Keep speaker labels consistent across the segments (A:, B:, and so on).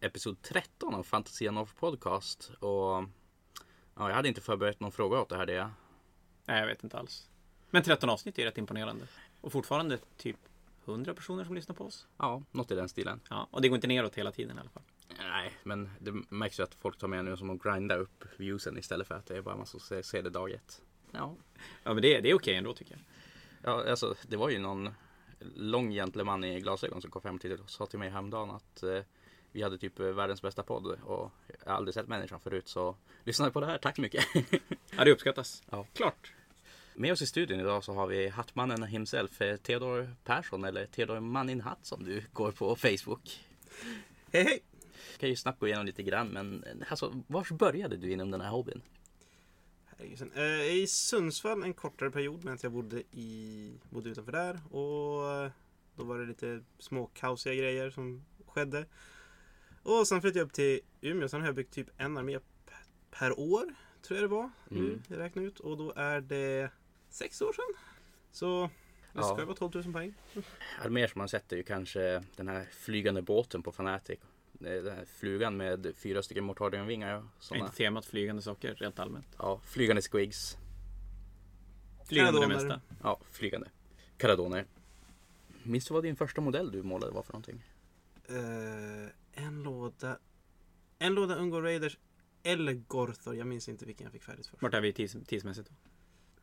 A: episod 13 av Fantasia North Podcast. Och ja, jag hade inte förberett någon fråga åt det här, det jag.
B: Nej, jag vet inte alls. Men 13 avsnitt är rätt imponerande. Och fortfarande typ 100 personer som lyssnar på oss.
A: Ja, något i den stilen.
B: Ja, och det går inte neråt hela tiden i alla fall.
A: Nej, men det märks ju att folk tar med nu som att grinda upp viewsen istället för att det är bara man som ser, ser det dag ett. Ja.
B: Ja, men det, är- det är okej ändå tycker jag.
A: ja, alltså det var ju någon lång gentleman i glasögon som kom fram till och sa till mig häromdagen att eh, vi hade typ eh, världens bästa podd och jag har aldrig sett människan förut så lyssna på det här, tack så mycket.
B: Ja, det uppskattas.
A: Ja.
B: Klart.
A: Med oss i studion idag så har vi hattmannen himself, eh, Theodor Persson eller Theodor Mannin Hatt som du går på Facebook.
C: Hej hej!
A: Jag kan ju snabbt gå igenom lite grann men eh, alltså, var började du inom den här hobbyn?
C: Herregud, sen, eh, I Sundsvall en kortare period medan jag bodde, i, bodde utanför där. Och eh, Då var det lite små kaosiga grejer som skedde. Och sen flyttade jag upp till Umeå. Sen har jag byggt typ en armé p- per år. Tror jag det var. Nu,
A: Mm.
C: jag räknar ut. Och då är det sex år sedan. Så det
A: Ja.
C: ska ju vara 12 000 poäng.
A: Arméer som man sett är ju kanske den här flygande båten på Fanatic. Det är Den här flugan med fyra stycken Mortardionvingar. och
B: Är
A: såna.
B: inte temat flygande saker rent allmänt?
A: Ja, flygande squigs.
B: Flygande det
C: Karadoner.
B: mesta.
A: Ja, flygande. Karadoner. Minns du vad din första modell du målade var för någonting?
C: Eh, en låda... En låda Ungor Raiders eller Gorthor. Jag minns inte vilken jag fick färdigt först.
B: Vart är vi tids, tidsmässigt? Då?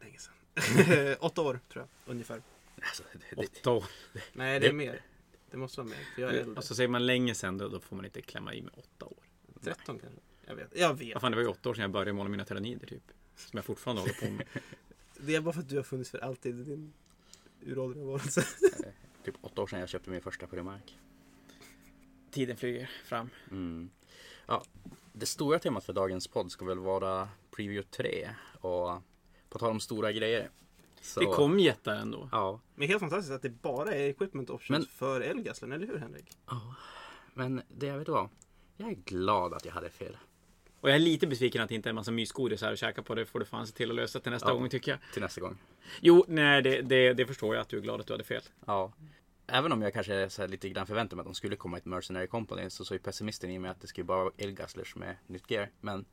C: Länge sedan. Åtta år tror jag, ungefär.
A: Alltså, det, det,
B: Åtta år.
C: Nej, det är mer. Det måste vara mer, för jag är äldre.
B: Och så säger man länge sen då, då får man inte klämma i med åtta år.
C: 13 kanske? Jag vet. Jag
B: Ja,
C: vet.
B: fan, det var ju åtta år sedan jag började måla mina tyrannider typ. Som jag fortfarande håller på med.
C: Det är bara för att du har funnits för alltid i din uråldriga varelse.
A: typ åtta år sedan jag köpte min första primark.
B: Tiden flyger fram.
A: Mm. Ja, det stora temat för dagens podd ska väl vara Preview 3. Och på tal om stora grejer. Så,
B: Det kom jättar ändå.
A: Ja,
C: Men helt fantastiskt att det bara är equipment options
A: Men-
C: för Elgaslen, eller hur Henrik?
A: men det jag vet vad. Jag är glad att jag hade fel.
B: Och jag är lite besviken att det inte är en massa mysgodis här att käka på. Det får du fan se till att lösa till nästa
A: Ja.
B: gång tycker jag.
A: Till nästa gång.
B: Jo, nej, det, det, det förstår jag att du är glad att du hade fel.
A: Ja. Även om jag kanske så här lite grann förväntade mig att de skulle komma ett Mercenary Company så såg ju pessimisten i mig att det skulle bara vara Elgaslers med nytt gear. Men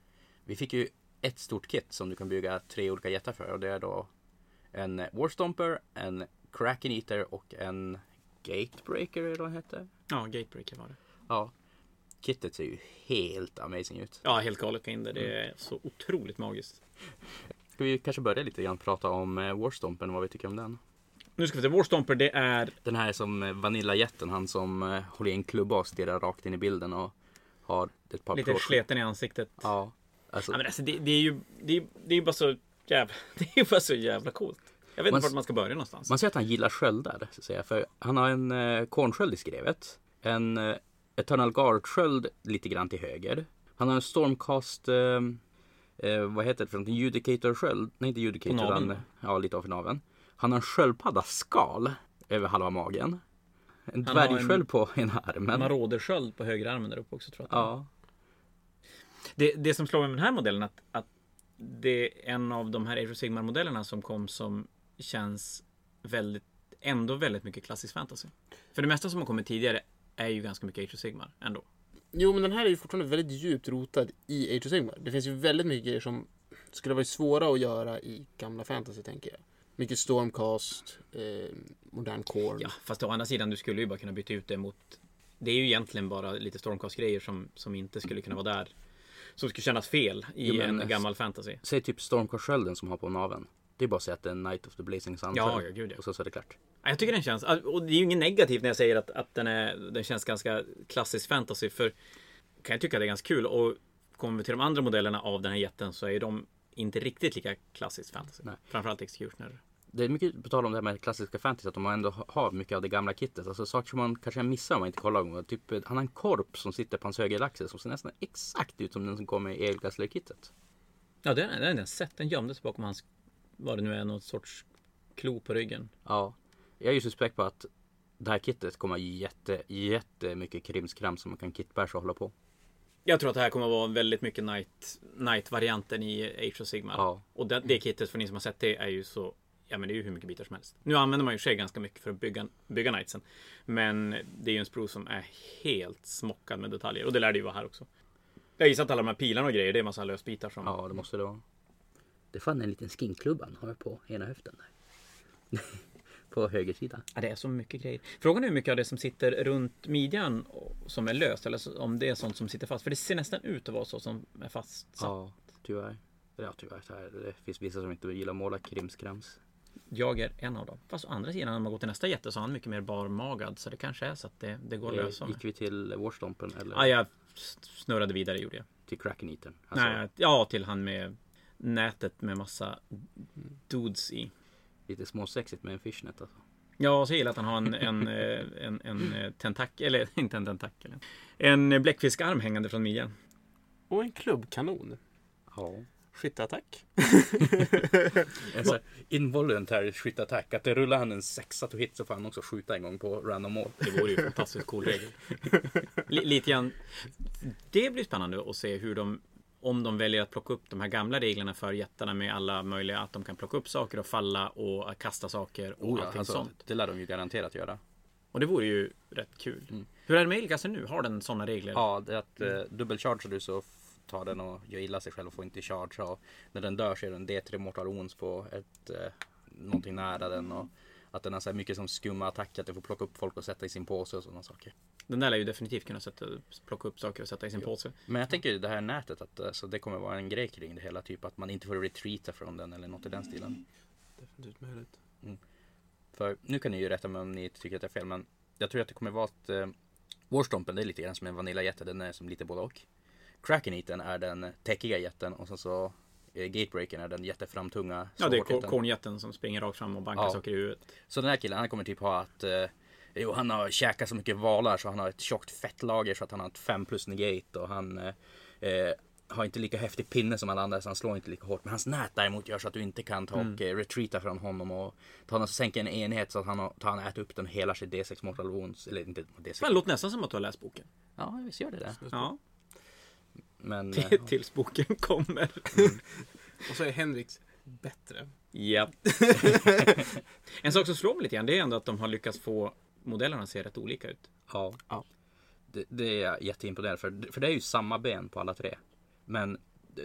A: vi fick ju ett stort kit som du kan bygga tre olika jättar för och det är då en Warstomper, en Kraken Eater och en Gatebreaker eller vad den hette.
B: Ja, Gatebreaker var det.
A: Ja. Kittet ser ju helt amazing ut.
B: Ja, helt galet vad in det.
A: Mm.
B: Det är så otroligt magiskt.
A: Ska vi kanske börja lite grann prata om eh, Warstompen och vad vi tycker om den?
B: Nu ska vi se. Vår stomper, det är...
A: Den här som eh, Vanillajätten, han som eh, håller i en klubba och stirrar rakt in i bilden och har ett par
B: Lite
A: plåt-
B: sleten i ansiktet.
A: Ja. Alltså,
B: Ja, men alltså, det, det är ju det är, det är ju bara så jävla, det är ju bara så jävla coolt. Jag vet
A: Man
B: inte
A: s-
B: vart man ska börja någonstans.
A: man ser att han gillar sköldar, så att säga, för han har en eh, kornsköld i skrevet, en eh, Eternal Guard-sköld lite grann till höger. Han har en Stormcast, eh, eh, vad heter det för någonting, Judicator-sköld? Nej, inte Judicator,
B: På naveln,
A: han,
B: va?
A: ja, lite av naveln. Han har en sköldpadda-skal över halva magen. En
B: Han har en-
A: dvärgsköld på ena armen.
B: Maraudersköld på högerarmen där uppe också tror jag. att det är.
A: Ja.
B: Det, det som slår mig med den här modellen är att, att det är en av de här Age of Sigmar modellerna som kom som känns väldigt, ändå väldigt mycket klassisk fantasy. För det mesta som har kommit tidigare är ju ganska mycket Age of Sigmar ändå.
D: Jo, men den här är ju fortfarande väldigt djupt rotad i Age of Sigmar. Det finns ju väldigt mycket grejer som skulle vara svåra att göra i gamla fantasy, tänker jag. Mycket stormcast, eh, modern core.
A: Mm.
B: Ja, fast å andra sidan, du skulle ju bara kunna byta ut det mot... Det är ju egentligen bara lite stormcast-grejer som, som inte skulle kunna vara där. Som skulle kännas fel i
A: Jo, men-
B: en gammal fantasy.
A: Säg typ Stormcast-skölden som har på naveln. Det är bara att säga att det är Night of the Blazing Sun.
B: Ja, ja, gud, ja.
A: Och så, så är det klart.
B: Ja, Jag tycker den känns, och det är ju inget negativt när jag säger att, att den, är, den känns ganska klassisk fantasy. För kan jag tycka det är ganska kul. Och kommer vi till de andra modellerna av den här jätten så är ju de inte riktigt lika klassisk fantasy.
A: Nej.
B: Framförallt Executioner.
A: Det är mycket på tal om det här med klassiska fantasy, att de ändå har mycket av det gamla kittet. Alltså saker som man kanske missar om man inte kollar. om. Typ, han har en korp som sitter på hans höger axel som ser nästan exakt ut som den som kommer i Elgasler-kittet.
B: Ja, den har jag inte ens sett. Den gömdes bakom hans, vad det nu är, någon sorts klo på ryggen.
A: Ja, jag är ju suspekt på att det här kittet kommer ha jätte, jättemycket krimskrams som man kan kitbärs och hålla på.
B: Jag tror att det här kommer att vara väldigt mycket night, night-varianten i Age of Sigmar.
A: Ja.
B: Och det, det kittet för ni som har sett det är ju så Ja men det är ju hur mycket bitar som helst. Nu använder man ju sig ganska mycket för att bygga, bygga Knightsen. Men det är ju en sprue som är helt smockad med detaljer. Och det lär det ju vara här också. Jag gissar att alla de här pilarna och grejer, det är en massa lösbitar som...
A: Ja, det måste det vara.
E: Det är fan en liten skinklubba han har på ena höften där. på högersidan.
B: Ja, det är så mycket grejer. Frågan är hur mycket av det som sitter runt midjan och- som är löst eller så- om det är sånt som sitter fast. För det ser nästan ut att vara så som är fast. Ja.
A: Ja, tyvärr. Eller Ja, tyvärr. Så här, det finns vissa som inte gillar att måla krimskrams.
B: Jag är en av dem. Fast å andra sidan, när man går till nästa jätte så är han mycket mer barmagad. Så det kanske är så att det, det går att lösa.
A: Eh,
B: med.
A: Gick vi till Warstompen eller
B: Ja, jag s- snurrade vidare gjorde jag.
A: till Kraken Eater? Alltså,
B: Nej, ja, till han med nätet med massa dudes i.
A: Lite småsexigt med en fishnet alltså.
B: Ja, och så gillar jag att han har en, en, eh, en, en eh, tentakel, eller inte en tentakel. En eh, bläckfiskarm hängande från midjan.
D: Och en klubbkanon.
A: Ja.
D: Skytteattack.
A: En sån här involuntary skyttattack. Att det rullar han en sexa to hit så får han också skjuta en gång på random mål.
B: Det vore ju fantastiskt cool regel. Li- lite grann. Det blir spännande att se hur de om de väljer att plocka upp de här gamla reglerna för jättarna med alla möjliga att de kan plocka upp saker och falla och kasta saker och
A: Oh
B: allting sånt.
A: alltså, det lär de ju garanterat göra.
B: Och det vore ju rätt kul. Hur är det med Ilgasen nu? Har den sådana regler?
A: Mm. Ja, det är att eh, dubbelchargear du så f- tar den och gör illa sig själv och får inte charge. Och när den dör så är den D3 Mortal Wounds på ett, eh, någonting nära den. Och att den har så här mycket som skumma attacker, att den får plocka upp folk och sätta i sin påse och sådana saker.
B: Den där lär ju definitivt kunna sätta, plocka upp saker och sätta i sin påse.
A: Men jag tänker det här nätet, att, eh, så det kommer vara en grej kring det hela. Typ att man inte får retreata från den eller något i den stilen.
C: Definitivt möjligt.
A: För nu kan ni ju rätta mig om ni tycker att jag är fel, men jag tror att det kommer vara att eh, Warstompen, det är lite grann som en vaniljajätte, den är som lite både och. Kraken Eaten är den täckiga jätten och sen så eh, Gatebreaken är den jätteframtunga
B: Ja, det är
A: sårjätten.
B: ko- kornjätten som springer rakt fram och bankar
A: Ja.
B: saker i huvudet.
A: Så den här killen, han kommer typ ha att eh, Jo, han har käkat så mycket valar så han har ett tjockt fettlager så att han har ett 5 plus negate och han eh, eh, har inte lika häftig pinne som alla andra så han slår inte lika hårt. Men hans nät däremot gör så att du inte kan ta och eh, retreata från honom och ta honom och sänka en enhet så att han, har, tar han äter upp den hela sitt D6 mortal wounds. Eller inte D6.
B: Det låter nästan som att du har läst boken.
A: Ja, visst gör det det.
B: Ja,
A: Men eh,
B: till- tills boken kommer.
A: Mm.
C: Och så är Henriks bättre.
B: Ja. en sak som slår mig lite grann, det är ändå att de har lyckats få modellerna att se rätt olika ut.
A: ja,
D: Ja.
A: Det, det är jag jätteimponerad för. För det är ju samma ben på alla tre. Men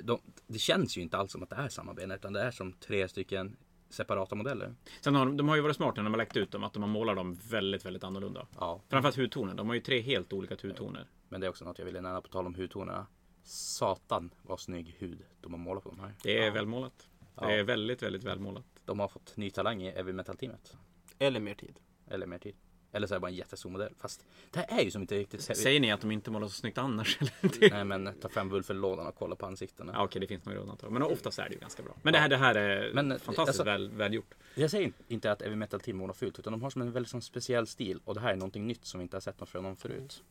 A: de, det känns ju inte alls som att det är samma ben utan det är som tre stycken separata modeller.
B: Sen har de, de har ju varit smarta när de har lagt ut dem, att de har målat dem väldigt, väldigt annorlunda.
A: Ja,
B: Framförallt hudtoner, de har ju tre helt olika hudtoner.
A: men det är också något jag ville nämna på tal om hudtonerna. Satan vad snygg hud de har målat på de här.
B: Det är välmålat.
A: Ja.
B: Det är väldigt, väldigt välmålat.
A: De har fått ny talang i heavy metal teamet.
D: Eller mer tid.
A: Eller mer tid. Eller så är det bara en jättestor modell. Fast det här är ju som inte riktigt heavy.
B: Säger ni att de inte målar så snyggt annars? Eller?
A: Nej men ta fram Wulfen-lådan och kolla på ansiktena.
B: Ja, okej, det finns några undantag. Men oftast är det ju ganska bra. Men det här, det här är
A: Men, eh,
B: fantastiskt
A: alltså-
B: väl, välgjort.
A: Jag säger inte att heavy metal team har fult utan de har som en väldigt sån speciell stil och det här är någonting nytt som vi inte har sett något från dem förut.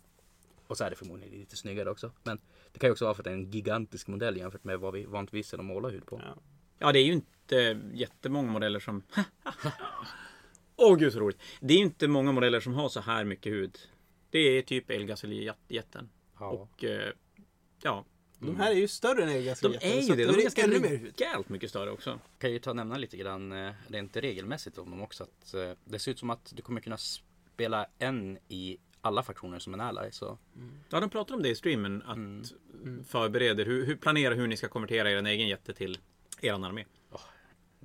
A: Och så är det förmodligen lite snyggare också. Men det kan ju också vara för att det är en gigantisk modell jämfört med vad vi vanligtvis ser dem måla hud på.
C: Ja.
B: Ja, det är ju inte jättemånga modeller som... Åh gud så roligt! Det är ju inte många modeller som har så här mycket hud. Det är typ Elgas eller Jät- jätten.
A: Ja.
B: Och eh, ja,
C: De här är ju större än Elgas
B: Mm. de är ju det. De är ganska
C: ännu mer hud.
B: rejält mycket större också.
A: kan ju ta och nämna lite grann eh, rent regelmässigt om dem också. Att eh, det ser ut som att du kommer kunna spela en i alla faktioner som en ally. Så
B: Ja, de pratar om det i streamen. Att Mm. förbereda er, hur, hur, planera hur ni ska konvertera er egen jätte till er armé.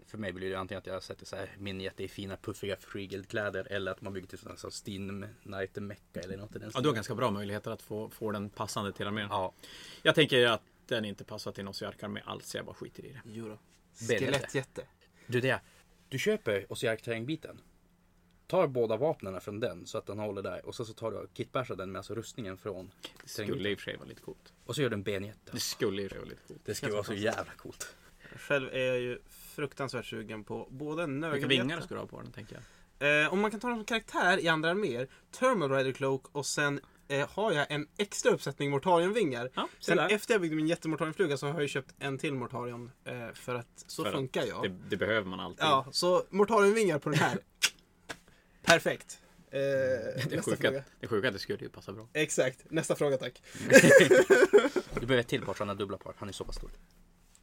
A: för mig blir det antingen att jag sätter så här, min jätte i fina puffiga freeguild-kläder eller att man bygger typ till sådana som Steam Knight Mecca eller något i den
B: Ja, du har ganska bra möjligheter att få, få den passande till armén.
A: Ja,
B: Jag tänker att den inte passar till någon armé alls, så jag bara skiter i det.
C: Jodå.
A: Benhätte.
C: Skelettjätte.
A: Du det, du köper osiarkträngdbiten. Tar båda vapnen från den så att den håller där och så, så tar du och kitbashar den med alltså rustningen från
B: Det skulle i och för sig vara lite coolt.
A: Och så gör du en benjätte.
B: Det skulle i och för sig vara lite coolt.
A: Det skulle vara så jävla coolt.
C: Själv är jag ju fruktansvärt sugen på både en
B: Vilka vingar
C: nörgeljätte.
B: ska du ha på den, tänker jag.
C: Eh, om man kan ta dem som karaktär i andra arméer. Thermal Rider Cloak och sen eh, har jag en extra uppsättning Mortarion-vingar.
B: Ja, se
C: Sen
B: där.
C: efter jag byggde min jättemortarion-fluga så har jag ju köpt en till Mortarion. Eh, för att så
B: För att
C: funkar jag.
B: Det, det behöver man alltid.
C: Ja, så Mortarion-vingar på den här. Perfekt. Eh,
B: det, är
C: nästa
B: sjuka,
C: fråga.
B: det är sjuka att det skulle ju passa bra.
C: Exakt, nästa fråga tack.
A: Du behöver ett till par sådana dubbla par. Han är så pass stor.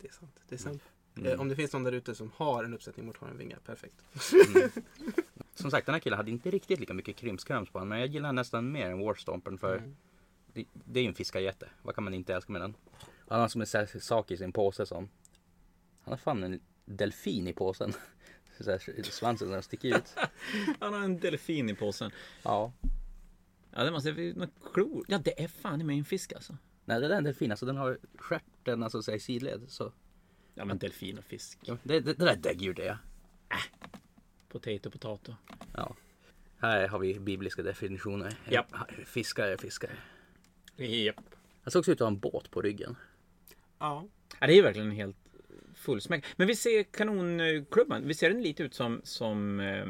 C: Det är sant. Det är sant.
B: Mm.
C: Eh, om det finns någon där ute som har en uppsättning Mortarenvingar, perfekt.
A: Som sagt, den här killen hade inte riktigt lika mycket krimskrams på honom, men jag gillar han nästan mer än Warstompen för det, det är ju en fiskarjätte. Vad kan man inte älska med den? Han har som en sån här sak i sin påse som... Han har fan en delfin i påsen. Så här, svansen som sticker ut.
B: Han har en delfin i påsen.
A: Ja.
B: Ja, det måste vara något klor. Ja, det är fan i mig en fisk alltså.
A: Nej, det där är en delfin. Alltså den har stjärten alltså, så här, i sidled. Så.
B: Ja, men delfin och fisk.
A: Ja, det, det, det där är däggdjur det ja.
B: Potato, potato.
A: ja. Här har vi bibliska definitioner.
B: Japp.
A: Fiskare är fiskare.
B: Japp.
A: Han såg också ut att ha en båt på ryggen.
C: Ja.
B: Ja, det är ju verkligen en helt fullsmäck. Men vi ser kanonklubban. Vi ser den lite ut som, som eh,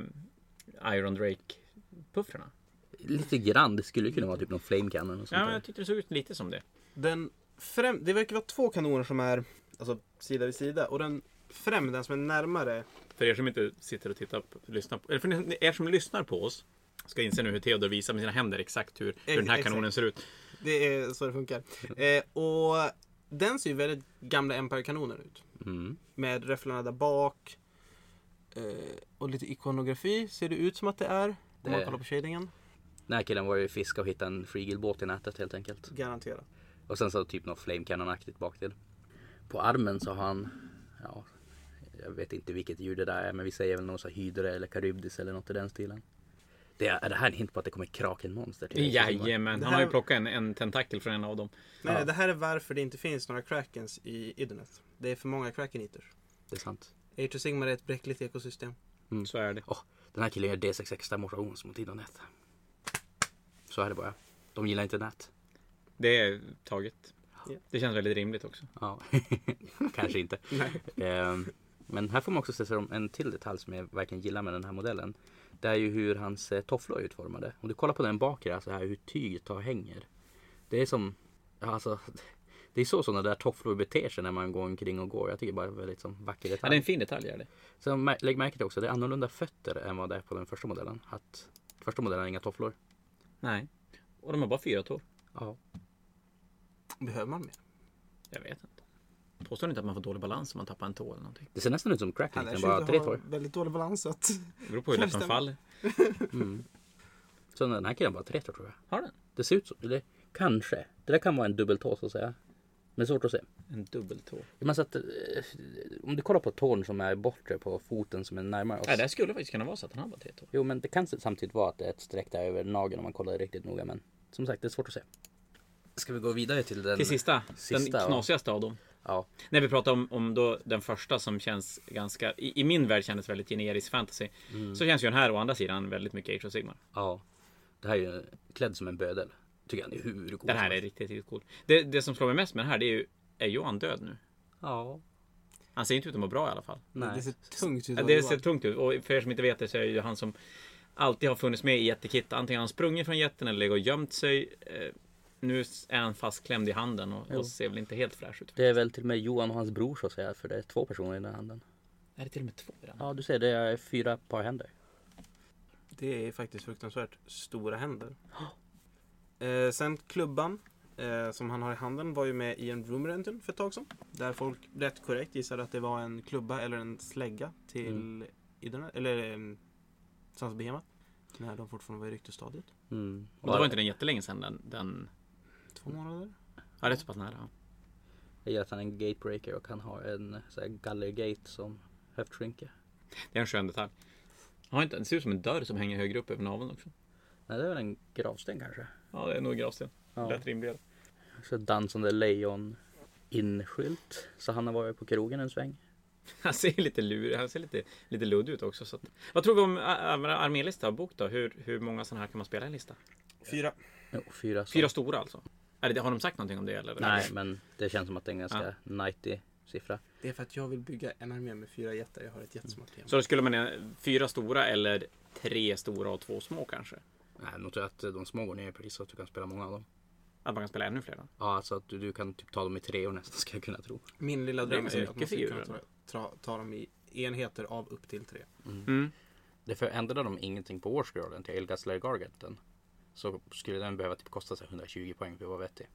B: Iron Drake-puffrarna.
A: Lite grann. Det skulle kunna vara typ någon flame cannon och sånt
B: Ja, men
A: där.
B: jag tyckte det såg ut lite som det.
C: Den främ- det verkar vara två kanoner som är alltså, sida vid sida och den främre, den som är närmare,
B: För er som inte sitter och tittar på, lyssnar på, eller för er som lyssnar på oss ska inse nu hur Theodor visar med sina händer exakt hur, hur den här
C: Exakt.
B: kanonen ser ut.
C: det är så det funkar. Eh, och den ser ju väldigt gamla Empire-kanoner ut.
A: Mm.
C: Med räfflorna där bak. Eh, och lite ikonografi ser det ut som att det är. Om man
A: Det-
C: kollar på shadingen.
A: Den här killen var ju fiska och hittade en frigelbåt i nätet helt enkelt.
C: Garanterat.
A: Och sen så typ något flame cannon-aktigt baktill. På armen så har han, ja, jag vet inte vilket djur det där är, men vi säger väl någon så här hydra eller karybdis eller något i den stilen. Det är, är det här en hint på att det kommer krakenmonster till?
B: Jajamän,
C: Det
B: han har ju
C: här-
B: plockat en, en tentakel från en av dem.
C: Nej, nej, det här är varför det inte finns några krakens i Iduneth. Det är för många kraken eaters.
A: Det är sant.
C: Age of Sigmar är ett bräckligt ekosystem.
B: Mm, Så är det.
A: Åh, den här killen gör D6 extra motions mot internet. Så är det bara. De gillar inte nät.
B: Det är taget.
C: Ja.
B: Det känns väldigt rimligt också.
A: Ja, kanske inte. Ehm, men här får man också se som en till detalj som jag verkligen gillar med den här modellen. Det är ju hur hans eh, tofflor är utformade. Om du kollar på den bakre, alltså här hur tyget tar hänger. Det är som, ja, alltså, det är så sådana där tofflor beter sig när man går omkring och går. Jag tycker bara det är en väldigt som, vacker
B: Ja, det är
A: detalj.
B: en fin detalj är det.
A: Sen mär- lägg märke till också, det är annorlunda fötter än vad det är på den första modellen. Att, första modellen har inga tofflor.
B: Nej. Och de har bara fyra tår.
A: Ja.
C: Behöver man mer?
B: Jag vet inte. Påstår ni inte att man får dålig balans om man tappar en tå eller någonting?
A: Det ser nästan ut som crackling,
C: Han
A: den bara har tre tår.
C: väldigt dålig balans. Så att...
B: Det beror på hur lätt man
C: Stämmer.
B: faller.
A: Så den här killen har bara tre tår tror jag.
B: Har den?
A: Det ser ut så. Eller kanske. Det där kan vara en dubbeltå så att säga. Men svårt att se.
B: En dubbeltå.
A: Men så att, eh, om du kollar på tån som är bortre på foten som är närmare oss.
B: Nej, det här skulle faktiskt kunna vara så att han har bara tre tår.
A: Jo men det kan samtidigt vara att det är ett streck där över nageln om man kollar riktigt noga. Men som sagt det är svårt att se. Ska vi gå vidare till den?
B: Till sista,
A: Sista, ja.
B: den knasigaste av dem.
A: Ja.
B: När vi pratar om, om då den första som känns ganska, i, i min värld kändes väldigt generisk fantasy. Så känns ju den här å andra sidan väldigt mycket Age of Sigmar.
A: ja. Det här är ju klädd som en bödel. Tycker han är hur god
B: Den här
A: som
B: är
A: helst.
B: riktigt, riktigt cool. Det, det som slår mig mest med den här det är ju, är Johan död nu?
A: Ja.
B: Han ser inte ut att må bra i alla fall.
C: Det
A: Nej.
C: ser tungt ut.
B: Ja,
C: att
B: Det
C: vara.
B: ser tungt ut. Och för er som inte vet det så är ju han som alltid har funnits med i Jättekit. Antingen har han sprungit från jätten eller legat och gömt sig. Eh, Nu är han fastklämd i handen och, och ser väl inte helt fräsch ut.
A: Det är väl till och med Johan och hans bror så att säga. För det är två personer i den här handen.
B: Är det till och med två i den?
A: Ja du ser det är fyra par händer.
C: Det är faktiskt fruktansvärt stora händer. Eh, sen klubban eh, som han har i handen var ju med i en rumor engine för ett tag sedan. Där folk rätt korrekt gissade att det var en klubba eller en slägga till mm. eller eh, Sans Behema. När de fortfarande var i ryktesstadiet.
A: Mm.
B: Och det var inte den jättelänge sedan den... den
C: Två
B: Mm.
C: månader.
B: ja, det är så pass nära.
A: Jag gillar att han är en gatebreaker och han har en så här, gallergate som höftskynke.
B: Det är en skön detalj. Han har inte, det ser ut som en dörr som hänger högre upp över naveln också.
A: Nej, det är väl en gravsten kanske.
B: Ja, det är nog en gravsten.
A: Ja.
B: Lät rimligare.
A: Så dansande lejon inskylt. Så han har varit på krogen en sväng.
B: Han ser lite lurig, han ser lite, lite luddig ut också. Så att, vad tror vi om ar- ar- armélista och bok då? Hur, hur många sådana här kan man spela i en lista?
C: Fyra.
A: Jo, fyra som...
B: Fyra stora alltså? Är det, har de sagt någonting om det eller?
A: Nej, men det känns som att det är en ganska nighty siffra.
C: Det är för att jag vill bygga en armé med fyra jättar. Jag har ett jättesmart tema.
B: Så då skulle man eh, fyra stora eller tre stora och två små kanske?
A: Nej, nog tror jag att de små går ner i pris så att du kan spela många av dem.
B: Att man kan spela ännu fler? då?
A: Ja, alltså att du, du kan typ ta dem i tre och nästan ska jag kunna tro.
C: Min lilla
B: Det är
C: dröm är att
B: mycket
C: man ska kunna ta,
B: figurer.
C: ta, ta dem i enheter av upp till tre.
B: Mm.
A: Det förändrade de ingenting på årsgraden till Elgasler Gargenten. Så skulle den behöva typ kosta så här 120 poäng för att vara vettig.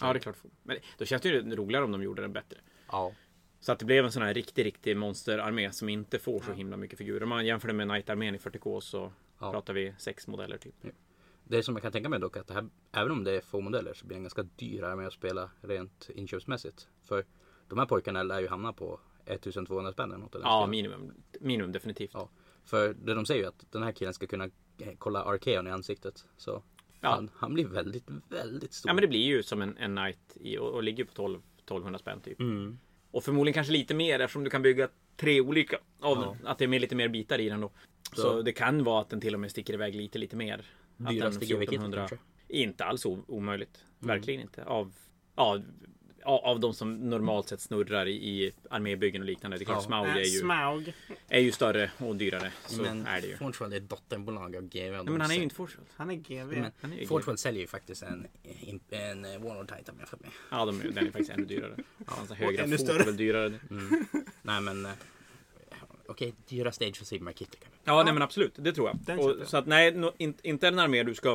B: Ja, det är klart. Men då känns det ju roligare om de gjorde den bättre.
A: Ja.
B: Så att det blev en sån här riktig, riktig monsterarmé som inte får så himla mycket figurer. Om man jämför det med Knight-armén i 40K så
A: Ja.
B: pratar vi sex modeller typ.
A: Det som jag kan tänka mig dock är att det här, även om det är få modeller så blir den ganska dyr här med att spela rent inköpsmässigt. För de här pojkarna lär ju hamna på 1200 spänn eller något. eller
B: Ja,
A: så.
B: minimum. Minimum definitivt.
A: Ja. För det de säger ju att den här killen ska kunna eh, kolla Arkeon i ansiktet. Så han, han blir väldigt, väldigt stor.
B: Ja men det blir ju som en, en night i, och, och ligger på 12, 1200 spänn typ.
A: Mm.
B: Och förmodligen kanske lite mer eftersom du kan bygga tre olika av den. Att det är med lite mer bitar i den då. Så,
A: Så-
B: det kan vara att den till och med sticker iväg lite, lite mer. Att den
A: Dyraste GW-kittet kanske? Mm.
B: Inte alls o- omöjligt. Verkligen inte. Av, ja, av, av de som normalt sett snurrar i, i armébyggen och liknande. Det är klart
A: Ja.
B: Smaug är
C: Äh,
B: ju,
C: Smaug.
B: är ju större och dyrare. Så
A: men
B: är det ju.
A: Fortfarande är dotterbolag av GW.
B: Nej, men han är ju inte Forsvall.
C: Han är GV.
A: Men
B: han är ju
A: Fortfarande säljer ju faktiskt en, en, en eh, Warlord Titan om jag får med.
B: Ja, de, den är faktiskt ännu dyrare. Hans högra
C: ännu
B: fot
C: större.
B: är väl dyrare.
A: Nej men eh, okej, dyraste Age of Sigmar kittet kan vi.
B: Ja, nej men absolut. Det tror jag.
C: Den
B: Och,
C: köper jag.
B: så att nej, no, in, inte en armé du ska,
C: Ja,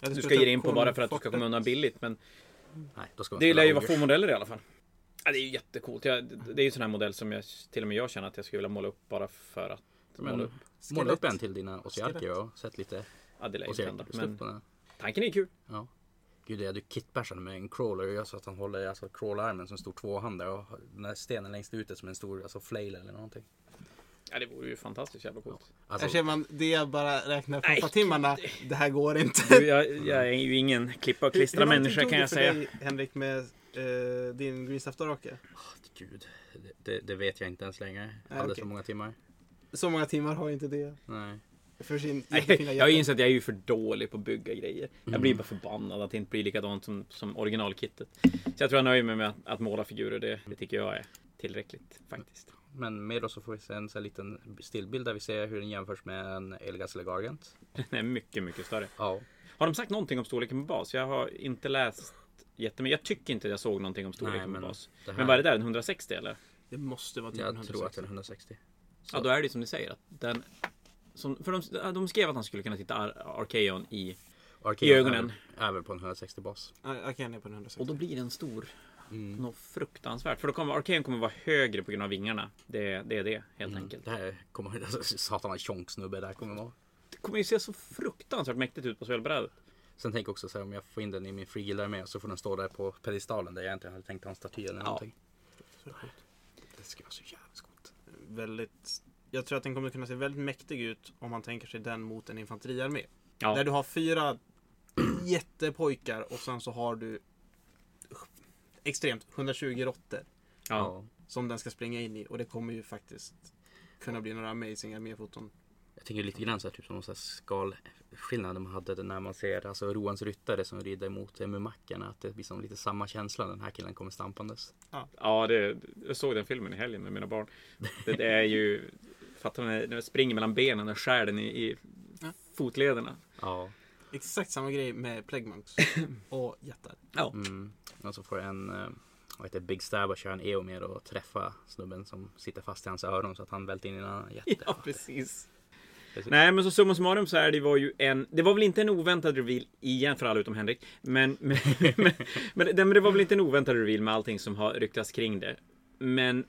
C: det
B: du ska
C: skulle
B: ge
C: ta
B: dig in på bara för att du ska
C: Kornfortet.
B: komma undan billigt. Men
A: Nej, då ska man
B: det
A: spela
B: lär ju vara
A: Ogers.
B: få modeller i alla fall. Ja, det är ju jättecoolt. Jag, det det är ju en sån här modell som jag, till och med jag känner att jag skulle vilja måla upp bara för att
A: Men
B: måla upp.
A: måla upp
C: Skelett.
A: en till dina Osiarker och sätt lite
B: Ja, det lär ju inte hända.
A: Osiarker-slut
B: Men
A: på den.
B: tanken är ju kul.
A: Ja. Gud, jag hade ju kitbashad med en crawler och jag sa att han håller alltså crawlararmen som en stor tvåhand och den här stenen längst ut är som en stor alltså flail eller någonting.
B: Ja, det vore ju fantastiskt jävla coolt.
A: Alltså,
C: Här ser man, det är bara räkna
B: Nej.
C: pappatimmarna. Det här går inte.
B: Du, jag, jag är ju ingen klippa och klistra
C: Hur lång tid
B: människa
C: tog
B: kan
C: det
B: jag
C: för
B: säga.
C: Dig, Henrik med eh, din Greenstaff-drake.
A: gud, det, det, det vet jag inte ens längre.
C: Nej,
A: Alldeles
C: okej.
A: för många timmar.
C: Så många timmar har inte det.
A: Nej.
C: För sin jättefina
B: Nej, Jag har
C: hjärta.
B: ju insett att jag är ju för dålig på att bygga grejer. Jag blir bara förbannad att det inte blir likadant som, som originalkittet. Så jag tror jag nöjer mig med att, att måla figurer. Det, det tycker jag är tillräckligt faktiskt.
A: Men med oss så får vi se en sån här liten stillbild där vi ser hur den jämförs med en Elgas eller Gargant.
B: Den är mycket, mycket större.
A: Ja.
B: Har de sagt någonting om storleken på bas? Jag har inte läst jättemycket. Jag tycker inte jag såg någonting om storleken
A: Nej, men
B: på bas.
A: det här-
B: Men vad är det där? En 160 eller?
C: Det måste vara typ
A: Jag
C: 160.
A: tror att den är 160.
B: Ja, då är det ju som ni säger. Att den, som, för de, de skrev att han skulle kunna titta Ar- Archeon i...
A: Arkeon
B: I ögonen.
A: Är, är väl på en 160 bas.
C: Ja, Okej, den är på 160.
B: Och då blir den stor. Något fruktansvärt. För då kommer Archeon kommer vara högre på grund av vingarna. Det, det är det helt enkelt.
A: Det här kommer, alltså, satan vad tjonk snubbe det här kommer vara.
B: Det kommer ju se så fruktansvärt mäktigt ut på spelbrädet.
A: Sen tänk också så här, om jag får in den i min frigilda med så får den stå där på pedestalen där jag inte hade tänkt ha en staty eller någonting. Det skulle vara så jävla coolt.
C: Väldigt... Jag tror att den kommer kunna se väldigt mäktig ut om man tänker sig den mot en infanteriarmé.
B: Ja.
C: Där du har fyra jättepojkar och sen så har du extremt 120 råttor
B: ja.
C: som den ska springa in i och det kommer ju faktiskt kunna bli några amazing arméfoton.
A: Jag tänker lite grann så här, typ som någon så här skalskillnad man hade när man ser alltså Roans ryttare som rider mot Mumackarna. Att det blir som lite samma känsla den här killen kommer stampandes.
B: Ja, det, jag såg den filmen i helgen med mina barn. Det, det är ju... Fattar ni? När jag springer mellan benen och skär den i, i fotlederna.
A: Ja.
C: Exakt samma grej med Plague Monks och jättar.
B: Ja.
A: Mm. Och så får en eh, vad heter det, Big Stab att köra en EO med och träffa snubben som sitter fast i hans öron så att han välter in i en annan jätte.
B: Ja, precis.
A: Precis.
B: Nej, men så summa summarum så här, det var ju en... Det var väl inte en oväntad reveal igen för alla utom Henrik. Men, men, men, men, det- men det var väl inte en oväntad reveal med allting som har ryktats kring det. Men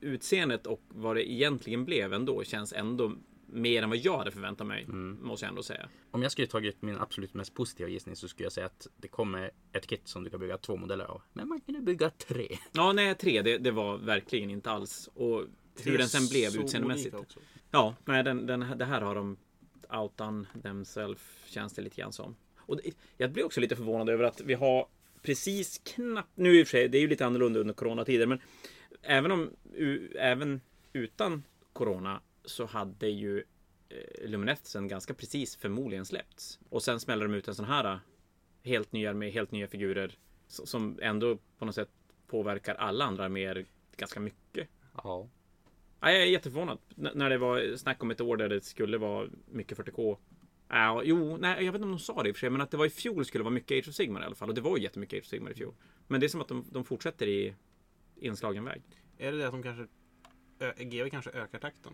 B: utseendet och vad det egentligen blev ändå känns ändå mer än vad jag hade förväntat mig. Måste jag ändå säga.
A: Om jag skulle tagit min absolut mest positiva gissning så skulle jag säga att det kommer ett kit som du kan bygga två modeller av. Men man kunde bygga tre.
B: Ja, nej, tre, det, det var verkligen inte alls. Och hur den sen blev
C: Så
B: utseendemässigt.
C: olika också.
B: Ja, nej, den, den, det här har de outan themself känns det lite grann som. Och det, jag blir också lite förvånad över att vi har precis knappt, nu i och för sig, det är ju lite annorlunda under coronatider, men även om, u, även utan corona så hade ju eh, Luminefsen ganska precis förmodligen släppts. Och sen smäller de ut en sån här eh, helt nya med helt nya figurer s- som ändå på något sätt påverkar alla andra mer ganska mycket.
A: Ja.
B: Ja, jag är jätteförvånad. N- när det var snack om ett år där det skulle vara mycket 40K. Ja, jo, nej, jag vet inte om de sa det i och för sig, men att det var i fjol skulle vara mycket Age of Sigmar i alla fall. Och det var ju jättemycket Age of Sigmar i fjol. Men det är som att de, de fortsätter i inslagen väg.
C: Är det det att de kanske... ö- GV kanske ökar takten?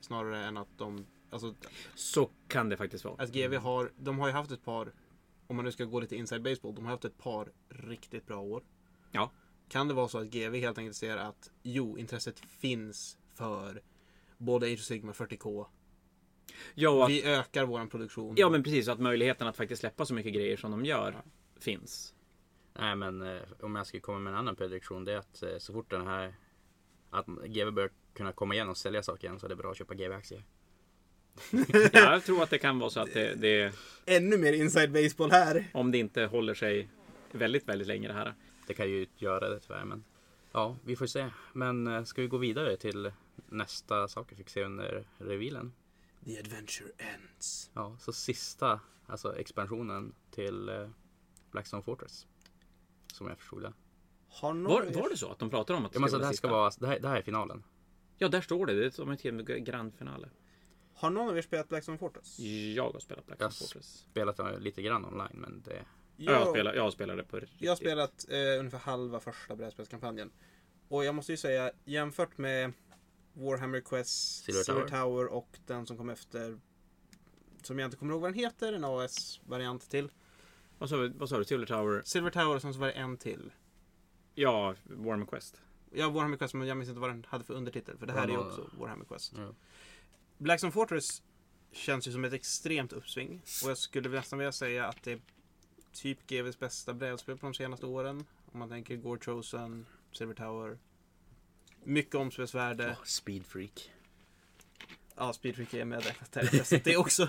C: Snarare än att de... Alltså
B: Så kan det faktiskt vara.
C: att GV har... De har ju haft ett par... Om man nu ska gå lite inside baseball. De har haft ett par riktigt bra år.
B: Ja.
C: Kan det vara så att GV helt enkelt ser att jo, intresset finns för både Age of Sigmar 40K.
B: Ja, och att,
C: Vi ökar vår produktion.
B: ja men precis. och Att möjligheten att faktiskt släppa så mycket grejer som de gör finns.
A: Nej men eh, om jag ska komma med en annan prediktion det är att eh, så fort den här att GW bör kunna komma igen och sälja saker igen så är det bra att köpa GW-aktier.
B: Ja, jag tror att det kan vara så att det, det,
C: Ännu mer inside baseball här.
B: om det inte håller sig väldigt, väldigt länge det här.
A: Det kan ju göra det tyvärr men ja, vi får se. Men eh, ska vi gå vidare till nästa sak vi fick se under revilen?
C: The adventure ends.
A: Ja, så sista, alltså expansionen till eh, Blackstone Fortress. Som jag förstod det.
C: Har någon
B: Var, var det så att de pratade om att
A: Ja, men så det här
B: sista?
A: ska vara, det här, det här är finalen.
B: Ja, där står det. Det är som ett grand finale.
C: Har någon av er spelat Blackstone Fortress?
B: Jag har spelat Black
A: Jag
B: Ops Fortress.
A: Spelat den lite grann online men det...
B: Ja, Jag, spelar, jag spelade på riktigt.
C: Jag har spelat eh, ungefär halva första brädspelskampanjen. Och jag måste ju säga, jämfört med Warhammer Quest,
A: Silver
C: Silver,
A: Tower.
C: Tower och den som kom efter, som jag inte kommer ihåg vad den heter, en AS-variant till.
B: Vad sa, vi- vad sa du? Silver Tower?
C: Silver Tower och sen så var det en till.
B: Ja, Warhammer Quest.
C: Ja, Warhammer Quest, men jag minns inte vad den hade för undertitel, för det här är ju också Warhammer Quest.
A: Ja.
C: Blackstone Fortress känns ju som ett extremt uppsving. Och jag skulle nästan vilja säga att det är typ GVs bästa brädspel på de senaste åren. Om man tänker Gore Chosen, Silver Tower. Mycket omspelsvärde.
A: Åh, speedfreak.
C: Ja, Speedtrick är med där. Så det är också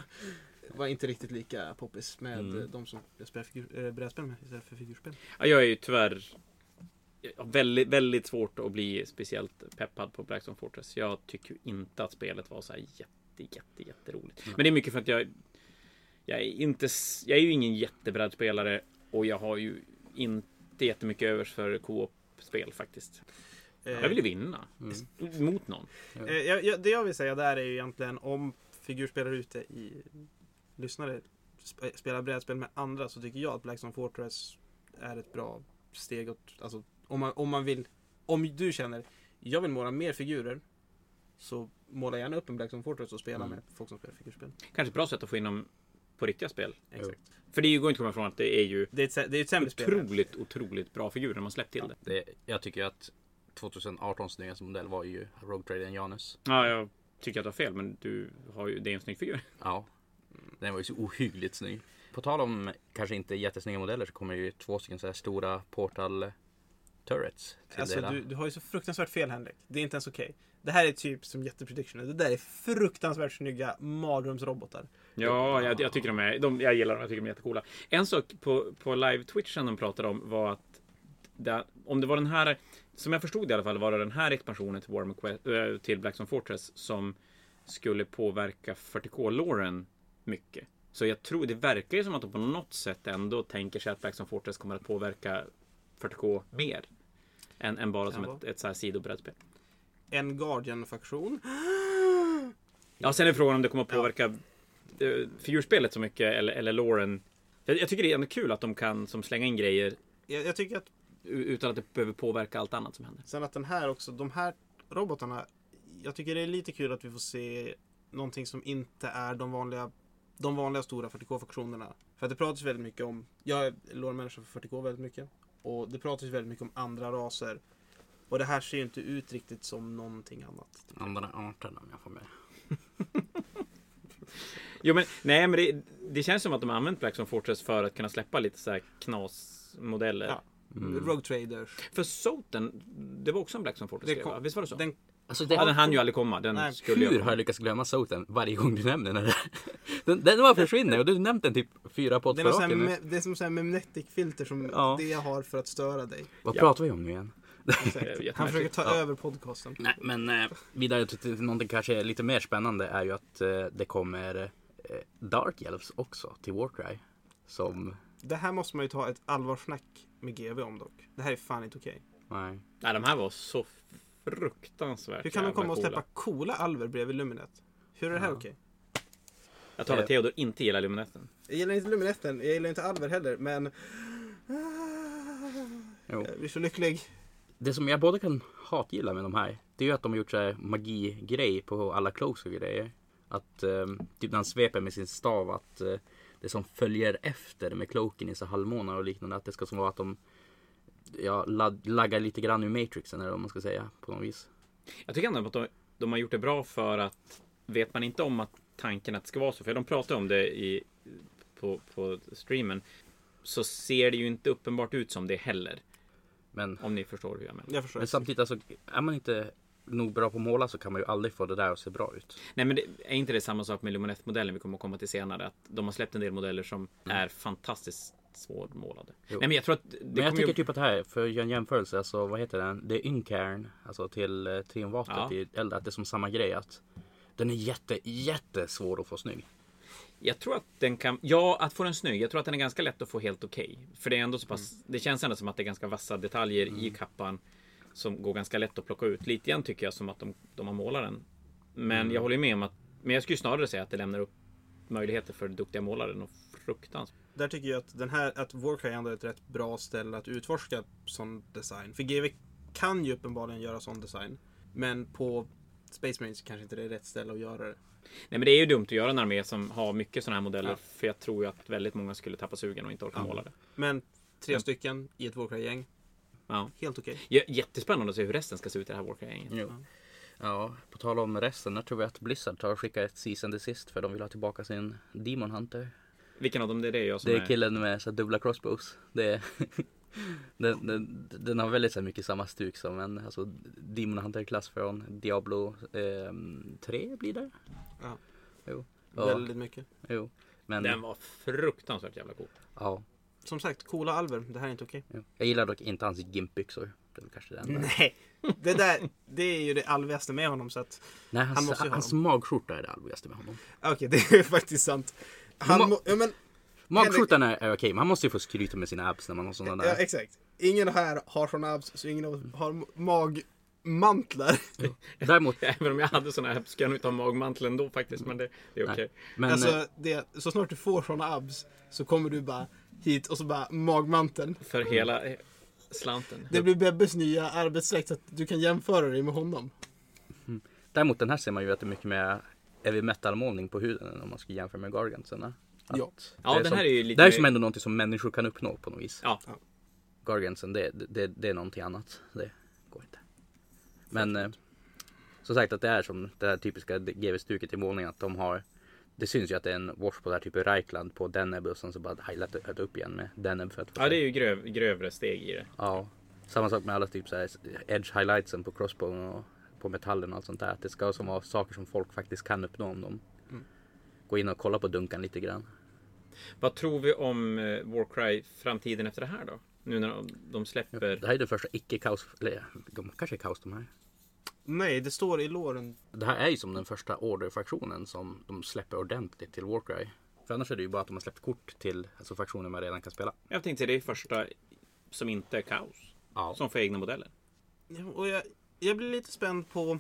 C: var inte riktigt lika poppis med
A: Mm.
C: de som jag spelar figur, eh, brädspel med istället för figurspel.
B: Ja, jag är ju tyvärr jag har väldigt, väldigt svårt att bli speciellt peppad på Blackstone Fortress. Jag tycker ju inte att spelet var så här jätte, jätte, jätteroligt. Men det är mycket för att jag, jag är inte, s- jag är ju ingen jättebrädspelare och jag har ju inte jättemycket övers för co-op-spel faktiskt.
C: Eh,
B: Jag vill ju vinna.
A: mm.
B: Mot någon.
C: Eh, jag, jag, det jag vill säga där är ju egentligen om figurspelare ute i lyssnare sp- spelar brädspel med andra så tycker jag att Blackstone Fortress är ett bra steg åt, alltså, om, man, om man vill, om du känner jag vill måla mer figurer så måla gärna upp en Blackstone Fortress och spela
A: Mm.
C: med folk som spelar figurspel.
B: Kanske ett bra sätt att få in dem på riktiga spel.
C: Exakt.
B: För det går inte att komma ifrån att det är ju
C: Det är ett, sä- det är ett sämre spel.
B: otroligt, otroligt bra figurer när man släppt till det.
A: Det, jag tycker ju att 2018s nyaste modell var ju Rogue Trader Janus.
B: Ja, jag tycker att du har fel, men du har ju, det är en snygg figur.
A: Ja. Den var ju så ohyggligt snygg. På tal om kanske inte jättesnygga modeller så kommer det ju två stycken så här stora portal eh, turrets till
C: Alltså,
A: delar.
C: du, du har ju så fruktansvärt fel Henrik. Det är inte ens okej. Det här är typ som jätteprediction. Det där är fruktansvärt snygga mardrömsrobotar.
B: Ja, jag, jag tycker de är, de, jag gillar dem, jag tycker de är jättecoola. En sak på, på live-twitchen de pratade om var att det, om det var den här, som jag förstod det i alla fall, var det den här expansionen till, Warhammer Quest, eh, till Blackstone Fortress som skulle påverka 40K-låren mycket. Så jag tror, det verkar ju som att de på något sätt ändå tänker sig att Blackstone Fortress kommer att påverka 40K mer. Än, än bara som
C: Kan
B: ett, ett så här sidobrädspel.
C: En Guardian-faktion.
B: Ja, sen är frågan om det kommer att påverka eh, figurspelet så mycket eller, eller Lauren. Jag, jag tycker det är ändå kul att de kan som slänga in grejer
C: Jag, jag tycker att
B: u- utan att det behöver påverka allt annat som händer.
C: Sen att den här också, de här robotarna. Jag tycker det är lite kul att vi får se någonting som inte är de vanliga, de vanliga stora 40K-funktionerna. För att det pratas väldigt mycket om, jag är lånmänniska för 40K väldigt mycket. Och det pratas väldigt mycket om andra raser. Och det här ser ju inte ut riktigt som någonting annat.
A: Andra arten om jag får med.
B: Jo, men nej, men det, det känns som att de har använt Blackstone Fortress för att kunna släppa lite så här knasmodeller.
C: Ja.
A: Mm.
C: Rogue Traders.
B: För Soten, det var också en Blackstone Fortress
C: Det
B: grej,
C: kom-
B: va? Visst var det så? Den,
C: Den,
A: Alltså
B: ja, den hann ju aldrig komma. Den
C: Nej.
B: skulle
A: Hur
B: ju...
A: har jag lyckats glömma Soten varje gång du nämner den? här? Den, den bara försvinner och du har nämnt den typ fyra
C: det, är
A: poddar
C: någon
A: på
C: sån här,
A: raken. nu.
C: me- det är som sån här memnetic-filter som
A: Ja.
C: det jag har för att störa dig.
A: Vad
B: Ja.
A: pratar vi om nu igen?
B: jättemärkligt.
C: Han försöker ta
A: Ja.
C: över podcasten.
A: Nej, men eh, vidare till, till någonting kanske lite mer spännande är ju att eh, det kommer eh, Dark Elves också till Warcry. Som,
C: Det här måste man ju ta ett allvarsnack med GV om dock. Det här är fan inte okej.
A: nej.
B: Nej, de här var så fruktansvärt
C: Hur kan de
B: jävla
C: komma och
B: coola.
C: släppa coola alver bredvid Luminet? Hur är det här okej?
B: Jag tror att
C: Eh.
B: Theodor inte gillar Luminetten.
C: Jag gillar inte Luminetten, jag gillar inte alver heller, men...
A: Jo.
C: Jag blir så lycklig.
A: Det som jag både kan hatgilla med de här, det är ju att de har gjort så här magigrej på alla cloaks och grejer. Att eh, typ när han sveper med sin stav att eh, det som följer efter med cloaken i så halvmånar och liknande, att det ska som vara att de ja, lad- laggar lite grann ur Matrixen eller vad man ska säga på något vis.
B: Jag tycker ändå att de, de har gjort det bra för att vet man inte om att tanken att det ska vara så, för de pratar om det i, på, på streamen, så ser det ju inte uppenbart ut som det heller.
A: Men,
B: Om ni förstår hur jag menar.
C: Jag förstår.
A: men samtidigt, alltså, är man inte nog bra på att måla så kan man ju aldrig få det där att se bra ut.
B: Nej men det, är inte det samma sak med Lumineth-modellen vi kommer att komma till senare? Att de har släppt en del modeller som är fantastiskt svårmålade.
A: Mm. Jo.
B: Nej men jag tror att det
A: Men jag
B: kommer
A: tycker
B: ju...
A: typ att det här, för att göra en jämförelse, alltså vad heter den? Det är Ynkern, alltså till eh, Triumvatet
B: Ja.
A: i Eld, att det är som samma grej att den är jätte, jättesvår att få snygg.
B: Jag tror att den kan... Ja, att få den snygg. Jag tror att den är ganska lätt att få helt okej. För det är ändå så pass...
A: Mm.
B: Det känns ändå som att det är ganska vassa detaljer i kappan. Som går ganska lätt att plocka ut. Lite grann tycker jag som att de, de har målat den. Men
A: Mm.
B: jag håller ju med om att... Men jag skulle ju snarare säga att det lämnar upp möjligheter för duktiga målare. Något fruktansvärt.
C: Där tycker jag att den här, att Warcry ändå är ett rätt bra ställe att utforska sån design. För GW kan ju uppenbarligen göra sån design. Men på Space Marines kanske inte det är rätt ställe att göra det.
B: Nej men det är ju dumt att göra en armé som har mycket sådana här modeller. För jag tror ju att väldigt många skulle tappa sugen och inte orka måla det.
C: Men tre
A: Mm.
C: stycken i ett Warcry-gäng,
B: Ja.
C: helt okej.
B: J- Jättespännande att se hur resten ska se ut i det här Warcry-gänget.
A: Ja, på tal om resten, där tror jag att Blizzard tar och skickar ett Cease and Desist för de vill ha tillbaka sin Demon Hunter.
B: Vilken av dem det är det jag som
A: Det är killen med så här dubbla crossbows. Det är den, den, den har väldigt så här mycket samma stuk som en alltså, Demon Hunter-klass från Diablo eh, 3 blir det.
C: Ja.
A: Jo. Ja,
C: Väldigt mycket.
A: jo. Men,
B: Den var fruktansvärt jävla cool.
A: ja.
C: Som sagt, coola alver. Det här är inte okej.
A: Jo. Jag gillar dock inte hans gimpbyxor. Det är väl kanske det enda.
C: Nej, det där, det är ju det alvigaste med honom så att...
A: Nej, hans,
C: Han måste ju ha
A: hans magskjorta är det allvarligaste med honom.
C: Okej, det är faktiskt sant. Han
A: Men-
C: må, ja, men,
A: Magskjortan är, är okej, men han måste ju få skryta med sina abs när man har sådana
C: ja,
A: där.
C: exakt. Ingen här har såna abs, så ingen av oss har magmantlar.
A: Däremot,
B: Även om jag hade såna här ska jag nog inte ha magmantel ändå faktiskt. Men det, det är okej.
A: men eh,
C: alltså, det, så snart du får såna abs så kommer du bara hit och så bara magmanteln.
B: För hela eh, slanten.
C: Det blir Bebbes nya arbetsdräkt så att du kan jämföra dig med honom.
A: Däremot den här ser man ju att det är mycket mer heavy metal målning på huden än om man skulle jämföra med Garganserna. Att
C: Ja.
B: Ja,
A: det
B: den här
A: som,
B: är ju lite
A: Det här är
B: mer-
A: som ändå någonting som människor kan uppnå på något vis.
B: Ja.
A: Gargansen, det, det, det är någonting annat. Det går inte. Men eh, som sagt att det är som det här typiska GW-stuket i målningen att de har det syns ju att det är en wash på det här typ Reichland på Deneb och sen så bara highlighta det upp igen med Deneb för att få
B: ja, det är ju gröv, grövre steg i det.
A: Ja. Samma sak med alla typ så här edge highlightsen på crossbone och på metallen och allt sånt där. Att det ska som vara saker som folk faktiskt kan uppnå om de
B: Mm.
A: går in och kollar på dunkan lite grann.
B: Vad tror vi om eh, Warcry framtiden efter det här då? Nu när de, de
A: Det
B: släpper.
A: här är den första icke-kaos, eller de kanske är kaos de här.
C: Nej, det står i låren.
A: Det här är ju som den första order-fraktionen som de släpper ordentligt till Warcry. För annars är det ju bara att de har släppt kort till alltså, fraktioner man redan kan spela.
B: Jag tänkte det är första som inte är kaos.
A: Ja.
B: Som får egna modeller.
C: Ja, Och jag, jag blir lite spänd på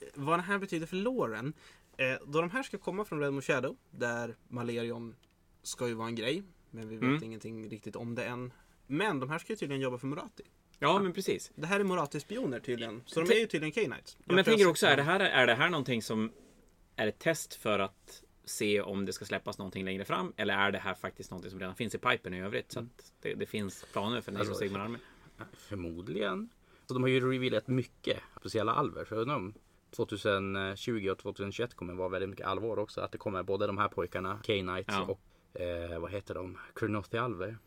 C: eh, vad det här betyder för låren. Eh, då de här ska komma från Red Moon Shadow, där Malerion ska ju vara en grej, men vi vet
B: Mm.
C: ingenting riktigt om det än. Men de här ska ju tydligen jobba för Morati.
B: Ja, men precis.
C: Det här är Morati-spioner tydligen, så de är ju tydligen K-Knights.
B: Men jag
C: tror
B: tänker
C: har
B: också,
C: sett
B: är det, här, är det här någonting som är ett test för att se om det ska släppas någonting längre fram? Eller är det här faktiskt någonting som redan finns i pipen i övrigt? Så att det, det finns planer för Nero
A: Alltså,
B: Sigmar Army.
A: Förmodligen. Så de har ju revealat mycket speciella alver. Så jag undrar om 2020 och 2021 kommer vara väldigt mycket alvor också. Att det kommer både de här pojkarna, K-Knights
B: Ja.
A: och eh, vad heter de? Kronothi-alver.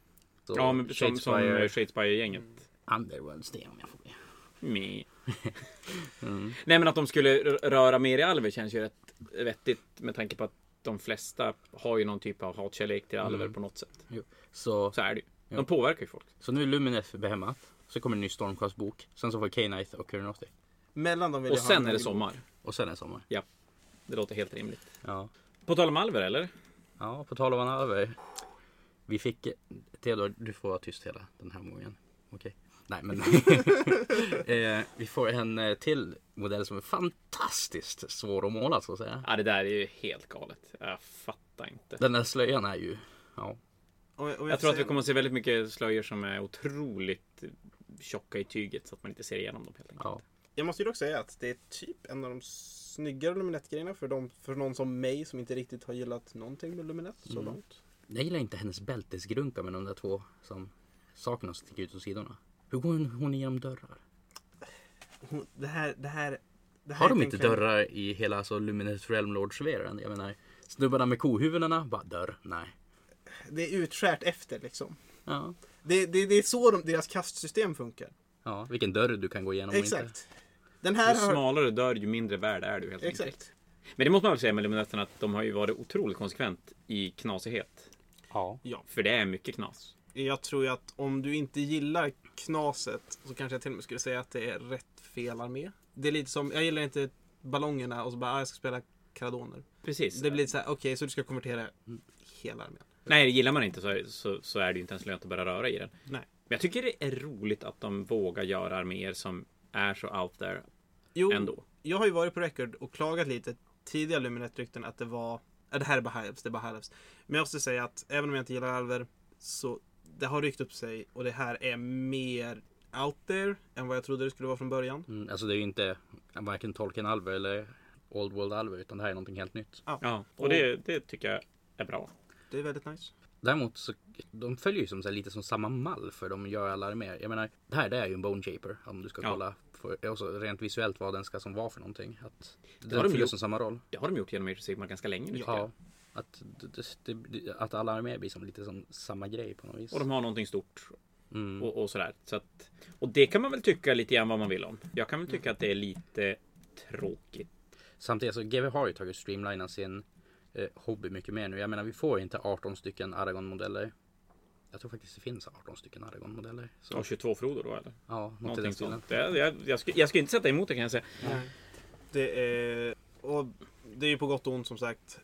A: Så
B: Ja, men som, som
A: Shadespire, Mm.
B: Shadespire-gänget.
A: Underworlds det är om jag får med.
B: Meh. Nej, men att de skulle r- röra mer i alver känns ju rätt vettigt med tanke på att de flesta har ju någon typ av hatkärlek till alver på något sätt.
A: Jo. Så,
B: Så är det ju.
A: Ja.
B: De påverkar ju folk.
A: så nu är Lumineth hemma. Så kommer en ny Stormcast bok. Sen så får K-Knight och Kronothi.
C: Mellan dem vill
B: Och
C: jag ha
B: sen
C: en
B: är det
C: ny-
B: sommar.
A: Och sen en sommar.
B: Ja, det låter helt rimligt.
A: Ja.
B: På tal om alver, eller?
A: ja, på tal om en alver. Vi fick... Theodor, du får vara tyst hela den här gången. Okej. Nej men. eh, vi får en eh, till modell som är fantastiskt svår att måla så att säga.
B: Ja, det där är ju helt galet. Jag fattar inte.
A: Den där slöjan är ju. Ja.
C: Och, och jag,
B: Jag tror att vi
C: säger-
B: kommer att se väldigt mycket slöjor som är otroligt tjocka i tyget så att man inte ser igenom dem helt enkelt.
A: ja.
C: Jag måste ju dock säga att det är typ en av de snyggare Luminette-grejerna för, de, för någon som mig som inte riktigt har gillat någonting med Luminette så
B: Mm.
C: långt.
A: Jag gillar inte hennes bältesgrunka med de där två som sakerna som sticker ut åt sidorna.
E: Hur går hon- hon igenom dörrar?
C: Hon- Det här, det här, det här
A: Har de
C: tänker
A: inte
C: jag-
A: dörrar i hela alltså, Luminous Realm Lord-sfären? Jag menar, snubbarna med kohuvudena, bara dörr, nej.
C: Det är utskärt efter liksom.
A: Ja,
C: Det, det, det är så de, deras kastsystem funkar.
A: ja vilken dörr du kan gå igenom och inte.
C: Exakt. Den
B: Ju
C: här har...
B: smalare dörr, ju mindre värd är du helt enkelt.
C: Exakt.
B: Men det måste man väl säga med Luminescent att de har ju varit otroligt konsekvent i knasighet.
A: Ja.
B: För det är mycket knas.
C: Jag tror ju att om du inte gillar knaset så kanske jag till och med skulle säga att det är rätt fel armé. Det är lite som, jag gillar inte ballongerna och så bara, ah, jag ska spela karadoner.
B: Precis.
C: Det blir lite så här, okej, så du ska konvertera hela armén.
B: Nej, gillar man inte så är, så, så är det ju inte ens lönt att börja röra i den.
C: Nej.
B: Men jag tycker det är roligt att de vågar göra arméer som är så out there
C: Jo,
B: ändå.
C: jag har ju varit på record och klagat lite tidigare Luminet-rykten att det var, ja, det här är bara halvs, det är bara halvs. Men jag måste säga att även om jag inte gillar alver så det har ryckt upp sig och det här är mer out there än vad jag trodde det skulle vara från början.
A: Mm, alltså det är ju inte varken Tolkien Alver eller Old World Alver, utan det här är någonting helt nytt.
B: Ja, och det, det tycker jag är bra.
C: Det är väldigt nice.
A: Däremot så de följer ju som, så här, lite som samma mall för de gör alla arméer. Jag menar, det här det är ju en Bone Shaper om du ska
B: Ja.
A: kolla för, och så rent visuellt vad den ska som vara för någonting. Att,
B: har de
A: den fyller
B: gjort.
A: som samma roll.
B: Det har de gjort genom Age of Sigmar ganska länge nu. tycker jag.
A: Ja. Att, det, det- det, att alla arméer blir som lite som samma grej på något vis.
B: Och de har någonting stort
A: Mm.
B: och, och sådär. Så att, och det kan man väl tycka lite grann vad man vill om. Jag kan väl
A: Mm.
B: tycka att det är lite tråkigt.
A: Samtidigt så GW har ju tagit streamlinan sin eh, hobby mycket mer nu. Jag menar vi får ju inte 18 stycken Aragon-modeller. Jag tror faktiskt det finns 18 stycken Aragon-modeller. Så,
B: Och 22 Frodo då eller?
A: ja, något i den
B: Någonting
A: stilen.
B: sånt. Jag, jag, jag, ska, jag ska inte sätta emot det kan jag säga.
C: Det är, och det är ju på gott och ont som sagt.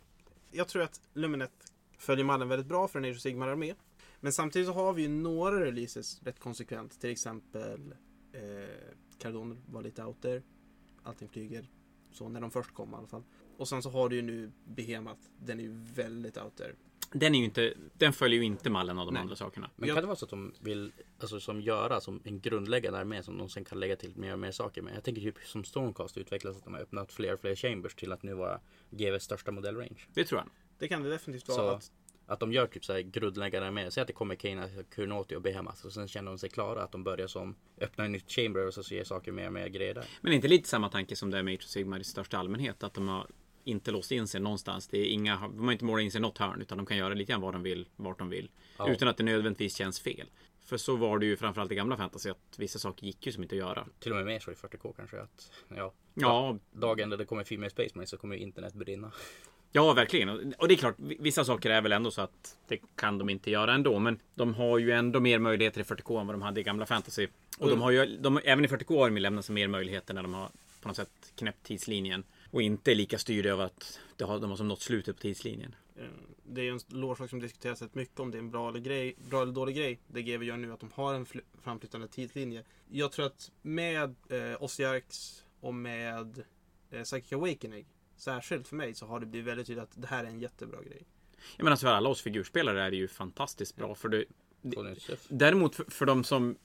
C: Jag tror att Luminet följer mallen väldigt bra för en Age of Sigmar armé. Men samtidigt så har vi ju några releases rätt konsekvent. Till exempel eh, Cardoner var lite out there. Allting flyger. Så när de först kom i alla fall. Och sen så har du ju nu Behemat. Den är ju väldigt out there.
B: Den, är ju inte, den följer ju inte mallen av de
C: Nej.
B: andra sakerna.
A: Men
C: Jag-
A: kan det vara så att de vill alltså, som göra som en grundläggande armé som de sen kan lägga till mer och mer saker med? Jag tänker typ som Stormcast utvecklas att de har öppnat fler och fler chambers till att nu vara GVs största modellrange.
B: Det tror jag.
C: Det kan det definitivt vara.
A: Så-
C: Att,
A: Att de gör typ så här grundläggande arméer. Säg att det kommer Keina, Kurnoti och Behemoth och sen känner de sig klara att de börjar som öppna en nytt chamber och så, så ger saker mer och mer grejer där.
B: Men inte lite samma tanke som det är med Age of Sigmar i största allmänhet. Att de har inte låst in sig någonstans. Det är inga, de har inte målat in sig i något hörn. Utan de kan göra lite grann vad de vill, vart de vill.
A: Ja.
B: Utan att det nödvändigtvis känns fel. För så var det ju framförallt i gamla fantasy. Att vissa saker gick ju som inte att göra.
A: Till och med mer så i 40K kanske att ja,
B: Ja,
A: dagen där det kommer Female Space Marines så kommer ju internet brinna.
B: ja verkligen. Och- Och det är klart, vi- vissa saker är väl ändå så att det kan de inte göra ändå. Men de har ju ändå mer möjligheter i 40K än vad de hade i gamla fantasy. Och de har ju, de, även i 40K har de ju lämnat sig mer möjligheter när de har på något sätt knäppt tidslinjen. Och inte är lika styrda över att de har, de har som nått slutet på tidslinjen.
C: eh, det är ju en lårsak som diskuteras rätt mycket om det är en bra eller, grej, bra eller dålig grej. Det GW gör nu att de har en fl- framflyttande tidslinje. Jag tror att med eh, Ossiarks och med eh, Psychic Awakening, särskilt för mig, så har det blivit väldigt tydligt att det här är en jättebra grej.
B: Jag menar, för alla oss figurspelare är det ju fantastiskt bra. För det,
A: På nytt stuff.
B: Däremot för, för de som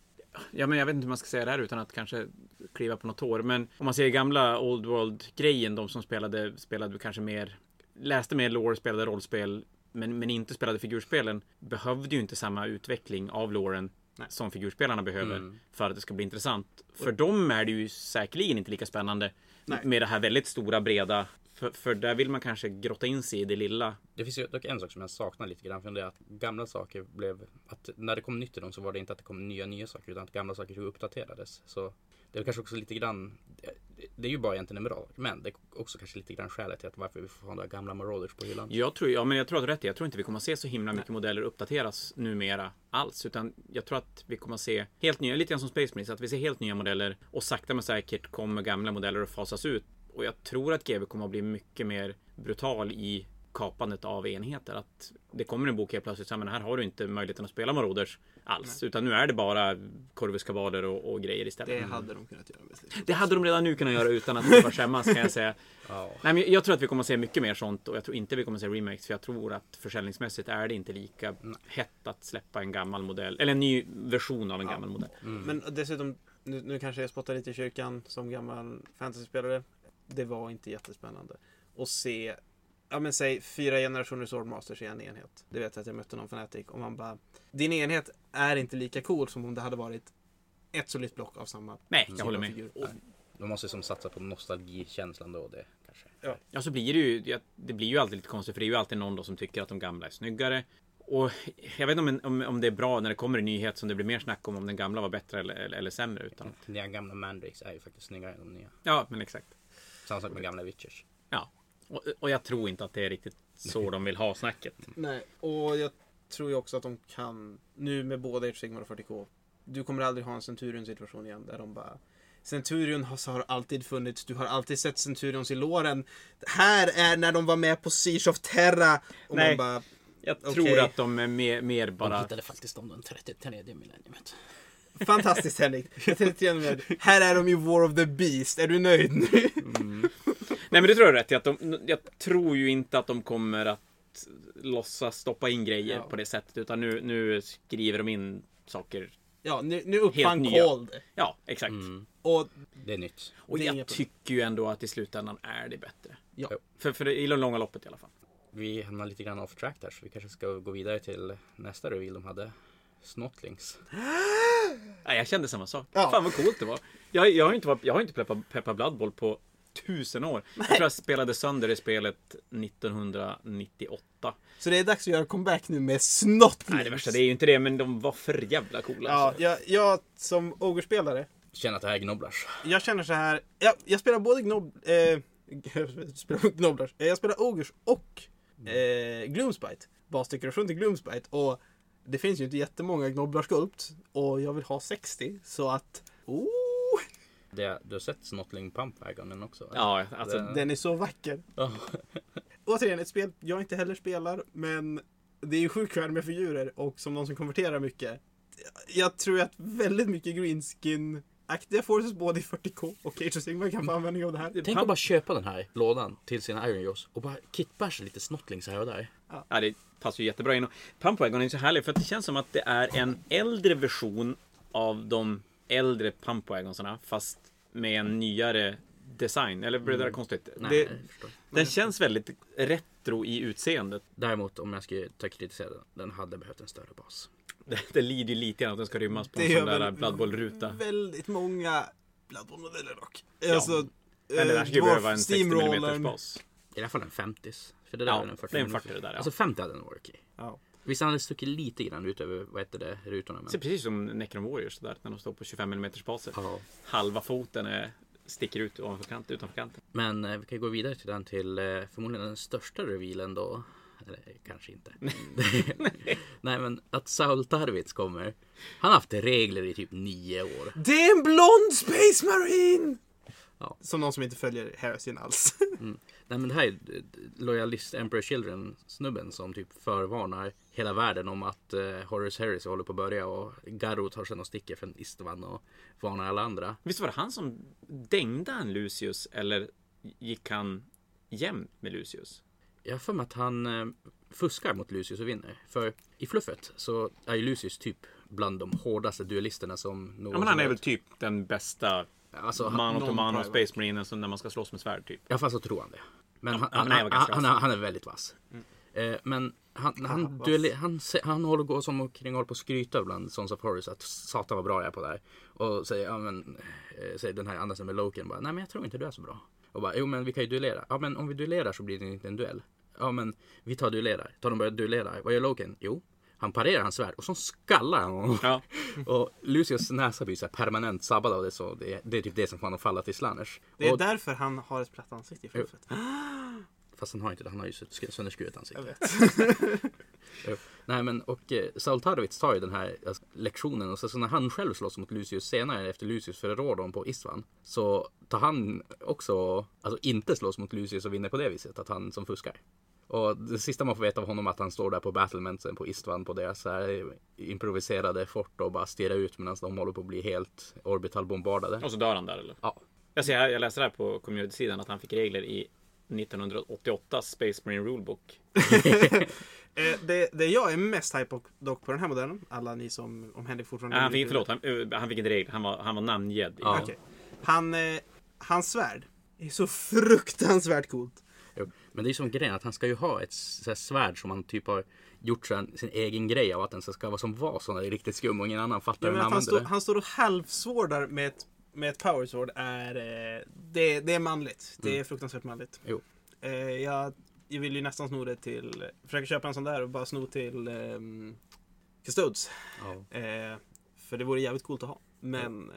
B: Ja, men jag vet inte hur man ska säga det här utan att kanske kliva på något tår. Men om man ser gamla Old World-grejen, de som spelade, spelade kanske mer, läste mer lore, spelade rollspel, men, men inte spelade figurspelen, behövde ju inte samma utveckling av loren
C: Nej. Mm.
B: som figurspelarna behöver för att det ska bli intressant. För dem är det ju säkerligen inte lika spännande
C: Nej.
B: med det här väldigt stora, breda. För, för där vill man kanske grotta in sig i det lilla.
A: Det finns ju dock en sak som jag saknar lite grann från det är att gamla saker blev att när det kom nytt till dem så var det inte att det kom nya nya saker utan att gamla saker hur uppdaterades. Så det är väl kanske också lite grann. det- Det är ju bara egentligen en bra sak, men det är också kanske lite grann skälet till att varför vi får ha några gamla Marauders på hyllan.
B: Jag tror, ja, men jag tror att du har rätt i. Jag tror inte vi kommer att se så himla mycket modeller uppdateras numera alls. Utan jag tror att vi kommer att se helt nya, lite grann som Space Marines, att vi ser helt nya modeller och sakta men säkert kommer gamla modeller att fasas ut. Och jag tror att GB kommer att bli mycket mer brutal i kapandet av enheter. Att det kommer en bok helt plötsligt, så här, men här har du inte möjligheten att spela Marauders alls. Utan nu är det bara korvuskabaler och, och grejer istället.
C: Det hade de kunnat göra med sig.
B: Det hade de redan nu kunnat göra utan att behöva skämmas kan jag säga.
A: Ja.
B: Nej, men jag tror att vi kommer att se mycket mer sånt och jag tror inte vi kommer att se remakes för jag tror att försäljningsmässigt är det inte lika hett att släppa en gammal modell eller en ny version av en gammal modell.
C: Men dessutom, nu, nu kanske jag spottar lite i kyrkan som gammal fantasyspelare. Det var inte jättespännande. Och se, ja men säg fyra generationer Swordmasters i en enhet. Det vet jag att jag mötte någon fanatic och man bara, din enhet är inte lika cool som om det hade varit ett solitt block av samma.
B: Nej, jag
C: typ
B: håller
C: av
B: med.
C: figur.
A: De måste som satsa på nostalgikänslan då. Det, kanske.
B: Ja, så blir det ju. ja, Det blir ju alltid lite konstigt för det är ju alltid någon då som tycker att de gamla är snyggare. Och jag vet inte om, en- om, om det är bra när det kommer en nyhet som det blir mer snack om om den gamla var bättre eller, eller, eller sämre. Utan,
C: Mm.
A: Nya gamla Mandrakes är ju faktiskt snyggare än de nya.
B: ja, men exakt.
A: Samma sak med gamla Witchers.
B: Ja. Och, och jag tror inte att det är riktigt så de vill ha snacket.
C: Nej, och jag tror ju också att de kan, nu med både Age Sigmar och 40K, du kommer aldrig ha en Centurion situation igen där de bara Centurion har, har alltid funnits, du har alltid sett Centurions i låren. Här är när de var med på Siege of Terra! Och
B: Nej.
C: man bara,
B: Jag
C: Okej.
B: tror att de är mer, mer
E: De
B: bara...
E: hittade faktiskt om den 33 millenniumet.
C: fantastiskt Henrik! Jag tänkte igen med, här är de i War of the Beast, är du nöjd nu?
B: Nej men det tror jag rätt i att de, Jag tror ju inte att de kommer att låtsas stoppa in grejer
C: Ja.
B: på det sättet. Utan nu, nu skriver de in saker.
C: Ja, nu, nu uppfann
B: nya.
C: Cold.
B: Ja, exakt.
C: Och
A: Det är nytt.
B: Och
C: Mm. Det är inga
B: jag
C: problem.
B: tycker ju ändå att i slutändan är det bättre.
C: Ja.
B: För, för det, i det långa loppet i alla fall.
A: Vi hamnar lite grann off track där så vi kanske ska gå vidare till nästa reveal de hade. Snotlings.
B: Nej, jag kände samma sak.
C: Ja.
B: Fan vad coolt det var. Jag, jag har ju inte, varit, jag har ju inte peppat, peppat Blood Bowl på tusen år. Jag tror jag spelade sönder det spelet 1998.
C: Så det är dags att göra comeback nu med Snotlings.
B: Nej, det värsta det är ju inte det, men de var för jävla coola.
C: Ja,
B: alltså.
C: jag, jag som Ogre-spelare,
A: Känner att det här är gnoblars.
C: jag känner så här. Jag, jag spelar både gnob, eh, jag spelar Gnoblars. Eh, Jag spelar Ogers och eh, Gloomspite. Basdekoration till Gloomspite. Och det finns ju inte jättemånga Gnoblars-skulpt. Och jag vill ha 60. Så att... Oh,
A: Det, du har sett Snotling Pump Wagonen också? eller?
B: Ja, alltså.
A: Det-
C: den är så vacker.
A: Ja.
C: Återigen, ett spel jag inte heller spelar. Men det är ju sjukt kul med figurer. Och som någon som konverterar mycket. Jag tror att väldigt mycket greenskin Aktiga forces både i 40K och Age of Sigmar kan få användning av det här.
B: Pump-
A: Tänk att bara köpa den här lådan till sina Iron Jaws och bara kitbasha lite Snotlings här och där.
B: Ja, det passar ju jättebra in. Och Pumpwagon är så härlig för att det känns som att det är en äldre version av de äldre Pumpwagonsarna fast med en nyare design. Eller blir det där konstigt? det,
A: jag förstår.
B: den känns väldigt retro i utseendet.
A: Däremot om jag skulle ta och kritisera den, den hade behövt en större bas.
B: Det, det lider ju lite grann att den ska rymmas på en
C: Det
B: sån
C: gör
B: där
C: väl-
B: Blood Bowl-ruta.
C: väldigt många Bloodborne-modeller dock. Alltså,
B: Men det där
C: eh,
B: skulle ju behöva en 60 mm
C: Steamrollern.
B: bas.
A: I alla fall en 50s. För det där
B: Ja,
A: var en 40
B: det är en
A: minuters.
B: 40 det där, ja.
A: Alltså 50 hade den varit okej.
C: Ja.
A: Visst han hade stuckit lite grann ut över, vad heter det, rutorna.
B: Det ser
A: Men...
B: precis som Necron Warriors där när de står på 25 mm baser.
A: Ja.
B: Halva foten är, sticker ut ovanför kant, utanför kanten.
A: Men eh, vi kan gå vidare till den till eh, förmodligen den största revealen då. Eller eh, kanske inte. Nej men att Saul Tarvitz kommer. Han har haft regler i typ nio år.
C: Det är en blond Space Marine!
A: Ja.
C: Som någon som inte följer Harrison alls.
A: Nej men det här är eh, Loyalist Emperor Children snubben som typ förvarnar hela världen om att eh, Horace Harris håller på att börja och Garro tar sen och sticker från Istvan och varnar alla andra.
B: Visst var det han som dängde han Lucius eller gick han jämnt med Lucius?
A: Jag har för mig att han eh, fuskar mot Lucius och vinner. För i fluffet så är ju Lucius typ bland de hårdaste duellisterna som någon
B: Ja, men han är väl typ den bästa
A: Alltså, han,
B: man
C: någon
B: och man och
C: private.
B: space marinen som när man ska slåss med svärd typ.
A: I alla fall så tror han det. Men han,
B: ja,
A: han,
B: men han
A: han,
B: var ganska
A: han,
B: vass. Mm.
A: han är väldigt vass. Eh, men han, han,
C: vass.
A: dueller, han, sä- han håller gå som omkring och håller på att skryta bland Sons of Horus att satan vad bra jag är på det här. Och säger, ja, men, eh, säger den här andra som är Loken bara, nej men jag tror inte du är så bra. Och bara, jo men vi kan ju duellera. Ja men om vi duellerar så blir det inte en duell. Ja men vi tar och duellerar. Tar de och börjar duellera. Vad gör Loken? Jo, han parerar hans svärd och så skallar han honom.
B: Ja.
A: Och Lucius näsa blir så här permanent sabbad av det så det, det är typ det som får honom att falla till Slanners.
C: Det är
A: Och-
C: därför han har ett platt ansikte i fluffet.
A: Fast han har inte det, han har ju sk- sönderskuret ansikte.
C: Jag vet.
A: Jo. Nej men och eh, Saul Tarvitz tar ju den här alltså, lektionen och sen så när han själv slåss mot Lucius senare efter Lucius förrår dem på Istvan så tar han också, alltså inte slåss mot Lucius och vinner på det viset, att han som fuskar. Och det sista man får veta av honom är att han står där på battlementsen på Istvan på deras så här improviserade fort och bara stirrar ut medan de håller på att bli helt orbitalbombarderade.
B: Och så dör han där eller?
A: Ja.
B: Jag, ser, jag läste det här på community-sidan att han fick regler i 1988 Space Marine Rulebook.
C: Eh, det, det jag är mest hype på dock på den här modellen, alla ni som, om Henrik fortfarande...
B: Nej, han fick, förlåt, han, eh, han fick inte regler. Han var, han var namngedd.
A: Ja.
C: Okej. Han, eh, hans svärd är så fruktansvärt coolt.
A: Jo, men det är ju som grejen att han ska ju ha ett så här svärd som han typ har gjort så här, sin egen grej av att den ska vara som var sån där riktigt skum och ingen annan fattar
C: Ja,
A: hur
C: men
A: han
C: att han,
A: använder
C: stå,
A: det.
C: han står och halvsvårdar med ett, med ett powersword är... Eh, det, det är manligt. Det är fruktansvärt manligt.
A: Mm. Jo.
C: Eh, jag, jag vill ju nästan sno det till... Försöka köpa en sån där och bara sno till ehm, Custodes.
A: Ja,
C: Eh, för det vore jävligt coolt att ha. Men... Eh,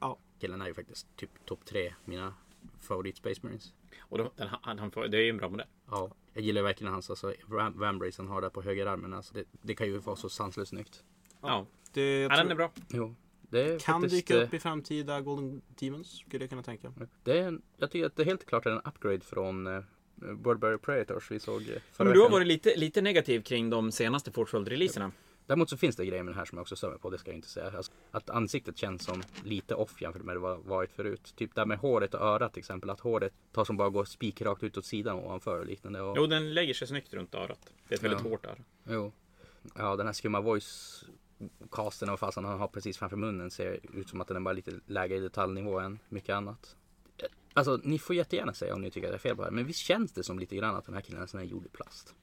C: ja.
A: killen är ju faktiskt typ topp tre mina favorit Space Marines.
B: Och då, den, han, han får, det är ju en bra modell.
A: Ja, jag gillar verkligen hans alltså, ram- vambrace han har där på högerarmen. Alltså, det, det kan ju vara så sanslöst snyggt.
B: Ja,
C: Det, jag
B: ja
C: tror,
B: den är bra.
A: Jo, det är
C: kan
A: faktiskt,
C: dyka
A: eh,
C: upp i framtida Golden Demons, skulle jag kunna tänka.
A: Det är en, jag tycker att det helt klart är en upgrade från eh, Burberry Predators vi såg eh, förra
B: Ja, men du har
A: veckan.
B: varit lite, lite negativ kring de senaste Fortworld-releaserna.
A: Däremot så finns det grejer med den här som jag också stör mig på, det ska jag inte säga. Alltså, att ansiktet känns som lite off jämfört med det var- varit förut. Typ där med håret och örat till exempel, att håret tar som bara går spikrakt ut åt sidan ovanför och liknande. Och,
B: Jo, den lägger sig snyggt runt örat. Det är ett väldigt
A: Ja.
B: hårt öra.
A: jo. Ja, den här skumma voice casten och fasen han har precis framför munnen ser ut som att den är bara lite lägre i detaljnivå än mycket annat. Alltså, ni får jättegärna säga om ni tycker att jag är fel på det här, men visst känns det som lite grann att den här killen är sån här gjord i plast?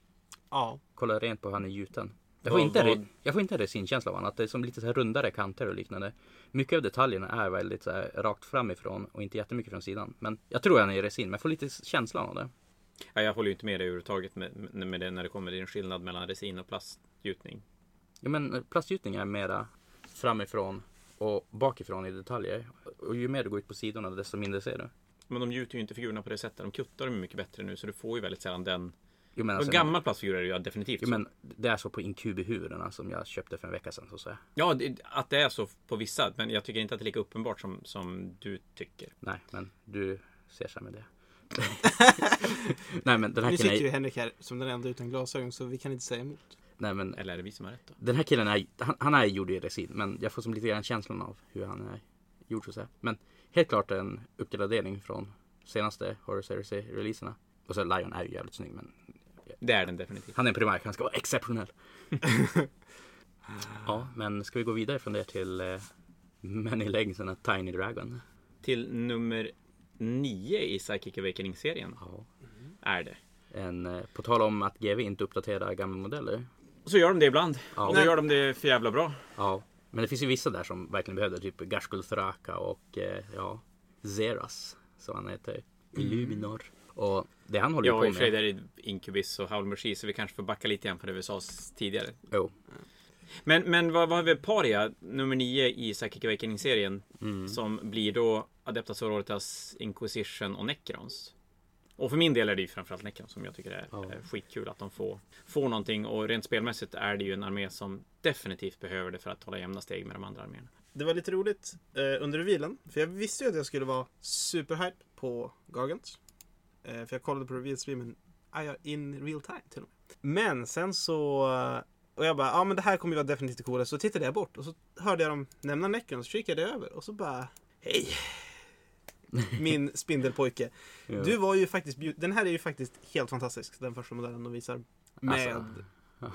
C: Ja.
A: kolla rent på hur han är gjuten. Jag
B: Vad-
A: får, inte,
B: vad-
A: re- jag får inte en resinkänsla av honom. Att det är som lite så här rundare kanter och liknande. Mycket av detaljerna är väldigt så här rakt framifrån och inte jättemycket från sidan. Men jag tror han är i resin, men jag får lite känslan av det.
B: Ja, jag håller ju inte med dig överhuvudtaget med, med, med det när det kommer till en skillnad mellan resin och plastgjutning.
A: Ja, men eh, plastgjutning är mera framifrån och bakifrån i detaljer. Och ju mer du går ut på sidorna desto mindre ser du.
B: Men de gjuter ju inte figurerna på det sättet. De kuttar dem ju mycket bättre nu så du får ju väldigt sällan den.
A: Jo, men,
B: Alltså,
A: alltså,
B: gammal plastfigur är det ju definitivt.
A: jo,
B: så.
A: men det är så på inkubihuvudena som jag köpte för en vecka sedan. Så att säga.
B: Ja, det, att det är så på vissa. Men jag tycker inte att det är lika uppenbart som, som du tycker.
A: Nej, men du ser sig med det. Nej, men den här
C: Nu
A: killen
C: sitter ju
A: är...
C: Henrik här som den enda utan glasögon så vi kan inte säga emot.
A: Nej, men
B: Eller är det vi som har rätt då?
A: Den här killen är, han, han är gjord i resin, men jag får som lite grann känslan av hur han är gjord så att säga. Men helt klart en uppgradering från senaste Horror Series-releaserna. Och så Lion är ju jävligt snygg, men
B: Det är den definitivt.
A: han är en primark, han ska vara exceptionell. ja, men ska vi gå vidare från det till eh, Many Legs and a Tiny Dragon?
B: Till nummer nio i Psychic Awakening-serien
A: Ja.
B: är det.
A: En, eh, på tal om att GW inte uppdaterar gamla modeller.
B: Så gör de det ibland.
A: Ja.
B: Och då gör de det för jävla bra.
A: Ja, men det finns ju vissa där som verkligen behövde, typ Gashkul Thraka och eh, ja, Zeras som han heter, Illuminor. Och det han håller ju på
B: Ja, och i och för sig
A: med.
B: där är Incubus och Howl Mercy, så vi kanske får backa lite grann på det vi sa s- tidigare.
A: Jo,
B: Men, men vad, vad har vi Paria, nummer 9 i Psychic Awakening-serien, som blir då Adeptas Sororitas, Inquisition och Necrons. Och för min del är det ju framförallt Necrons som jag tycker är
A: Ja.
B: är skitkul att de får, får någonting. Och rent spelmässigt är det ju en armé som definitivt behöver det för att hålla jämna steg med de andra arméerna.
C: Det var lite roligt eh, under revealen. För jag visste ju att jag skulle vara superhype på Gargants. Eh, för jag kollade på reveal-streamen I- in real time till och med. Men sen så... eh, Och jag bara, ja ah, men det här kommer ju vara definitivt det coolaste. Så tittade jag bort och så hörde jag dem nämna Necrons. Så kikade jag över och så bara, hej! Min spindelpojke.
A: Ja.
C: Du var ju faktiskt bjud- Den här är ju faktiskt helt fantastisk. Den första modellen de visar. Med...
A: Alltså.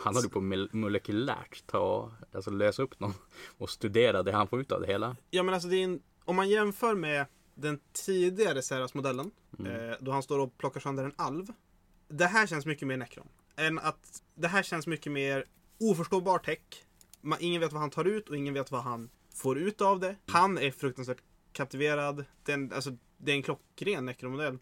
A: han håller på med molekylärt ta, alltså lösa upp någon och studera det han får ut av det hela.
C: Ja men alltså det är en, om man jämför med den tidigare Seras-modellen eh, då han står och plockar sönder en alv. Det här känns mycket mer Necron. Än att det här känns mycket mer oförståbar tech. Man, ingen vet vad han tar ut och ingen vet vad han får ut av det. Han är fruktansvärt kaptiverad. Den, alltså, det är en klockren Necron-modell.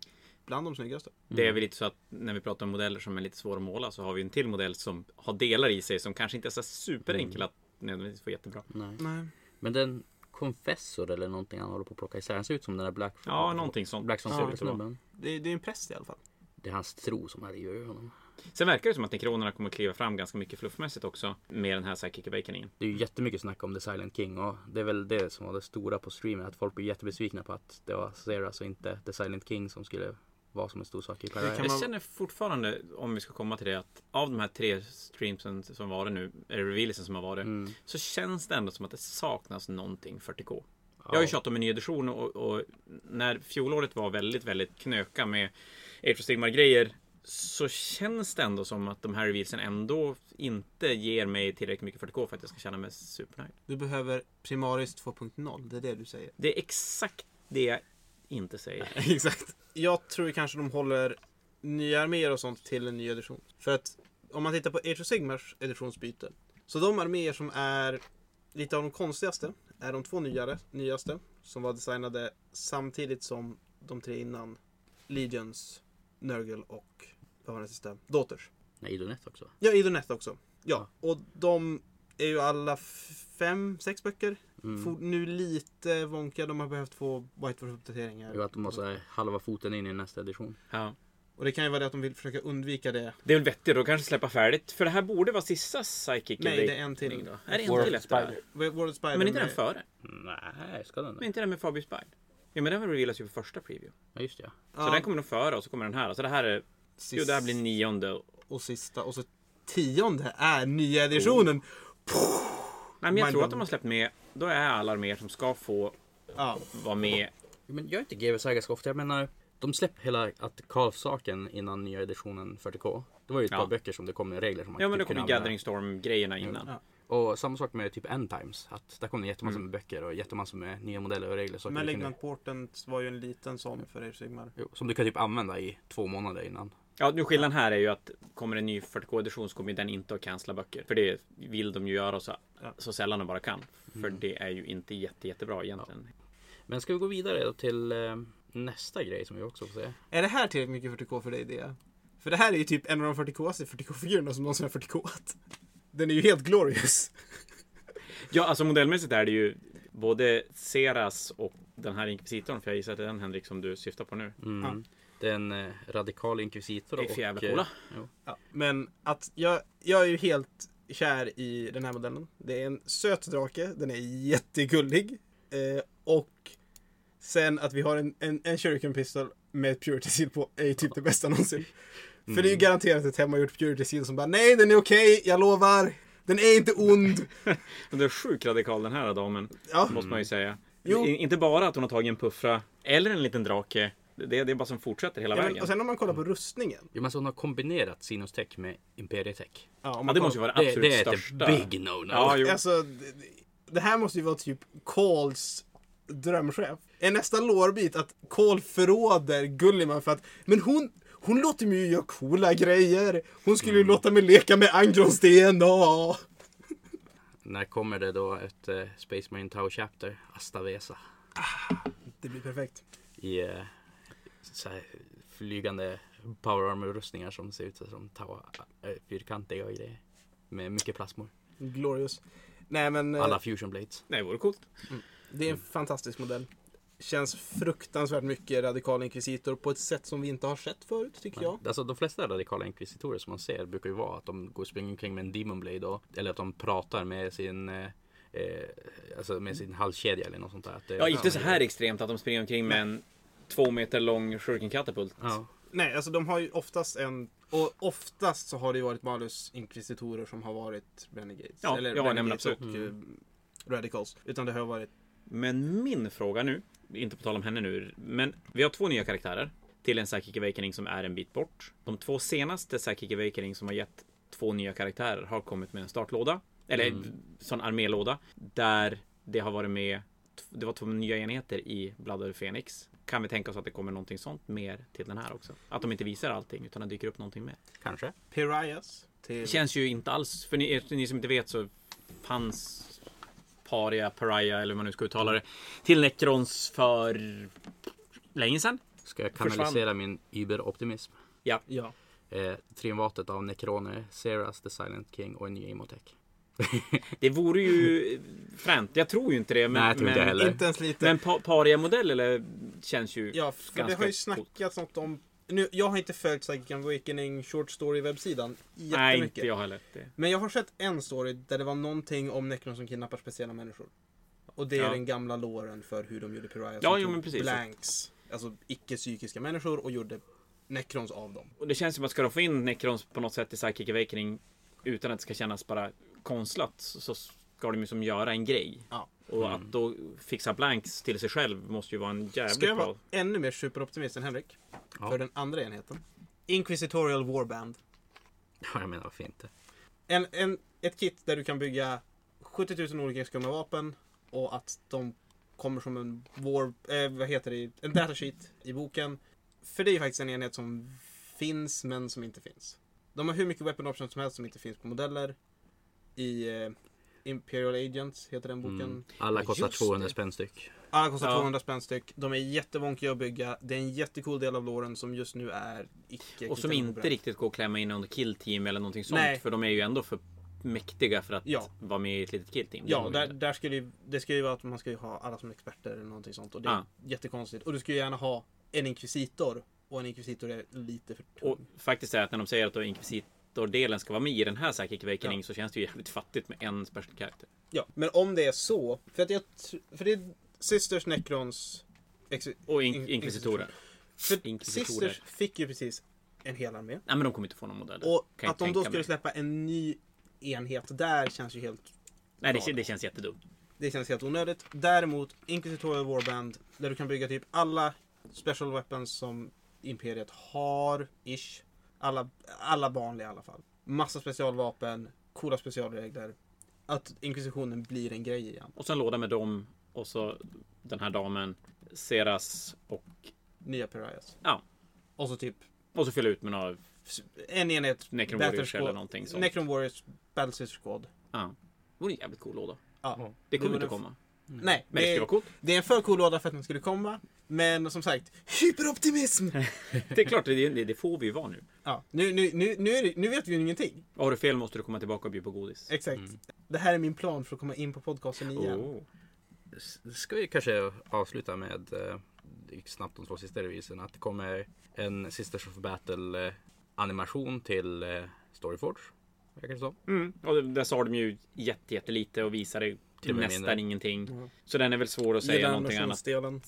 C: Bland de snyggaste.
B: Det är väl lite så att när vi pratar om modeller som är lite svåra att måla så har vi en till modell som har delar i sig som kanske inte är så superenkel att nödvändigtvis få jättebra.
C: Nej.
A: Men den Confessor eller någonting han håller på att plocka isär, han ser ut som den där Black
B: Ja, någonting sånt.
A: Black Sun
C: Ja,
A: Silver
B: det tror jag.
A: snubben.
C: Det, det är en präst i alla fall.
A: Det är hans tro som övergör honom.
B: Sen verkar det som att nekronerna kommer att kliva fram ganska mycket fluffmässigt också med den här Psychic Awakeningen.
A: Det är ju jättemycket snack om The Silent King och det är väl det som var det stora på streamen. Att folk blir jättebesvikna på att det var Zeras och inte The Silent King som skulle vara som en stor sak i Paris.
C: kan
B: Jag
C: man-
B: känner fortfarande, om vi ska komma till det, att av de här tre streamsen som var det nu, eller revealsen som har varit, så känns det ändå som att det saknas någonting 40K. Jag har ju tjatat om en ny edition och, och när fjolåret var väldigt, väldigt knöka med Age of Sigmar grejer så känns det ändå som att de här revealsen ändå inte ger mig tillräckligt mycket 40K för att jag ska känna mig supernöjd.
C: Du behöver Primaris 2.0. Det är det du säger.
B: Det är exakt det jag inte säger.
C: Exakt. Jag tror kanske de håller nya arméer och sånt till en ny edition. För att om man tittar på Age of Sigmars editionsbyte. Så de arméer som är lite av de konstigaste är de två nyare, nyaste som var designade samtidigt som de tre innan. Legions, Nurgle och vad var det sista? Daughters.
A: Nej, Idonet också.
C: Ja, Idonet också. Ja, och de är ju alla f- fem, sex böcker.
A: Mm.
C: For, nu lite vonka, de har behövt få
A: Jo,
C: Whiteforce-uppdateringar.
A: att de måste halva foten in i nästa edition.
B: Ja.
C: Och det kan ju vara det att de vill försöka undvika det.
B: Det är väl vettigt då kanske släppa färdigt. För det här borde vara sista Psychic
C: Nej, det är en till.
B: Då. Är det
F: War
B: en
F: of
B: till
F: the
B: efter det här?
F: Spider.
C: World of Spider
B: Men inte
C: med-
B: den före?
A: Nej, ska den
B: Men
A: det?
B: inte den med Fabius Spine? Ja men den revealas ju på första preview.
A: Ja, just det. ja.
B: Så den kommer nog före och så kommer den här. Så det här är...
C: sist,
B: Jo det här blir nionde.
C: Och sista och så tionde är nya
B: Oh.
C: editionen.
B: Nej men jag
C: Mind
B: tror att de
C: blown.
B: har släppt med... Då är alla arméer som ska få
C: Ja.
B: vara med.
A: Jo, Men jag är inte GW så här ganska ofta. Jag menar, de släpper hela att Calf-saken innan nya editionen 40K. Det var ju ett
B: Ja.
A: par böcker som det kom med regler som man
B: Ja men
A: typ
B: då kommer
A: kunde använda.
B: Gathering Storm-grejerna innan.
C: Ja.
A: Och samma sak med typ End Times. Att där kom det
B: Mm.
A: jättemassor med böcker och jättemassor med nya modeller och regler. saker du kunde-
C: Malignant Portent var ju en liten sån för er Sigmar.
A: Jo, Som du kan typ använda i två månader innan.
B: Ja, nu skillnaden här är ju att kommer en ny 40k-edition så kommer ju den inte att cancella böcker. För det vill de ju göra så,
C: Ja.
B: så sällan de bara kan. För
F: Mm.
B: det är ju inte jätte, jättebra egentligen.
A: Men ska vi gå vidare då till eh, nästa grej som vi också får se?
C: Är det här tillräckligt mycket 40K för dig det? För det här är ju typ en av de 40K-aste 40K-figurerna som någonsin har 40K. Den är ju helt glorious.
B: Ja. alltså modellmässigt är det ju både Seras och den här inkvisitorn. För jag gissar att det är den Henrik som du syftar på nu.
A: Mm.
C: Ja.
A: Det är en eh, radikal inkvisitor
B: Det är för jävla
A: och... eh,
B: coola.
A: jo.
C: Ja. Men att jag, jag är ju helt kär i den här modellen. Det är en söt drake, den är jättegullig. Eh, och sen att vi har en, en, en shuriken pistol med ett purity seal på är ju typ det bästa någonsin. För det är ju garanterat ett hemmagjort purity seal som bara nej den är okej, jag lovar. Den är inte ond.
B: Men det är sjukt radikal den här damen.
C: Ja,
B: Måste man ju säga.
C: Jo.
B: I- Inte bara att hon har tagit en puffra eller en liten drake. Det, det är bara som fortsätter hela
C: ja men,
B: vägen.
C: och sen om man kollar på rustningen.
A: Jo, men så hon har kombinerat Sinus Tech med Imperietech.
C: Ja, om
B: ja,
C: man
B: det
C: kollar-
B: måste ju vara det
A: Det,
B: absolut
A: det är
B: största.
A: ett big no-no.
B: Ja, jo.
C: Alltså, det- det här måste ju vara typ Calls drömchef. Är nästa lårbit att Call förråder Gulliman för att, men hon, hon låter mig ju göra coola grejer. Hon skulle ju låta mig leka med Angrons DNA.
A: När kommer det då ett eh, Space Marine Tau Chapter, Astavesa,
C: Det blir perfekt.
A: i eh, så här, flygande power armor-rustningar som ser ut som Tau, eh, fyrkantiga och grejer. Med mycket plasmor.
C: Glorious. Nej men, eh,
A: Alla fusion blades.
B: Nej, det vore coolt.
C: det är en fantastisk modell. Känns fruktansvärt mycket radikal inkvisitor på ett sätt som vi inte har sett förut tycker jag.
A: Alltså de flesta radikala inkvisitorer som man ser brukar ju vara att de går och springer omkring med en demon blade och, eller att de pratar med sin eh, eh, alltså med sin halskedja eller något sånt där. Att det,
B: Ja, inte så här extremt att de springer omkring med en två meter lång shuriken-katapult.
A: Ja.
C: Nej, alltså de har ju oftast en... Och oftast så har det ju varit Malus inkvisitorer som har varit Renegades.
B: Ja,
C: eller
B: ja, nej, men
C: Renegades
B: absolut. Mm.
C: och eh, Radicals. Utan det har varit...
B: Men min fråga nu, inte på tal om henne nu, men vi har två nya karaktärer till en Psychic Awakening som är en bit bort. De två senaste Psychic Awakening som har gett två nya karaktärer har kommit med en startlåda, eller sån armélåda, där det har varit med, det var två nya enheter i Blood of the Phoenix. Kan vi tänka oss att det kommer någonting sånt mer till den här också? Att de inte visar allting utan det dyker upp någonting mer.
A: Kanske.
C: Piraeus. Till...
B: Det känns ju inte alls, för ni, ni som inte vet så fanns Paria, Paria eller hur man nu ska uttala det till Necrons för länge sedan.
A: Ska jag
B: Försvann.
A: kanalisera min überoptimism.
C: Ja.
A: Eh, triumvatet av Necroner, Seras, The Silent King och en ny Emotech.
B: Det vore ju fränt. Jag tror ju inte det. Men,
A: Nej, jag tror inte
B: men,
A: jag heller.
C: Inte ens lite.
B: men pa, Paria-modell eller känns ju...
C: ja, för det
B: ganska
C: har ju snackats något om... Nu, jag har inte följt Psychic Awakening Short Story-webbsidan
B: Nej,
C: jättemycket.
B: inte jag heller. Det.
C: Men jag har sett en story där det var någonting om Necron som kidnappar speciella människor. Och det är
B: Ja.
C: den gamla låren för hur de gjorde Piraeus.
B: Ja,
C: som
B: jo,
C: tog
B: men precis.
C: Blanks. Alltså icke-psykiska människor och gjorde Necrons av dem.
B: Och det känns som att ska de få in Necrons på något sätt i Psychic Awakening utan att det ska kännas bara konstlat så så ska de ju som göra en grej.
C: Ja.
B: Och att då fixa Blanks till sig själv måste ju vara en jävligt
C: Ska jag
B: bra...
C: vara ännu mer superoptimist än Henrik?
A: Ja.
C: För den andra enheten. Inquisitorial Warband.
A: Ja, jag menar varför inte?
C: En, en, ett kit där du kan bygga 70 000 olika skumma vapen och att de kommer som en war, eh, vad heter det, en datasheet i boken. För det är ju faktiskt en enhet som finns men som inte finns. De har hur mycket weapon options som helst som inte finns på modeller. I eh, Imperial Agents heter den boken.
A: Mm. Alla
B: Ja,
A: kostar
B: just
A: 200
B: det.
A: spänn styck.
C: Alla kostar
B: Ja.
C: 200 spänn styck. De är jättevonkiga att bygga. Det är en jättecool del av låren som just nu är icke
B: Och som inte riktigt går att klämma in under kill team eller någonting sånt.
C: Nej.
B: För de är ju ändå för mäktiga för att
C: Ja.
B: vara med i ett litet kill team.
C: Ja, där, där skulle ju, det skulle ju vara att man ska ju ha alla som experter eller någonting sånt. Och det är
B: Ja.
C: jättekonstigt. Och du skulle ju gärna ha en inkvisitor. Och en inkvisitor är lite för tung.
B: Och faktiskt är att när de säger att då Inquisitor-delen ska vara med i den här Psychic Awakening så känns det ju jävligt fattigt med en special karaktär.
C: Ja, men om det är så. För, att jag, tr- för det är Sisters Necrons... exi-
B: Och
C: In-
B: in- Inquisitorer.
C: För
B: Inkvisitorer.
C: Sisters fick ju precis en hel armé.
B: Nej men de kommer inte få någon modell.
C: Och
B: Kan jag
C: att de
B: tänka
C: då skulle
B: mig.
C: släppa en ny enhet där känns ju helt
B: Nej det, kän- det känns jättedumt.
C: Det känns helt onödigt. Däremot Inquisitorial Warband där du kan bygga typ alla special weapons som Imperiet har, ish. Alla, alla vanliga i alla fall. Massa specialvapen, coola specialregler. Att inkvisitionen blir en grej igen.
B: Och så en låda med dem och så den här damen, Seras och
C: Nya Pariahs.
B: ja.
C: Och så typ
B: Och så fylla ut med några,
C: en enhet
B: Necron
C: Battle
B: Warriors eller
C: Squad-
B: någonting sånt.
C: Necron Warriors Battle Sister Squad.
B: ja. Det vore en jävligt cool låda.
C: Ja.
B: Det kommer
C: vore
B: inte
C: f-
B: komma.
C: Nej,
B: Men det skulle
C: det,
B: vara coolt.
C: det är en för cool låda för att den skulle komma. Men som sagt, hyperoptimism!
B: Det är klart, det, det, det får vi ju vara nu.
C: ja, nu, nu, nu, nu, är det, nu vet vi ju ingenting.
B: Har du fel måste du komma tillbaka och bjuda på godis.
C: Exakt. Det här är min plan för att komma in på podcasten igen.
B: Mm. Oh.
A: S- Ska vi kanske avsluta med eh, det gick snabbt de två sista revisen att det kommer en Sisters of Battle eh, animation till eh, Storyforge. Verkar det som.
B: Mm. Och det- där sa de ju jätte, jättelite och visade
A: Till och med
B: nästan
A: mindre.
B: ingenting. Så den är väl svår att säga någonting annat.
C: Delen.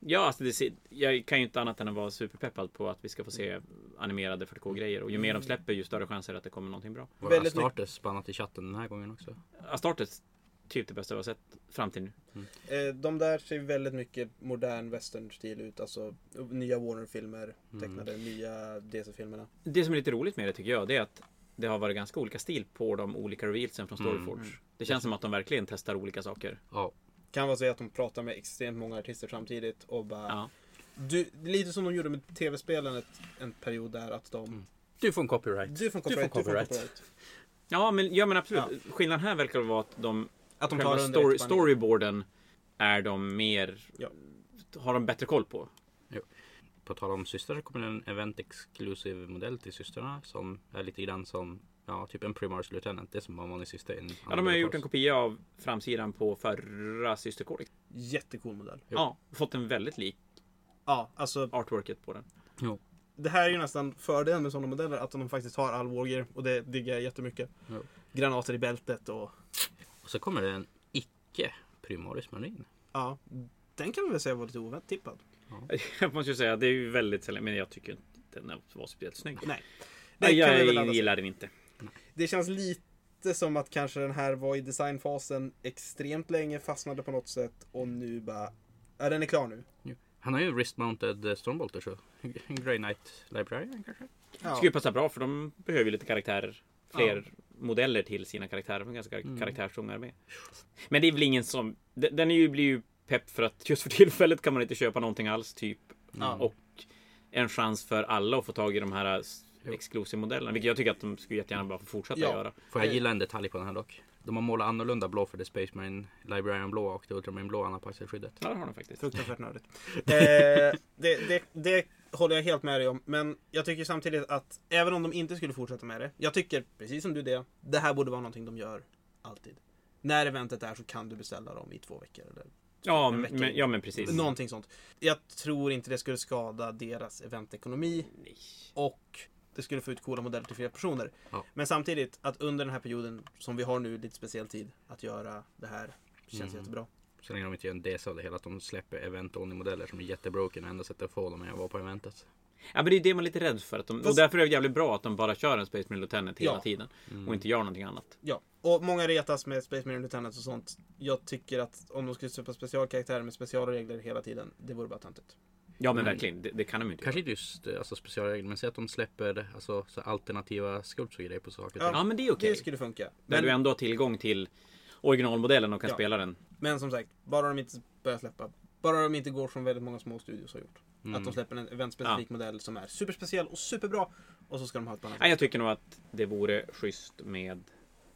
B: Ja, alltså det, ser- jag kan ju inte annat än att vara superpeppad på att vi ska få se animerade 40K-grejer. Och ju mer de släpper, ju större chanser att det kommer någonting bra.
A: Våra
C: Väldigt
A: starters spannat i chatten den här gången också.
B: Astartes, typ det bästa jag har sett fram till nu. Mm.
C: Eh, de där ser väldigt mycket modern western-stil ut. Alltså nya Warner-filmer,
B: Mm.
C: tecknade, nya DC-filmerna.
B: Det som är lite roligt med det tycker jag, det är att det har varit ganska olika stil på de olika revealsen från Storyforge. Det känns som att de verkligen testar olika saker.
A: Ja,
C: Kan vara så att de pratar med extremt många artister samtidigt och bara...
B: Ja.
C: Du, lite som de gjorde med tv-spelen ett, en period där att de...
B: Mm.
A: du får en copyright.
C: Du får copyright, du får
A: copyright.
C: copyright.
B: Ja, men, ja, men absolut. Skillnaden här verkar vara att de
C: Att de tar
B: Själva
C: det under
B: story,
C: expansion.
B: storyboarden är de mer...
C: Ja.
B: Har de bättre koll på.
A: På tal om systrar så kommer en event exclusive modell till systrarna som är lite grann som ja, typ en Primars Lieutenant. Det är som om man är syster. i en
B: Ja, de har
A: annan
B: ju gjort en
A: podcast.
B: kopia av framsidan på förra systerkodex.
C: Jättecool modell.
A: Jo.
B: Ja, fått en väldigt lik
C: Ja, alltså
B: artworket på den.
A: Jo.
C: det här är ju nästan fördelen med sådana modeller, att de faktiskt har all wargear och det diggar jag jättemycket.
A: Ja.
C: Granater i bältet och
A: Och så kommer det en icke Primaris Marin.
C: ja, den kan man väl säga var lite oväntad.
B: Jag måste ju säga, det är ju väldigt sällan, men jag tycker inte den var speciellt snygg.
C: Nej, det
B: Nej,
C: kan vi väl
B: jag
C: alla säga.
B: gillar den inte.
C: Det känns lite som att kanske den här var i designfasen extremt länge, fastnade på något sätt och nu bara, ja den är klar nu.
A: Jo. Han har ju wrist mounted eh, Stormbolter så en Grey Knight Librarian kanske?
C: Ja.
B: Skulle ju passa bra, för de behöver ju lite karaktärer. Fler modeller till sina karaktärer. De ganska
C: Mm.
B: karaktärstunga med. Men det är väl ingen som... de- Den är ju, blir ju pepp för att just för tillfället kan man inte köpa någonting alls, typ. Och en chans för alla att få tag i de här s- exklusiva modellerna. Vilket jag tycker att de skulle jättegärna bara få fortsätta
C: Ja.
B: göra.
A: Får jag gilla en detalj på den här dock? De har målat annorlunda blå för The Space Marine Librarian blå och The Ultramarine blå han har på axelskyddet.
B: Ja, det har de faktiskt.
C: Fruktansvärt nördigt. Eh, det, det, det håller jag helt med dig om. Men jag tycker samtidigt att även om de inte skulle fortsätta med det. Jag tycker precis som du det. Det här borde vara någonting de gör alltid. När eventet är så kan du beställa dem i två veckor. Eller
B: Ja,
C: En vecka.
B: men, ja, men precis.
C: Någonting sånt. Jag tror inte det skulle skada deras eventekonomi.
B: Nej.
C: Och det skulle få ut coola modeller till fler personer.
A: Ja.
C: Men samtidigt att under den här perioden som vi har nu lite speciell tid att göra det här. Känns jättebra.
A: Så länge de inte gör en DC av det hela, att de släpper event only modeller som är jättebroken och enda sättet att få dem är att vara på eventet.
B: Ja, men det är det man är lite rädd för. Att de, och
C: Fast-
B: därför är det jävligt bra att de bara kör en Space Marine Lieutenant hela
C: Ja. Mm.
B: tiden. Och inte gör någonting annat.
C: Ja, och många retas med Space Marine Lieutenants och sånt. Jag tycker att om de skulle släppa specialkaraktärer med specialregler hela tiden, det vore bara töntigt.
B: Ja, men
A: Mm.
B: verkligen. Det, det kan de ju inte göra.
A: Kanske inte just eh, alltså, specialregler, men säg att de släpper alltså, så alternativa sculpts och grejer på saker.
C: Ja.
A: Ja.
B: Ja, men det är okej.
C: Det skulle funka.
B: Där du
C: Men,
B: ändå har tillgång till originalmodellen och kan
C: Ja.
B: spela den.
C: men som sagt, bara de inte börjar släppa Bara de inte går som väldigt många små studios har gjort.
A: Mm.
C: Att de släpper en eventspecifik modell som är superspeciell och superbra. Och så ska de ha ett på annat
B: Nej, jag tycker nog att det vore schysst med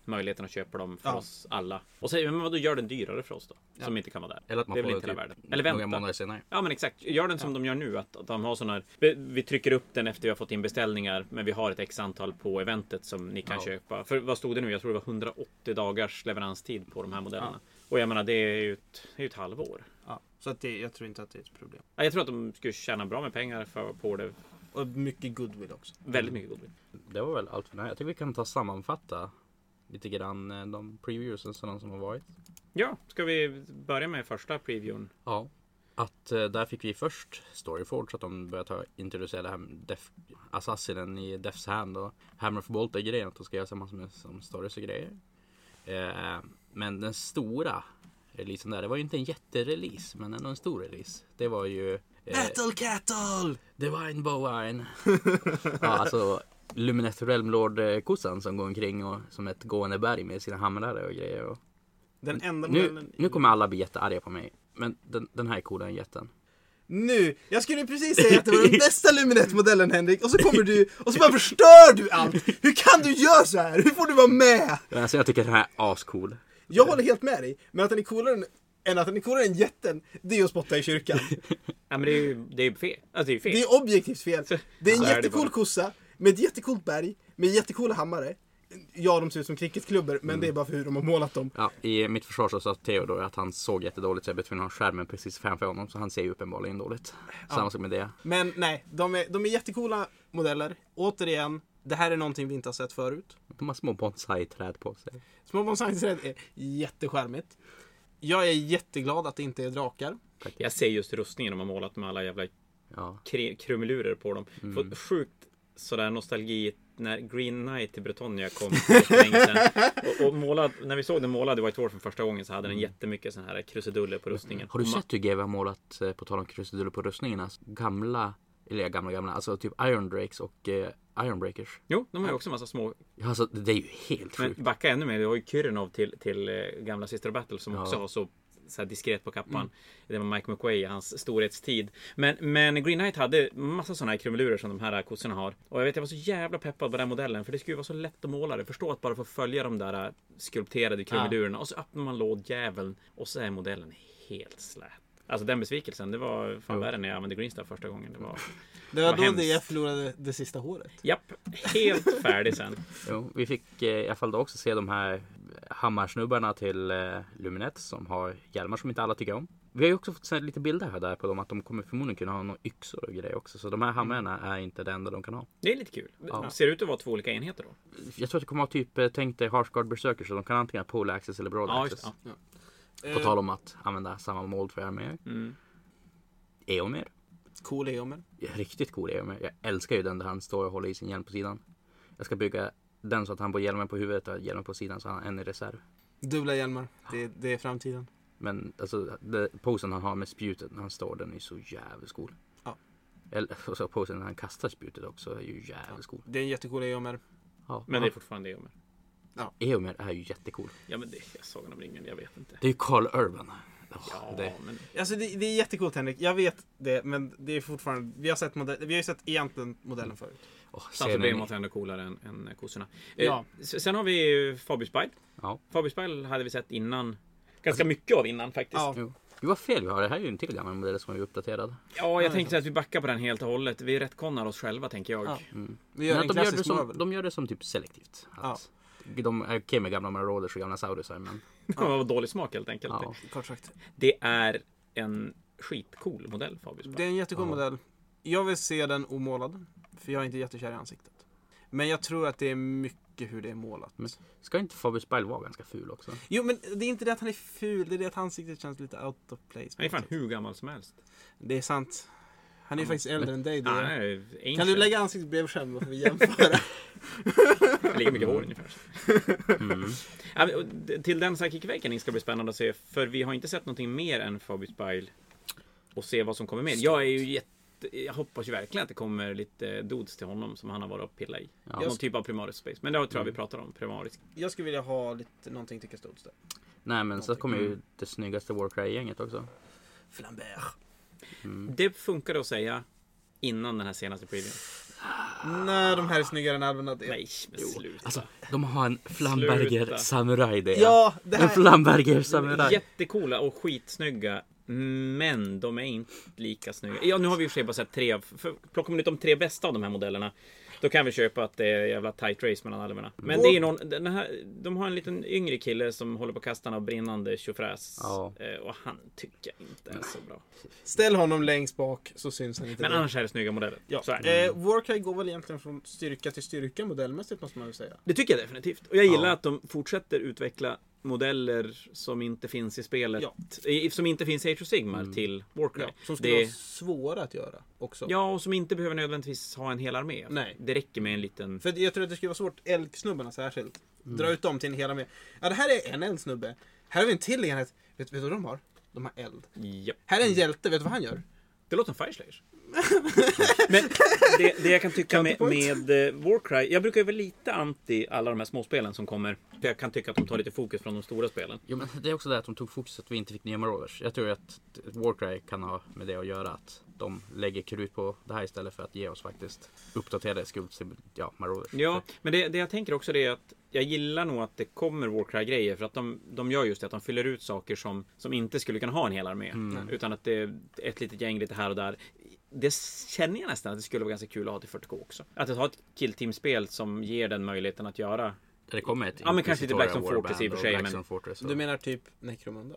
B: möjligheten att köpa dem för
C: Ja.
B: oss alla. Och säger men vadå, gör den dyrare för oss då? Som inte kan vara där.
A: Eller att man
B: det är väl
A: får
B: inte hela
A: typ
B: världen. Eller
A: några
B: vänta.
A: månader senare.
B: Ja men exakt, gör den som de gör nu. Att, att de har sådana här, vi, vi trycker upp den efter vi har fått in beställningar. Men vi har ett x antal på eventet som ni kan
A: Ja.
B: köpa. För vad stod det nu? Jag tror det var 180 dagars leveranstid på de här modellerna. Och jag menar det är ju ett, det är ju ett halvår.
C: Ja, så att det, jag tror inte att det är ett problem.
B: Ja, Jag tror att de skulle tjäna bra med pengar för, på det.
C: Och mycket goodwill också.
B: Väldigt mycket godvill.
A: Det var väl allt för den här. Jag tycker vi kan ta och sammanfatta lite grann eh, de previewsen som har varit.
B: Ja, ska vi börja med första previewn?
A: Ja. Att eh, där fick vi först Storyforge, att de började ta, introducera det här med Def, Assassinen i Death's Hand och Hammer of Bolt och grejen att de ska göra samma som, som stories och grejer. Eh, men den stora releasen där, det var ju inte en jätterelease, men ändå en stor release. Det var ju eh,
C: Battle Cattle!
A: Divine Bowine. ja, alltså Lumineth Realmlord-kossan som går omkring och som ett gående berg med sina hamrare och grejer. Och
G: Den enda
A: nu,
G: modellen...
A: nu kommer alla bli jättearga på mig. Men den, den här är coolare än jätten.
C: Nu! Jag skulle precis säga att det var den bästa Luminette-modellen Henrik och så kommer du och så bara förstör du allt! Hur kan du göra så här? Hur får du vara med?
A: Men Alltså jag tycker att den här är ascool.
C: Jag håller helt med dig, men att den är coolare än, än att den är coolare än jätten, det är att spotta i kyrkan.
B: Ja men det är ju det är ju fel. Alltså det är ju fel.
C: Det är objektivt fel. Det är
B: Så
C: en
B: är det
C: jättecool
B: bara.
C: kossa med ett jättecoolt berg med jättecoola hammare. Ja, de ser ut som cricketklubbor, men det är bara för hur de har målat dem.
A: Ja, I mitt försvar så sa Theodor att han såg jättedåligt så jag var tvungen att ha skärmen precis framför honom. Så han ser ju uppenbarligen dåligt. Samma sak med det.
C: Men nej, de är, de är jättecoola modeller. Återigen, det här är någonting vi inte har sett förut.
A: De har små bonsai-träd på sig.
C: Små bonsaiträd är jättecharmigt. Jag är jätteglad att det inte är drakar.
B: Jag ser just rustningen de har målat med alla jävla
A: Ja,
B: kre- krumelurer på dem.
A: Mm.
B: Fått sjukt sådär nostalgi när Green Knight i Bretonia kom för länge sedan. Och, och målad, när vi såg den målad i White Dwarf för första gången så hade den jättemycket sådana här krusiduller på rustningen.
A: Mm. Har du
B: Och ma-
A: sett hur GW har målat, eh, på tal om krusiduller på rustningarna, gamla, eller ja, gamla gamla, alltså typ Iron Drakes och eh, Ironbreakers.
B: Jo, de har ju också massa små.
A: Ja, Alltså det är ju helt
B: Men
A: sjukt.
B: backa ännu mer. Du har ju Kyrenov till, till eh, gamla Sister Battle som också
A: Ja. Mm.
B: har så så här diskret på kappan. Det var Mike McWay i hans storhetstid. Men, men Green Knight hade massa sådana här krumelurer som de här eh, kossorna har. Och jag vet jag var så jävla peppad på den här modellen för det skulle ju vara så lätt att måla det. Förstå att bara få följa de där äh, skulpterade krumelurerna och så öppnar man lådjäveln och så är modellen helt slät. Alltså den besvikelsen, det var fan värre när jag använde Green Star första gången. Det var...
C: Det var
B: Vad
C: då
B: hemskt.
C: det jag förlorade det sista håret.
B: Japp, helt färdig sen.
A: Jo, vi fick eh, i alla fall då också se de här hammarsnubbarna till eh, Luminet som har hjälmar som inte alla tycker om. Vi har ju också fått se lite bilder här där på dem att de kommer förmodligen kunna ha några yxor och grejer också. Så de här hammarna
B: Mm.
A: är inte det enda de kan ha.
B: Det är lite kul.
A: Ja.
B: Ser ut att vara två olika enheter då.
A: Jag tror att det kommer att ha typ, eh, tänk dig Harsguard Berserker så de kan antingen ha pole access eller broad
B: Ja, just,
A: access.
B: ja.
A: På tal om att använda samma mål för arméer.
B: Mm.
A: Eomer.
C: Cool Eh, Eomer.
A: riktigt cool Eomer. Jag älskar ju den där han står och håller i sin hjälm på sidan. Jag ska bygga den så att han får hjälmen på huvudet och hjälmen på sidan så han har en i reserv.
C: Dubbla hjälmar. Det, det är framtiden.
A: Men alltså det, posen han har med spjutet när han står den är så jävligt cool.
C: Ja.
A: Eller och så posen när han kastar spjutet också är ju jävligt cool.
C: Det är en jättecool Eomer.
A: Ja.
B: Men det är
A: Ja.
B: fortfarande det jag med.
A: Eomer är ju jättecool.
B: Ja men det är Sagan om ringen, jag vet inte.
A: Det är ju Carl Urban. Åh,
B: Ja,
A: det,
B: men
C: Alltså det, det är jättecoolt Henrik. Jag vet det, men det är fortfarande... Vi har, sett modell, vi har ju sett egentligen
A: Mm.
C: modellen förut.
A: åh,
B: Sansa
A: scenen i-
B: Behemoth Alltså, är ändå coolare än, än kossorna.
C: Ja.
B: Eh, s- sen har vi ju Fabius Bile.
A: Ja.
B: Fabius Bile hade vi sett innan. Ganska mycket av innan faktiskt. Ja,
C: Ja.
A: Jo. Jo, vad fel vi har. Det här är ju en till gammal modell som är uppdaterad.
B: jag tänkte att vi backar på den helt och hållet. Vi rättkonar oss själva tänker jag.
C: Ja. Vi
A: Men
C: gör
A: att
C: en
A: de, gör det
C: klassisk
A: som,
C: Marvel.
A: de gör det som typ selektivt. Att De är okej med gamla Marauders och gamla Saurusar men
B: Av dålig smak helt enkelt.
A: ja.
C: Kort sagt.
B: Det är en skitcool modell Fabius Bile.
C: Det är en jättecool
A: Ja.
C: modell. Jag vill se den omålad. För jag är inte jättekär i ansiktet. Men jag tror att det är mycket hur det är målat.
A: Men- Ska inte Fabius Bile vara ganska ful också?
C: Jo men det är inte det att han är ful, det är det att ansiktet känns lite out of place.
B: Han är fan hur gammal som helst.
C: Det är sant. Han är ju faktiskt äldre än dig. Det.
B: Ah, nej,
C: kan
B: ancient.
C: du lägga ansiktet bredvid skärmen så får vi jämföra?
B: Lika mycket hår ungefär.
A: Mm.
B: Ja, men, och d- till den Psychic Awakening ska bli spännande att se. För vi har inte sett någonting mer än Fabius Bile. Och se vad som kommer med. Jag är ju jätte... Jag hoppas ju verkligen att det kommer lite dods till honom som han har varit och pillat i.
A: Ja. Mm.
B: Någon typ av primaris space. Men det tror jag vi pratar om. Primaris.
C: jag skulle vilja ha lite någonting till Custodes där.
A: Nej men så kommer ju det snyggaste Warcry-gänget också.
C: Flambert.
A: Mm.
B: Det funkade att säga innan den här senaste previewn.
C: Nej, de här är snyggare än allmänna del.
B: Nej, men sluta.
A: Alltså, de har en Flamberger
B: Sluta.
A: Samurai det är.
C: Ja, det
A: En
C: här...
A: Flamberger Samurai.
B: Jättecoola och skitsnygga. Men de är inte lika snygga. Ja, nu har vi i och för sig bara sett tre av... För plockar man ut de tre bästa av de här modellerna. Då kan vi köpa att det är jävla tight race mellan alverna. Men det är någon... Den här, de har en liten yngre kille som håller på kastarna av brinnande tjofräs.
A: Ja.
B: Eh, Och han tycker jag inte är så bra.
C: Ställ honom längst bak så syns han inte.
B: Men
C: direkt.
B: annars är det snygga modeller.
C: Ja.
B: Så är det.
C: Eh, Warcry går väl egentligen från styrka till styrka modellmässigt måste man väl säga.
B: Det tycker jag definitivt. Och jag gillar
A: Ja.
B: att de fortsätter utveckla modeller som inte finns i spelet. i- Som inte finns i Age of Sigmar till Warcry.
C: Ja, som skulle
B: det,
C: vara svåra att göra också.
B: Ja, och som inte behöver nödvändigtvis ha en hel armé.
C: Nej.
B: Det räcker med en liten...
C: För jag tror att det skulle vara svårt, eldsnubbarna särskilt.
B: Mm.
C: Dra ut dem till en hel armé. Ja, det här är en eldsnubbe. Här har vi en till enhet. Vet, vet du vad de har? De har eld.
B: Ja.
C: Här är en hjälte, vet du vad han gör?
B: Det låter som Fireslayers. Men det, det jag kan tycka med, med eh, Warcry, jag brukar ju vara lite anti alla de här småspelen som kommer. För jag kan tycka att de tar lite fokus från de stora spelen.
A: Jo, men det är också det att de tog fokus att vi inte fick nya Marauders. Jag tror att Warcry kan ha med det att göra. Att de lägger krut på det här istället för att ge oss faktiskt uppdaterade skulds ja, Marauders.
B: Ja, men det, det jag tänker också det är att jag gillar nog att det kommer Warcry-grejer för att de, de gör just det att de fyller ut saker som, som inte skulle kunna ha en hel armé.
A: Mm.
B: Utan att det är ett litet gäng lite här och där. Det känner jag nästan att det skulle vara ganska kul att ha till 40K också. Att ha ett killteam-spel som ger den möjligheten att göra.
A: Det kommer ett
B: Ja, men kanske lite Blackstone
A: Inquisitorial
B: Fortress i och för
A: Warband
B: sig, men-
A: Blackstone Fortress och...
C: Du menar typ Necromunda?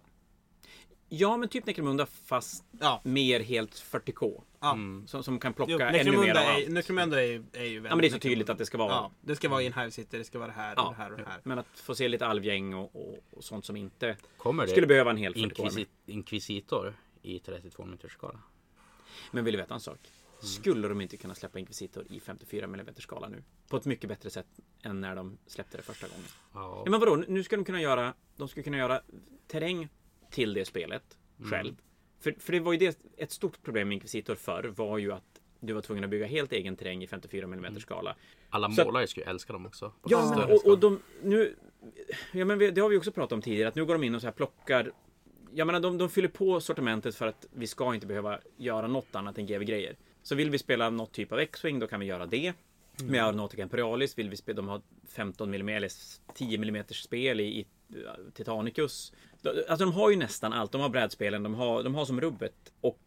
B: Ja, men typ Necromunda fast
C: Ja.
B: mer helt 40K.
C: ja.
B: Som, som kan Mm. plocka
C: Jo,
B: ännu mer
C: Necromunda,
B: av
C: är,
B: allt.
C: Necromunda är, ju- är ju väldigt...
B: Ja, men det är så tydligt att det ska vara. Mm.
C: Ja, det ska vara i en Hive City, det ska vara det här
B: Ja.
C: och det här och det här.
B: Men att få se lite alvgäng och, och, och sånt som inte
A: Kommer det
B: skulle behöva en hel 40K. -armé.
A: Inquisi- Inquisitor i 32 minuters skala?
B: Men vill du veta en sak? Skulle de inte kunna släppa Inquisitor i 54 mm skala nu? På ett mycket bättre sätt än när de släppte det första gången.
A: Ja.
B: Ja, men vadå, nu ska de kunna göra, de ska kunna göra terräng till det spelet själv. För, för det var ju det, ett stort problem med Inquisitor förr var ju att du var tvungen att bygga helt egen terräng i 54 mm skala.
A: Alla
B: Så att-
A: målare skulle älska dem också. På
B: Ja,
A: större
B: men, och,
A: skala.
B: och de, nu, ja, men vi, det har vi också pratat om tidigare, att nu går de in och så här plockar jag menar, de, de fyller på sortimentet för att vi ska inte behöva göra något annat än GW-grejer. Så vill vi spela något typ av X-Wing, då kan vi göra det. Med Aeronautica Imperialis vill vi spela, de har 15 mm eller 10 mm spel i, i eh, Titanicus. De- Alltså de har ju nästan allt, de har brädspelen, de har, de har som rubbet. Och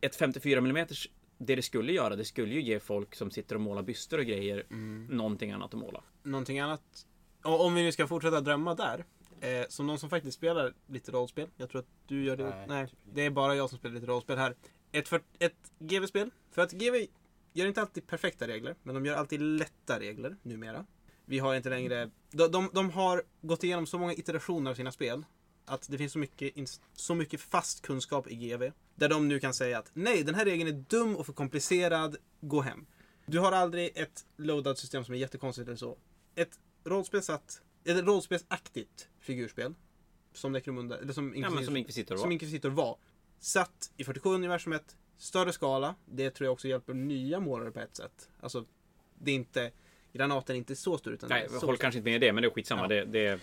B: ett 54 mm, det det skulle göra, det skulle ju ge folk som sitter och målar byster och grejer någonting annat att måla.
C: Någonting annat? Och om vi nu ska fortsätta drömma där. Eh, som någon som faktiskt spelar lite rollspel. Jag tror att du gör det. Nej,
A: Nej,
C: det är bara jag som spelar lite rollspel här. Ett, för, ett GV-spel. För att GV gör inte alltid perfekta regler, men de gör alltid lätta regler numera. Vi har inte längre... De, de, de har gått igenom så många iterationer av sina spel att det finns så mycket, ins- så mycket fast kunskap i GV. Där de nu kan säga att nej, den här regeln är dum och för komplicerad. Gå hem. Du har aldrig ett loadout system som är jättekonstigt eller så. Ett rollspelsatt, ett rollspelsaktigt figurspel. Som Necromunda, eller som
B: Ja, men som
C: Inquisitor,
B: Inquisitor var.
C: som Inquisitor var. Satt i 47-universumet, större skala. Det tror jag också hjälper nya målare på ett sätt. Alltså, det är inte... Granaten är inte så stor utan
B: Nej,
C: det är
B: jag
C: så
B: håller kanske inte med i det, men det är skitsamma.
C: Ja.
B: Det, det,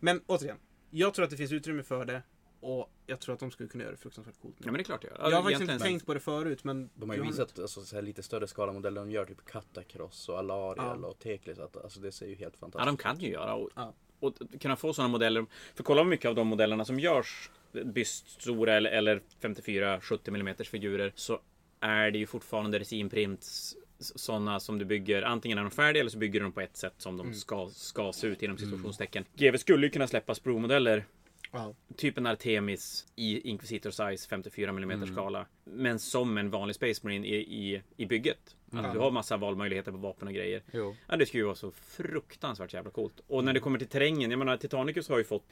C: men återigen, jag tror att det finns utrymme för det och jag tror att de skulle kunna göra det fruktansvärt coolt.
B: ja, men det är klart jag gör.
C: jag har faktiskt
B: Egentligen-
C: inte tänkt på det förut men...
A: De har ju visat alltså, så här lite större skala modeller. De gör typ Katakross och Alariel och Teklis. Att, alltså, det ser ju helt
B: Ja,
A: fantastiskt
B: de kan ju göra. Och,
C: Ja.
B: och kunna få sådana modeller. För kolla hur mycket av de modellerna som görs, byststora eller, eller 54-70 mm figurer, så är det ju fortfarande resinprints. Sådana som du bygger, antingen är de färdiga eller så bygger du dem på ett sätt som de
C: Mm.
B: ska, ska se ut inom situationstecken. GW skulle ju kunna släppa Spro-modeller
C: Ja.
B: typ en Artemis i Inquisitor Size 54 mm skala. Men som en vanlig Space Marine i, i, i bygget. Att du har massa valmöjligheter på vapen och grejer.
A: Jo.
B: Ja, det skulle ju vara så fruktansvärt jävla coolt. Och när det kommer till terrängen, jag menar Titanicus har ju fått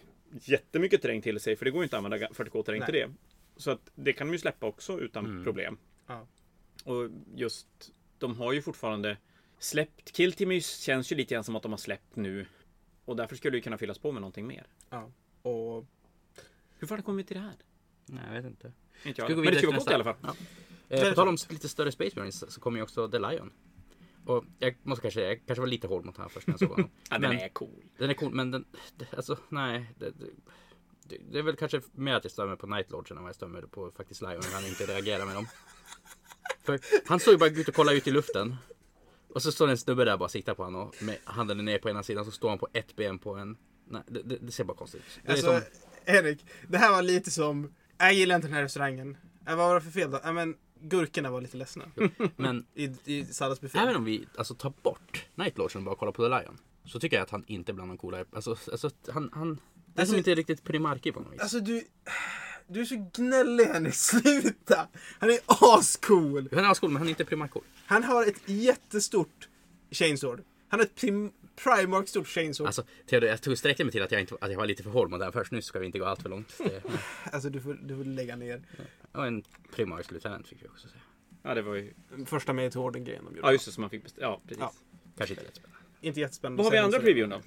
B: jättemycket terräng till sig för det går ju inte att använda 40k-terräng till det. Så att det kan de ju släppa också utan problem.
C: Ja.
B: Och just, de har ju fortfarande släppt, Kill Team känns ju lite grann som att de har släppt nu. Och därför skulle det ju kunna fyllas på med någonting mer.
C: ja. Och...
B: Hur fan kom vi till det här?
A: Nej, jag vet inte.
B: Inte
A: Ska
B: jag.
A: vi gå
B: Men det
A: vidare
B: skulle vara
A: till
B: coolt i alla fall.
A: nästa? Ja. Eh, på tal om lite större Space Marines så kommer ju också The Lion. Och jag måste kanske säga, jag kanske var lite hård mot honom först när jag såg honom.
B: Ja, den
A: Men-
B: är cool.
A: Den är cool, men den... det- Alltså, nej. Det, det, Det, det är väl kanske mer att jag stör mig på Nightlodgen än vad jag stör mig på faktiskt Lion. när Han inte reagerar med dem. För han står ju bara ut och kollar ut i luften. Och så står det en snubbe där och bara siktar på honom. Och med handen ner på ena sidan så står han på ett ben på en. Nej, det, det, det ser bara konstigt ut. Det är
C: Alltså,
A: som,
C: Henrik, det här var lite som... Jag gillar inte den här restaurangen. Äh, vad var det för fel då? Äh, men gurkorna var lite ledsna.
A: men
C: I, i salladsbuffén.
A: Även om vi alltså, tar bort Nightlodgen och bara kollar på The Lion. Så tycker jag att han inte är bland de coolare. Alltså, alltså han... han det är
C: Alltså-
A: som inte riktigt primarki på något vis.
C: Alltså du... Du är så gnällig Henrik, sluta! Han är ascool!
A: han är ascool men han är inte primarkor.
C: Han har ett jättestort chainsword. Han har ett prim- Primark stort chainsword. Alltså,
A: Alltså, Theodor, jag tog sträckte mig till att jag, inte, att jag var lite för hård mot den först. Nu ska vi inte gå allt för långt. Det,
C: Alltså, du, får, du får lägga ner.
A: och en primarsk lieutenant fick vi också säga.
B: Ja, det var ju...
C: Första med till hården grejen de gjorde.
B: Ja, just det. Som man fick best... Ja, precis.
C: Ja.
A: Kanske inte jättespännande.
C: Inte jättespännande.
B: Vad har vi i andra previewn då?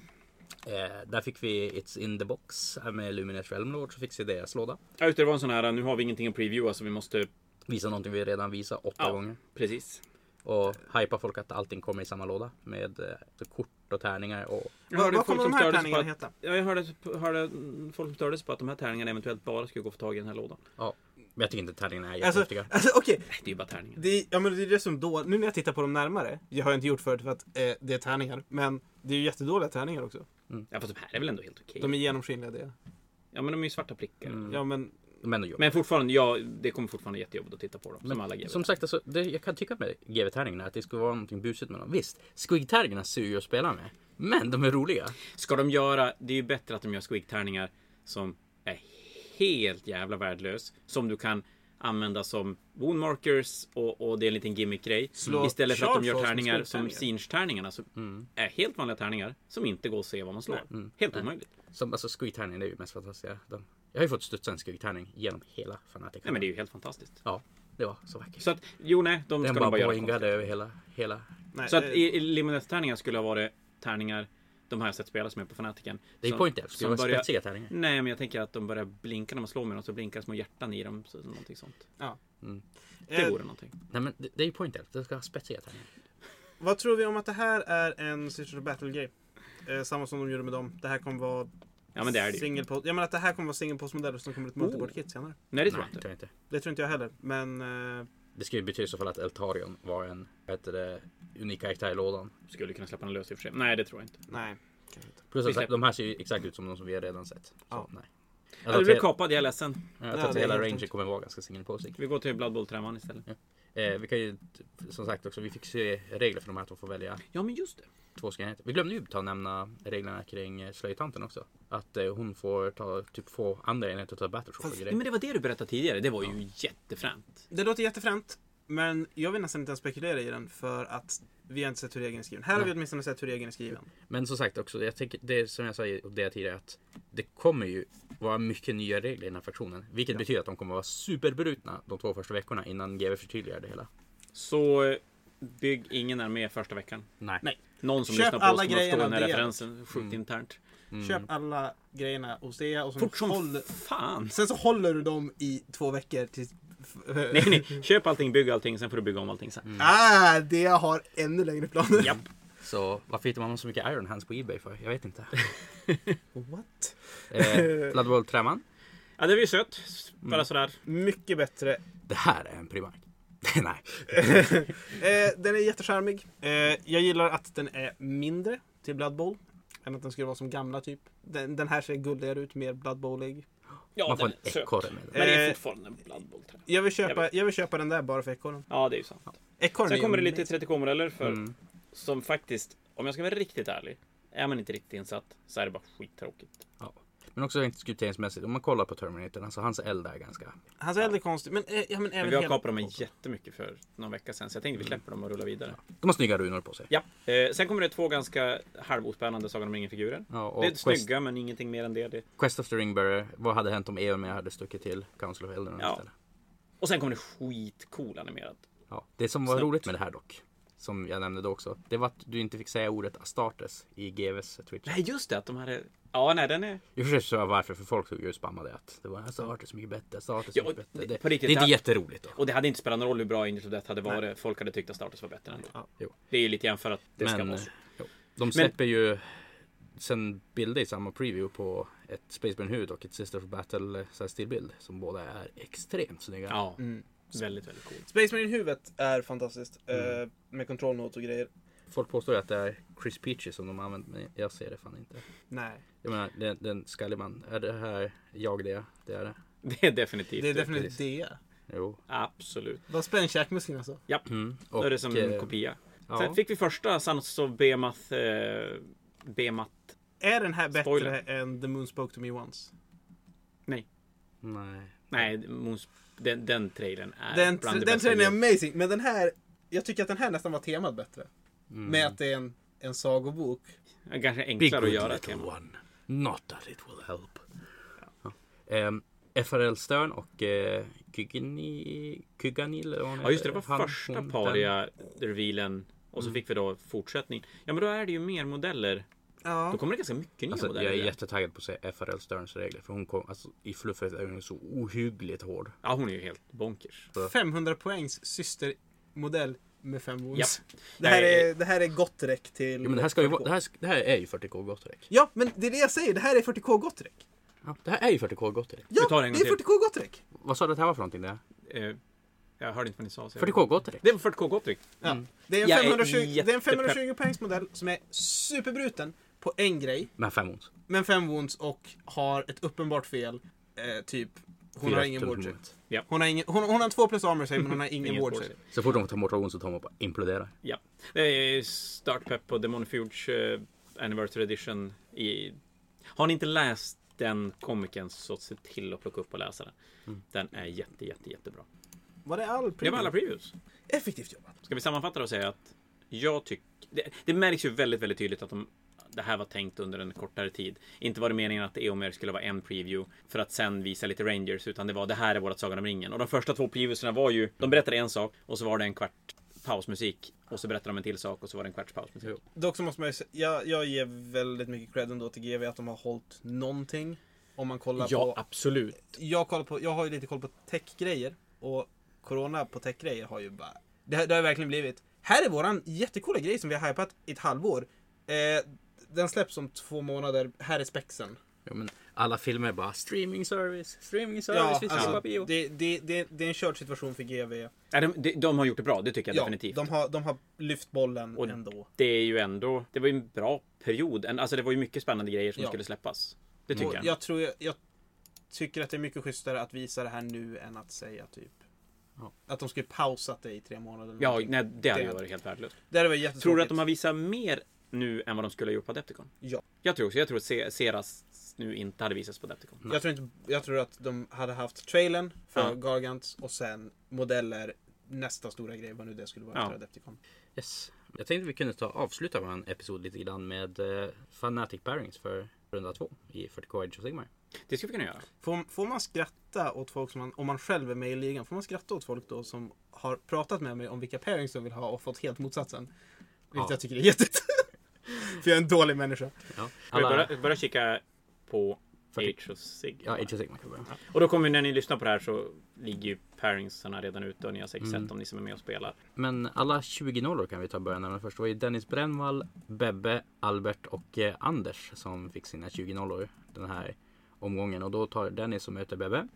A: Eh, där fick vi It's in the box här med Luminous Realm Lord. Så fick vi deras låda.
B: Ja, just det. Det var en sån här, nu har vi ingenting att previewa så vi måste...
A: Visa någonting vi redan visat åtta
B: Ja.
A: gånger.
B: Precis.
A: Och hypa folk att allting kommer i samma låda. Med eh, kort och tärningar och
B: Jag
C: Vad-
B: hörde
C: vad
B: folk
C: kommer
B: som
C: de här
B: störde sig på
C: tärningarna
B: att-
C: heta?
B: Ja, jag hörde, hörde mm, folk som störde sig på att de här tärningarna eventuellt bara skulle gå att få tag i den här lådan.
A: Ja, men jag tycker inte tärningarna är
C: Alltså,
A: jättehäftiga.
C: alltså okej.
B: Nej, det är ju bara tärningar.
C: Det är, ja men det är det som då, nu när jag tittar på dem närmare, jag har jag inte gjort förut för att eh, det är tärningar, men det är ju jättedåliga tärningar också.
B: Ja, fast de här är väl ändå helt okej?
C: De är Mm. genomskinliga det.
B: Ja, men de är ju svarta prickar.
C: Ja men,
A: Men, och
B: Men fortfarande, ja, det kommer fortfarande jättejobbigt att titta på dem. som alla GB.
A: som sagt, alltså, det, jag kan tycka med GW-tärningarna att det skulle vara någonting busigt med dem. Visst, Squig-tärningarna ser ju att spela med. Men de är roliga.
B: Ska de göra, det är ju bättre att de gör squeak-tärningar som är helt jävla värdelös. Som du kan använda som wound markers och, och det är en liten gimmick-grej.
C: Slå
B: Istället för att de
C: charge
B: gör
C: rolls med
B: tärningar som
C: squeak-tärningar.
B: singe-tärningarna som är helt vanliga tärningar som inte går att se vad man slår. Helt omöjligt.
A: Som, alltså Squig-tärningarna är ju mest fantastiska. De, jag har ju fått studsa en Squig-tärning genom hela Fanatic.
B: Nej men det är ju helt fantastiskt.
A: Ja, det var så vackert.
B: Så att, jo nej, de
A: Den
B: ska nog
A: bara
B: bara göra
A: boingade över hela, hela.
C: nej.
B: Så att
C: eh,
B: i- i Limonette-tärningar skulle ha varit tärningar de har jag sett spelas med på Fanatiken.
A: Det är
B: som-
A: point F, skulle
B: som
A: vara
B: börjar-
A: spetsiga tärningar.
B: Nej, men jag tänker att de börjar blinka när man slår med dem, så blinkar små hjärtan i dem. Så, någonting sånt. Det
C: eh,
B: vore någonting.
A: Nej men det, det är ju point F, det ska ha spetsiga tärningar.
C: Vad tror vi om att det här är en Sisters of Battle-grej? Eh, samma som de gjorde med dem. Det här kommer vara
B: Ja, men det är det ju. Oh.
C: single post. Jag menar att det här kommer vara single postmodell som kommer ett multiboard kit senare.
B: Nej, det tror
A: Nej,
B: jag
A: det
B: inte.
A: tror jag inte.
C: Det tror inte jag heller. Men eh,
A: Det skulle ju betyda i så fall att Eltarion var en, vad heter det, unik karaktär i lådan.
B: Skulle kunna släppa den lös i och för sig. Nej, det tror jag inte.
C: nej.
A: Plus
B: Vi
A: att
B: släpper.
A: de här ser ju exakt ut som de som vi redan sett. Så,
C: Ja.
A: nej.
B: Ja, du
A: Alltså,
B: blev
A: att-
B: kapad, jag är ledsen.
A: Jag tror
C: Ja,
A: att
C: det är
A: hela
C: helt
A: rangen
C: sant.
A: kommer vara ganska singelposig.
B: Vi går till Blood bowl träman istället.
A: Eh, vi kan ju t- som sagt också, vi fick se regler för de här att de får välja
B: Ja, men just det.
A: två stycken enheter. Vi glömde ju ta och nämna reglerna kring eh, slöjtanten också. Att eh, hon får ta typ få andra enheter att ta battleshop och
B: Nej,
A: grejer.
B: men det var det du berättade tidigare. Det var ju jättefränt.
C: Det låter jättefränt. Men jag vill nästan inte ens spekulera i den för att vi har inte sett hur regeln är skriven. Här har vi åtminstone sett hur regeln är skriven.
A: Men som sagt också, jag tänker, det är som jag sa i- och det tidigare att det kommer ju vara mycket nya regler i den här fraktionen. Vilket betyder att de kommer vara superbrutna de två första veckorna innan GW förtydligar det hela.
B: Så eh, bygg ingen armé första veckan.
A: Nej.
B: Någon som
C: Köp
B: lyssnar på
C: alla
B: oss kommer att
C: grejerna
B: förstå den här
C: det.
B: referensen. Sjukt
A: Mm.
B: internt.
C: Köp alla grejerna hos Ea och sen,
B: Fort Mm. som
C: håll,
B: fan.
C: sen så håller du dem i två veckor tills...
B: Nej, nej. Köp allting, bygg allting, sen får du bygga om allting
A: Mm.
B: sen.
C: Ah, det har ännu längre planer.
B: Japp.
A: Så varför hittar man så mycket Iron Hands på Ebay för? Jag vet inte.
C: What?
A: eh, Blood Bowl Träman.
B: Ja, det var ju sött. Bara sådär.
C: Mycket bättre.
A: Det här är en primark. Nej.
C: Eh, den är jättecharmig. Eh, jag gillar att den är mindre till Blood Bowl. Än att den skulle vara som gamla typ. Den, den här ser gulligare ut, mer Blood Bowl-ig.
B: Ja,
A: Man får
B: den
A: en
B: är söt.
A: ekorre med den.
B: Men det är
C: Eh,
B: fortfarande en Blood bowl trä.
C: Jag vill,
B: Jag
C: köpa,
B: vet.
C: jag vill köpa den där bara för ekorren.
B: Ja, det är ju sant.
C: Ekorren är
B: Sen
C: ju
B: kommer det
C: amazing.
B: lite 30k-modeller för
A: Mm.
B: som faktiskt, om jag ska vara riktigt ärlig, är man inte riktigt insatt så är det bara skittråkigt.
A: Ja. Men också rent skulpteringsmässigt, om man kollar på Terminator, alltså hans eld är ganska...
C: Hans eld är konstig, men, eh, ja, men
B: Men
C: även
B: vi har
C: hela...
B: kapat dem här jättemycket för någon vecka sedan så jag tänkte vi släpper dem och rullar vidare.
A: De har snygga runor på sig.
B: Ja. Eh, sen kommer det två ganska halvospännande Sagan om ringen-figurer.
A: Ja, och
B: det är
A: Quest-
B: snygga men ingenting mer än det. det.
A: Quest of the Ringbearer, vad hade hänt om Eon hade stuckit till Council of Elden
B: Ja.
A: istället?
B: Och sen kommer det skitcool animerat.
A: Ja. Det som var
B: Snyggt.
A: roligt med det här dock, som jag nämnde då också, det var att du inte fick säga ordet Astartes i GVs Twitch.
B: Nej just det, att de hade... Ja, nej den är...
A: I och för sig så jag varför, för folk tog ju och spammade att det var Astartes mycket bättre, Astartes
B: Ja,
A: mycket
B: och
A: bättre.
B: det-
A: Det,
B: på riktigt,
A: det är inte
B: det-
A: jätteroligt då.
B: Och det hade inte spelat någon roll hur bra Angels of Death hade varit. Folk hade tyckt att Startus var bättre ändå.
C: Ja.
A: Jo. eh,
B: Det är ju lite grann för att det ska
A: Men,
B: vara
A: eh,
B: så.
A: jo. De släpper ju sen bilder i samma preview på ett Space Marine huvud och ett Sister of Battle eh, så här stillbild som båda är extremt snygga.
B: Ja,
C: Mm.
B: väldigt, väldigt cool.
C: Space Marine-huvudet är fantastiskt. eh,
B: Mm.
C: med kontrollnot och grejer.
A: Folk påstår ju att det är Chris Peachy som de har använt men jag ser det fan inte.
C: Nej.
A: Jag menar den, den skallig man. Är det här jag det? Det är det.
B: Det är definitivt
C: Det är
B: det.
C: definitivt det.
A: Jo.
B: Absolut.
C: Vad spännkäkmuskeln alltså.
A: Mm.
B: Då
A: Och,
B: är det som en
A: eh,
B: kopia.
A: Ja.
B: Sen fick vi första Sons of Behemoth, eh, Behemoth
C: Är den här bättre
B: Spoiler.
C: än The Moon Spoke To Me Once?
A: Nej.
B: Nej, Moons, den, den trailern är
C: Den,
B: bland det
C: den
B: bästa
C: trailern är
B: jag-
C: amazing, men den här... Jag tycker att den här nästan var temat bättre.
A: Mm.
C: Med att det är en, en sagobok.
B: Kanske
A: Big
B: enklare
A: good
B: att göra.
A: little
B: kan jag-
A: one. Not that it will help. Ja. Ehm, FRL Stern och eh, Kygani, Kyganil. eller vad hon
B: Ja just det, det
A: heter.
B: var
A: Han,
B: första
A: hon, den. Mm.
B: paria-revealen. Och så fick vi då fortsättning. Ja men då är det ju mer modeller.
C: Ja.
B: Då kommer det ganska mycket nya
A: Alltså,
B: modeller.
A: jag är
B: i det.
A: jättetaggad på att se FRL Sterns regler. För hon kom, alltså, i fluffet är hon så ohyggligt hård.
B: Ja hon är ju helt bonkers.
C: 500 poängs systermodell med fem
B: Ja.
C: wounds. Det, här
B: Nej,
C: är, det här är Gottrek till...
A: Ja, men det, här ska ju,
C: 40K.
A: vara- det, här, det här är ju 40K Gottrek.
C: Ja, men det är det jag säger. Det här är 40K Gottrek.
A: Ja, det här är ju 40K Gottrek.
C: Ja,
B: Vi tar det
C: det är
B: en gång till.
C: 40K Gottrek.
A: Vad sa du att det här var för någonting? Det?
B: eh, Jag hörde inte vad ni sa. Så jag-
A: 40K Gottrek?
B: Det var 40k Gottrick.
C: Ja. Det, Mm. är en
B: Jag är
C: 520, det är en
B: jättepepp.
C: 520 poängs modell som är superbruten på en grej.
A: Med fem ons.
C: Men fem wounds och har ett uppenbart fel. Eh, typ, hon
A: Fyra
C: har ingen
A: tusen
C: ward
A: moment.
C: save.
B: Ja.
C: Hon, har ingen, hon, hon har två plus armor save men hon har ingen
B: Ingen
C: ward
B: ward
C: save.
A: Så fort de tar bort ons så tar man bara imploderar.
B: Ja. Det är stört pepp på Demonifuge eh, Anniversary Edition. I... Har ni inte läst den komikern så se till att plocka upp och läsa den. Den är jätte, jätte, jättebra.
C: Var det all
B: Det var alla
C: preview?
B: previews.
C: Effektivt jobbat.
B: Ska vi sammanfatta det och säga att jag tycker... Det, det märks ju väldigt, väldigt tydligt att de, det här var tänkt under en kortare tid. Inte var det meningen att Eomer skulle vara en preview för att sen visa lite Rangers, utan det var det här är vårt Sagan om ringen. Och de första två previewerserna var ju, de berättade en sak och så var det en kvart pausmusik och så berättade de en till sak och så var det en kvarts pausmusik.
A: Jo.
C: Dock så måste man ju säga, jag, jag ger väldigt mycket cred ändå till GV att de har hållit någonting. Om man kollar på...
B: absolut.
C: jag, kollar på, jag har ju lite koll på tech-grejer och Corona på tech-grejer har ju bara... Det, har- det har verkligen blivit... Här är våran jättecoola grej som vi har hypat i ett halvår. Eh, den släpps om två månader. Här är spexen.
A: Ja, men alla filmer är bara streaming service, streaming service,
C: Ja,
A: vi ska
C: alltså,
A: på bio.
C: det, det, det, det är en körd situation för GV.
B: Nej, de, de, de har gjort det bra, det tycker jag definitivt.
C: de, har, de har lyft bollen
B: Och-
C: ändå.
B: Det är ju ändå, det var ju en bra period. En- Alltså det var ju mycket spännande grejer som
C: Ja.
B: skulle släppas. Det tycker
C: Och
B: jag.
C: jag, tror, jag, jag tycker att det är mycket schysstare att visa det här nu än att säga typ...
A: Ja.
C: Att de skulle pausat det i tre månader. eller
B: Ja,
C: någonting.
B: nej, det hade ju
C: Det-
B: varit helt värdelöst.
C: det hade varit jättetråkigt.
B: Tror du att de har visat mer nu än vad de skulle ha gjort på Adepticon?
C: Ja.
B: Jag tror också. Jag tror att Se- Seras nu inte hade visats på Adepticon.
C: Jag tror, inte, jag tror att de hade haft trailern för
B: Ja.
C: Gargant och sen modeller. Nästa stora grej, vad nu det skulle vara
B: Ja.
C: efter Adepticon.
A: Yes. Jag tänkte vi kunde ta avsluta vår episod lite grann med eh, Fanatic Pairings för runda två i 40K Age of Sigmar.
B: Det skulle vi kunna göra.
C: Får, får man skratta åt folk som man, om man själv är med i ligan, får man skratta åt folk då som har pratat med mig om vilka pairings de vill ha och fått helt motsatsen? Vilket
A: Ja.
C: jag tycker är jättet. för jag är en dålig människa.
A: Ja.
B: Ska vi
A: Alla,
B: börja, börja kika på
A: 40.
B: Age of Sigmar?
A: ja, Age of Sigmar kan börja.
B: Och då kommer ju när ni lyssnar på det här så ligger ju paringsarna redan ute och ni har säkert sett om ni som är med och spelar.
A: Men alla 20 nollor kan vi ta början med först. Det var ju Dennis Brännvall, Bebbe, Albert och eh, Anders som fick sina 20 nollor den här omgången. Och då tar Dennis som möter Bebbe.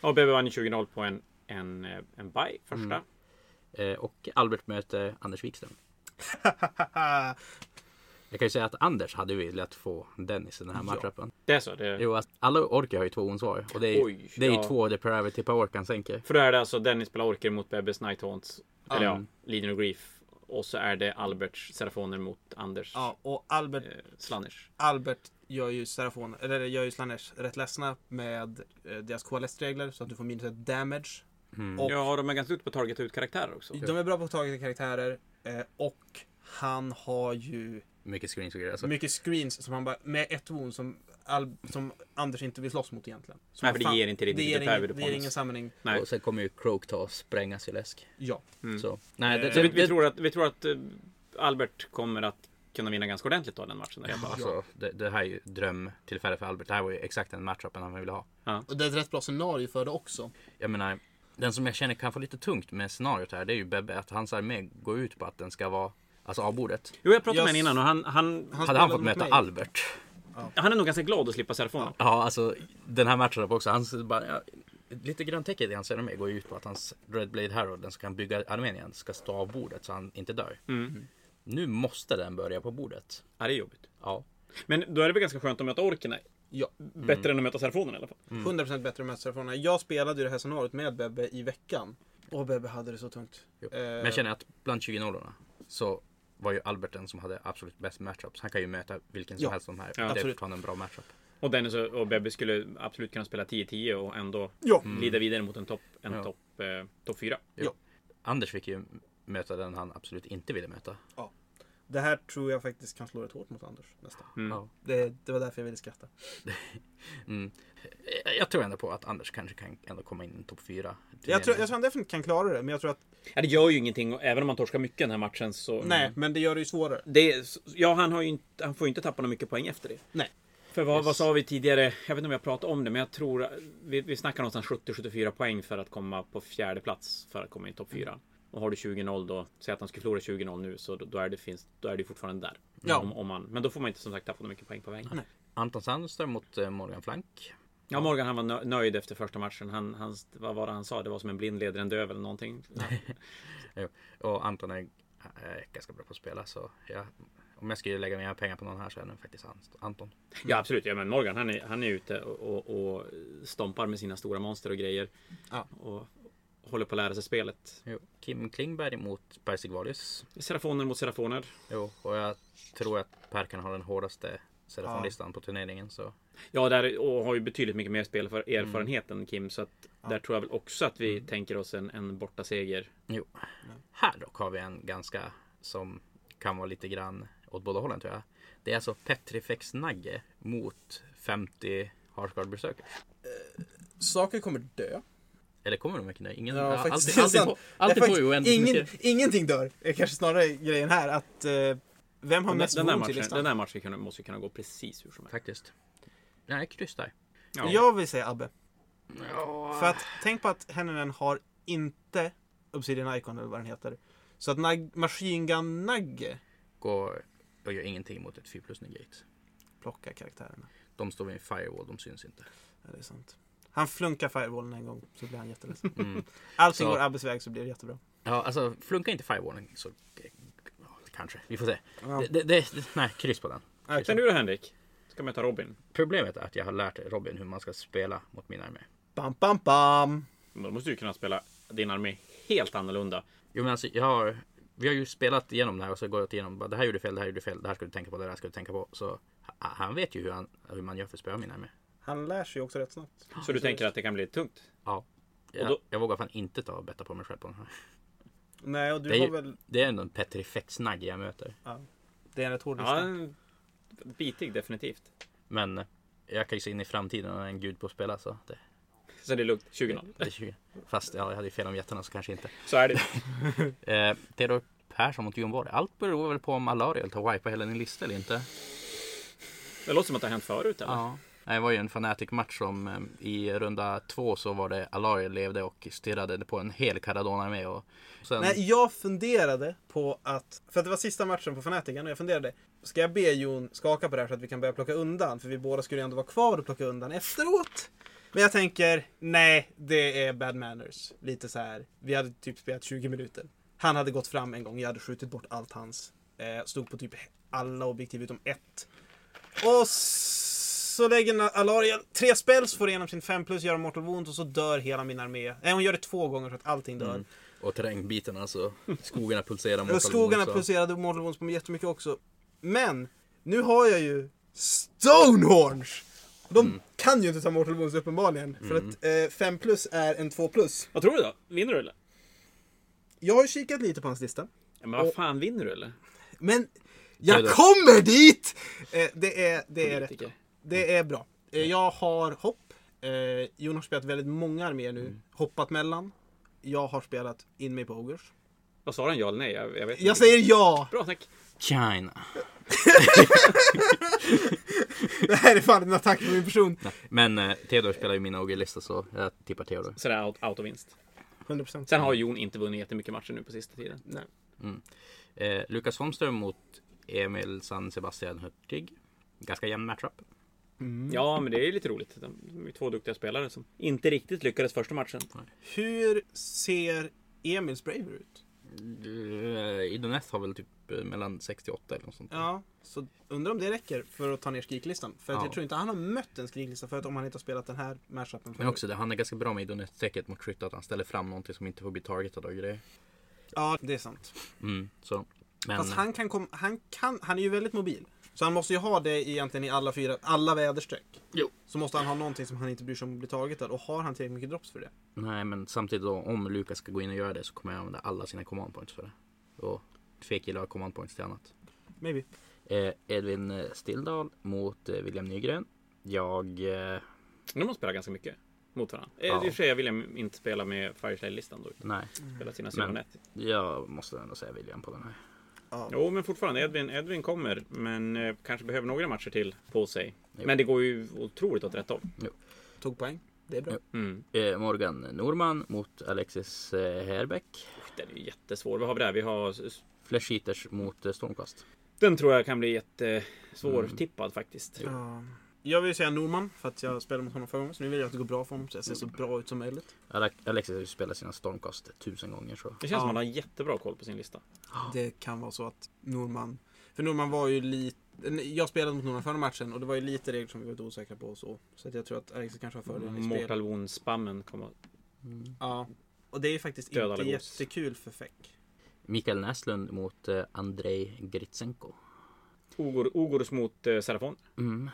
B: Ja, BB vann ju 20-0 på en, en, eh, en buy första.
A: Eh, och Albert möter Anders Wikström. Jag kan ju säga att Anders hade velat få Dennis i den här matchupen.
B: Det är så. Det,
A: Jo, att alla orkar har ju två ons var. Och det är,
B: Oj,
A: det är
B: ja.
A: ju två det Pravity per orkan sänker.
B: För då är det alltså Dennis spelar orker mot Bebbes Night Haunts. Eller ja, Leader of Grief. Och så är det Alberts Serafoner mot Anders
C: Ja, och Albert,
B: eh, Slanners.
C: Albert gör ju Serafon, eller gör ju Slanners rätt ledsna med eh, deras KLS-regler så att du får minus ett damage.
A: Mm.
C: Och
B: Ja, de är ganska duktiga på att targeta ut karaktärer också.
C: De är bra på att ta karaktärer eh, och han har ju
A: Mycket screens och grejer. Alltså.
C: mycket screens som han bara, med ett wound som, all, som Anders inte vill slåss mot egentligen. Så
B: Nej, för det
C: fan-
B: ger inte
C: det
B: riktigt
C: ger,
B: repair
C: ingen, det ger
B: upon
C: ingen
B: us.
C: samling.
B: Nej.
A: Och sen kommer ju Croak ta och sprängas i läsk.
C: Ja.
A: Så. Nej, det, det,
B: Så vi, vi,
A: det,
B: tror att, vi tror att eh, Albert kommer att kunna vinna ganska ordentligt då den matchen. Ja.
A: alltså, det, det här är ju drömtillfälle för Albert. Det här var ju exakt den matchupen han ville ha.
C: Och det är ett rätt bra scenario för det också.
A: Jag menar, den som jag känner kan få lite tungt med scenariot här, det är ju Bebbe. Att hans armé går ut på att den ska vara, alltså avbordet.
B: Jo, jag pratade
C: Jag
B: med honom innan och han, han,
C: Han
A: Hade han
C: spelade
A: fått
C: mot
A: möta
C: mig.
A: Albert
B: Han är nog ganska glad att slippa Serafonerna.
A: Ja, alltså den här matchen upp också. Hans, bara, ja, lite gröntäcket i hans renommé går ju ut på att hans Red Blade Herald, den som kan bygga Armenien, ska stå av bordet så han inte dör.
C: Mm.
A: Nu måste den börja på bordet.
B: Ja, det är jobbigt.
A: Ja,
B: Men då är det väl ganska skönt att möta orkerna.
C: Ja.
B: Bättre än att möta Serafonerna i alla fall.
C: 100% bättre mästerfrågorna. Jag spelade ju det här scenariot med Bebbe i veckan. Och Bebbe hade det så tungt.
A: jo.
C: Eh.
A: Men jag känner att bland 20 nollorna så var ju Albert den som hade absolut bäst matchups. Han kan ju möta vilken som
C: Ja,
A: helst av de här.
B: ja,
A: det är
C: absolut.
A: fortfarande en bra matchup.
B: Och Dennis och och Bebbe skulle absolut kunna spela 10-10 och ändå
C: Ja.
B: glida vidare mot en topp en
A: Ja.
B: topp, eh, topp 4.
A: Anders fick ju möta den han absolut inte ville möta.
C: Det här tror jag faktiskt kan slå rätt hårt mot Anders nästa.
B: Mm.
A: Ja.
C: Det, det var därför jag ville skratta.
A: Mm. Jag- Jag tror ändå på att Anders kanske kan ändå komma in i en topp fyra.
C: Jag tror, jag tror han definitivt kan klara det, men jag tror att...
B: Ja, det gör ju ingenting, och även om man torskar mycket i den här matchen så...
C: Nej, men det gör det ju svårare.
B: Det är, ja, han, har ju inte, han får ju inte tappa några mycket poäng efter det.
C: Nej.
B: För vad, vad sa vi tidigare? Jag vet inte om jag pratade om det, men jag tror... Vi, vi snackar någonstans 70-74 poäng för att komma på fjärde plats för att komma in i topp 4.
C: Mm.
B: Och har du 20-0 då, säg att han skulle förlora 20-0 nu, så då, då, är det finns, då är det ju fortfarande där.
C: Ja. Ah,
B: Om, om man, men då får man inte som sagt tappa några mycket poäng på vägen.
A: Anton Sandström mot eh, Morgan Flank.
B: Ja, Morgan han var nö- nöjd efter första matchen. Han, han, vad var det han sa? Det var som en blind leder en döv eller någonting.
A: Jo, Eh, Och Anton är är ganska bra på att spela så jag, om jag skulle lägga mina pengar på någon här så är det faktiskt An- Anton.
C: Mm.
B: Ja absolut, ja, men Morgan han är, han är ute och, och, och stompar med sina stora monster och grejer.
C: Ja.
B: Och håller på att lära sig spelet.
A: Jo. Kim Klingberg mot Per Sigvalius.
B: Serafoner mot Serafoner.
A: Jo, och jag tror att Per kan ha den hårdaste serafonlistan på turneringen så
B: Ja, där, och har ju betydligt mycket mer spel för
C: Mm.
B: erfarenheten Kim. Så att där tror jag väl också att vi tänker oss en, en bortaseger.
A: jo. Här dock har vi en ganska som kan vara lite grann åt båda hållen tror jag. Det är alltså Petrifex Nagge mot 50 Harsgard Berserker.
C: Saker kommer dö.
A: Eller kommer de verkligen dö? Ingen,
C: Ja,
A: alltid,
C: faktiskt.
A: alltid,
C: sant.
A: får-
C: Det är
A: alltid får
C: faktiskt
A: ju oändligt
C: ingen,
A: mycket.
C: Ingenting dör. Det är kanske snarare grejen här att... Eh, vem har
B: Den,
C: mest
B: den, där
C: wound
B: matchen,
C: till
B: den
C: listan?
B: där matchen kan, måste ju kunna gå precis hur som helst.
A: Faktiskt. Nej, kryss där.
B: Ja.
C: Jag vill säga Abbe. För att tänk på att Henninen har inte Obsidian Icon eller vad den heter. Så att nag- Machine Gun Nagge
A: går och gör ingenting mot ett 4 plus 9 gate.
C: plockar karaktärerna.
A: De står vid en firewall, de syns inte.
C: Ja, det är sant. Han flunkar firewallen en gång så blir han jätteledsen.
B: Mm.
C: Allting
A: Så-
C: går Abbes väg så blir det jättebra.
A: Ja, alltså flunka inte firewallen så ja, kanske. Vi får se. Det, det, det, nej, kryss på den.
B: Sen du då Henrik? Ska möta Robin.
A: Problemet är att jag har lärt Robin hur man ska spela mot min armé.
C: Bam, bam, bam!
B: Då måste du kunna spela din armé helt annorlunda.
A: Jo, men alltså, jag har, vi har ju spelat igenom det här och så går jag igenom. bara, Det här gjorde fel, det här gjorde fel, det här ska du tänka på, det här ska du tänka på. Så ha- han vet ju hur, han, hur man gör för att spela min armé.
C: Han lär sig ju också rätt snabbt.
B: Så du tänker att det kan bli tungt?
A: Ja. Jag,
B: då-
A: jag vågar fan inte ta och betta på mig själv på den här.
C: Nej, och du
A: Det är
C: har
A: ju-
C: väl...
A: Det är ändå en petrifex-nagg jag möter.
C: Det är en rätt hård
B: Ja,
C: lista.
B: en- bitig definitivt.
A: Men eh, jag kan ju se in i framtiden och är en gud på att spela så det,
B: Så det är lugnt. 20
A: det är 20. Fast ja, jag hade ju fel om jättarna så kanske inte.
B: Så är det.
A: Eh, Theodor Persson mot Jon Borg. Allt beror väl på om Alariel tar wipa hela din lista eller inte.
B: Det låter som att det har hänt förut eller?
A: Ja. Nej, Det var ju en Fnatic-match som eh, i runda två så var det Alariel levde och stirrade på en hel Caradona med och sen...
C: Nej, jag funderade på att... För att det var sista matchen på Fanatican och jag funderade. Ska jag be Jon skaka på det här så att vi kan börja plocka undan? För vi båda skulle ju ändå vara kvar och plocka undan efteråt. Men jag tänker, nej, det är bad manners. Lite så här. Vi hade typ spelat 20 minuter. Han hade gått fram en gång, jag hade skjutit bort allt hans. Eh, stod på typ alla objektiv utom ett. Och så lägger Alariel tre spells, får igenom sin 5 plus, gör en mortal wound och så dör hela min armé. Nej, hon gör det två gånger så att allting dör.
A: Och terrängbiten alltså. Skogarna pulserar
C: Och
A: mot
C: skogarna
A: Almon, så-
C: pulserade Mortal Wounds på mig jättemycket också. Men nu har jag ju Stonehorns! Och
A: Mm.
C: de kan ju inte ta Mortal Wounds uppenbarligen. För att eh, 5 plus är en 2 plus.
B: Vad tror du då? Vinner du eller?
C: Jag har ju kikat lite på hans lista.
B: Ja, men vad fan, vinner du eller?
C: Men
A: Det är
C: jag
A: det.
C: kommer dit! Eh, det är, det är rätt
B: Politiker.
C: bra. Det är bra. Eh,
A: Mm.
C: jag har hopp. Eh, Jon har spelat väldigt många arméer nu.
A: Mm.
C: Hoppat mellan. Jag har spelat in mig på Ogers.
B: Vad sa han? Ja eller nej? Jag, jag vet inte.
A: Mm.
C: Jag säger ja!
B: Bra tack.
A: China.
C: Det här är fan en attack på min person.
A: Men eh, Theodor spelar ju min OG-lista så jag tippar Theodor.
B: Sådär out, out och vinst.
C: 100%.
B: Sen har Jon inte vunnit jättemycket matcher nu på sista tiden.
C: Nej.
A: Eh, Lukas Holmström mot Emil San Sebastian Hurtig. Ganska jämn matchup.
B: Ja, men det är ju lite roligt. De de är ju två duktiga spelare som inte riktigt lyckades första matchen.
D: Hur ser Emils Braver ut?
A: Idoneth har väl typ eh, mellan 68 eller något sånt.
D: Ja, så undrar om det räcker för att ta ner skriklistan. För att
A: Ja.
D: jag tror inte han har mött en skriklista förut om han inte har spelat den här matchupen
A: Men
D: förut.
A: också det, han är ganska bra med Idoneth-strecket mot skytt. Att han ställer fram någonting som inte får bli targetad och grejer.
D: Ja, det är sant.
A: Mm, så. Men,
D: Fast han kan, kom, han kan, han är ju väldigt mobil. Så han måste ju ha det egentligen i alla fyra, alla väderstreck.
A: Jo.
D: Så måste han ha någonting som han inte bryr sig om att bli taget av. Och har han tillräckligt mycket drops för det?
A: Nej, men samtidigt då, om Lukas ska gå in och göra det så kommer jag använda alla sina command points för det. Och tvekillar har command points till annat.
D: Maybe.
A: Eh, Edvin eh, Stilldal mot eh, William Nygren. Jag... Eh,
B: De har spelat ganska mycket mot varandra.
A: Ja.
B: Ja. Mm. I och för sig, William inte spela med Firefly-listan då. utan
A: nej,
B: Spela sina
A: Men-
B: Symonett.
A: jag måste ändå säga William på den här.
B: Jo, men fortfarande. Edvin, Edvin kommer, men eh, kanske behöver några matcher till på sig.
A: Jo.
B: Men det går ju otroligt åt rätt håll.
D: Tog poäng. Det är bra.
A: Ja.
B: Mm.
A: Eh, Morgan Norman mot Alexis eh, Herbeck.
B: Den är ju jättesvår. Vad har vi där? Vi har... s- s-
A: Flash Eaters mot eh, Stormcast.
B: Den tror jag kan bli jättesvårtippad faktiskt.
D: Ja. Jag vill ju säga Norman för att jag spelade mot honom förra gången. Så nu vill jag att det går bra för honom så jag ser så bra ut som möjligt.
A: Ale- Alexis har ju spelat sina Stormcast tusen gånger så.
B: Det känns som
D: Ja.
B: att han har jättebra koll på sin lista.
D: Det kan vara så att Norman... För Norman var ju lite... Jag spelade mot Norman förra matchen och det var ju lite regler som vi var lite osäkra på och så. Så att jag tror att Alex kanske har fördelen i spel.
B: Mortal Wound-spammen kommer...
A: Mm.
D: Ja. Och det är ju faktiskt
B: Döda
D: inte
B: Legos.
D: jättekul för Feck.
A: Mikael Näslund mot eh, Andrei Gritsenko.
B: Ogor, Ogorus mot eh, Serafon.
A: Mm.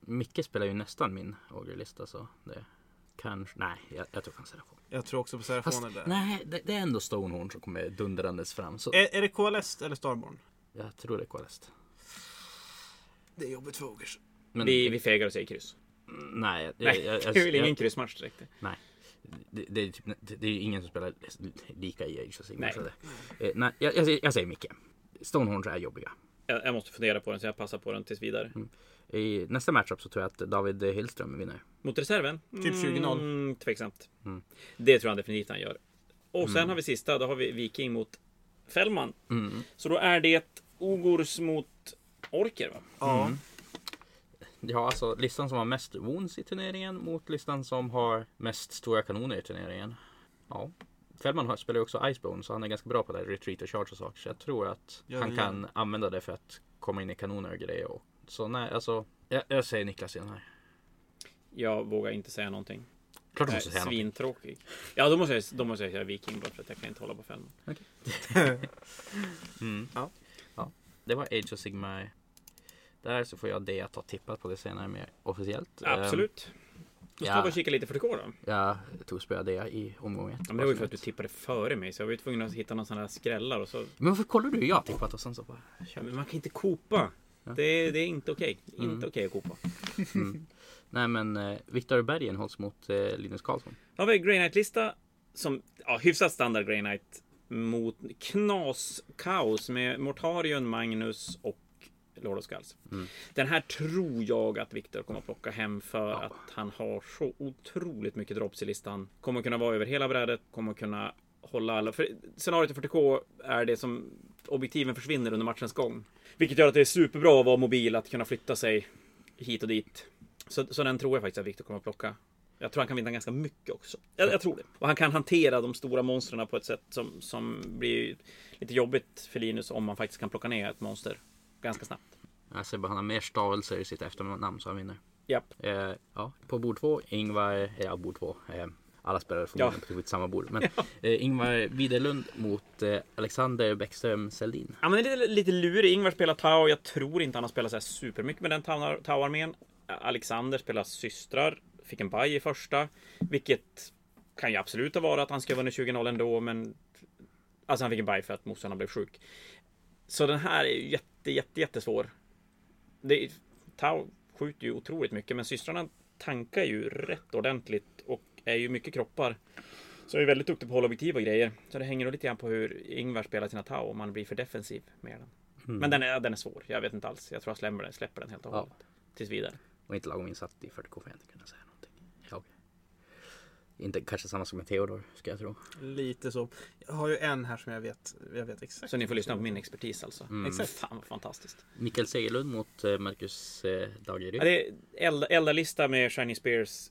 A: Micke spelar ju nästan min Ogre-lista så det kanske... Nej, jag, jag tror han ser det på.
D: Jag tror också på
A: Fast,
D: Serafoner där.
A: nej, det, det är ändå Stonehorn som kommer dundrandes fram.
B: Eh.
A: Så
D: Är, är det KLS eller Starborn?
A: jag tror det är Kolest.
D: Det är jobbigt för Ogers.
A: Men
B: Vi, vi fegar och säger kryss.
A: nej, jag-
B: Nej,
A: jag- jag-
B: det är väl ingen
A: jag-
B: kryssmatch direkt.
A: det, det, är typ, det är ju ingen som spelar lika i Age of Sigmar.
B: Nej.
A: så det- eh, Nej, jag, jag, säger- jag säger Micke. Stonehorns är jobbiga.
B: Jag, jag måste fundera på den så jag passar på den tills vidare.
A: I nästa matchup så tror jag att David Hillström vinner.
B: Mot reserven?
D: Typ 20-0.
B: Mm, tveksamt.
A: Mm.
B: Det tror jag definitivt han gör. Och sen har vi sista, då har vi Viking mot Fällman.
A: Mm.
B: Så då är det Ogors mot Orker va?
D: Ja.
A: Ja, alltså listan som har mest wounds i turneringen mot listan som har mest stora kanoner i turneringen. Ja. Fällman har- spelar ju också Icebone så han är ganska bra på det här retreat och charge och saker. Så jag tror att
D: Ja,
A: han
D: ja.
A: kan använda det för att komma in i kanoner och grejer. Och, så nej, alltså. Jag, jag säger Niklas i den här.
B: Jag vågar inte säga någonting.
A: Klart du
B: Jag är
A: måste säga någonting.
B: Eh, svintråkig. Ja, då måste, jag, då måste jag säga Viking bara för att jag kan inte hålla på Fällman.
A: Det var Age of Sigmar. Där så får jag det att ha tippat på det senare mer officiellt. Ehm,
B: Absolut. Då ska
A: Eh, ja.
B: vi bara kika lite 40K då.
A: Ehm, jag tog spöa det i omgång ett.
B: Ja, men det var ju för att du tippade före mig så jag var ju tvungen att hitta någon sån här skrällar och så.
A: Men varför kollar du? Jag har tippat och sen så bara.
B: Ja, men man kan inte kopa. Det, det är inte okej.
A: Mm.
B: Inte okej att kopa.
A: Nej men eh, Viktor Bergen hålls mot eh, Linus Karlsson.
B: Då har vi Grey Knight-lista. Som, ja, hyfsat standard Grey Knight. Mot knas-kaos med Mortarion, Magnus och Lord of Skulls. Den här tror jag att Viktor kommer att plocka hem för att han har så otroligt mycket drops i listan. Kommer kunna vara över hela brädet, kommer kunna hålla alla... För scenariot i 40K är det som objektiven försvinner under matchens gång. Vilket gör att det är superbra att vara mobil, att kunna flytta sig hit och dit. Så, så den tror jag faktiskt att Viktor kommer att plocka. Jag tror han kan vinna ganska mycket också. Jag, jag tror det. Och han kan hantera de stora monstren på ett sätt som, som blir lite jobbigt för Linus om man faktiskt kan plocka ner ett monster ganska snabbt.
A: Jag ser bara han har mer stavelser i sitt efternamn så han vinner.
B: Japp.
A: Eh, ja, på bord två, Ingvar, ja bord två. Eh, alla spelare förmodligen på typ samma bord. Men eh, Ingvar Widerlund mot eh, Alexander Bäckström Seldin.
B: Ja, men det är lite, lite lurig. Ingvar spelar Tau. Jag tror inte han har spelat så här supermycket med den Tau- Tau-armén. Alexander spelar systrar. Fick en baj i första. Vilket kan ju absolut vara att han ska vinna 20-0 ändå, men... Alltså han fick en baj för att motståndaren blev sjuk. Så den här är ju jätte, jätte, jättesvår. Det är, Tau skjuter ju otroligt mycket, men systrarna tankar ju rätt ordentligt och är ju mycket kroppar. Så jag är väldigt duktig på att hålla objektiv och grejer. Så det hänger nog lite grann på hur Ingvar spelar sina Tau, om han blir för defensiv med den. Men den är, den är svår. Jag vet inte alls. Jag tror jag släpper den, släpper den helt och
A: Ja.
B: hållet. Tills vidare.
A: Och inte lagom insatt i 40K för att jag inte kunna säga någonting. Ja, okej. Inte kanske samma som med Theodor, ska jag tro.
C: Lite så. Jag har ju en här som jag vet, jag vet exakt.
B: Så ni får lyssna på min expertis alltså. Exakt. Fan vad fantastiskt.
A: Mikael Segerlund mot eh, Marcus eh, Dageryd.
B: Ja, det är elda, elda-lista med Shiny Spears.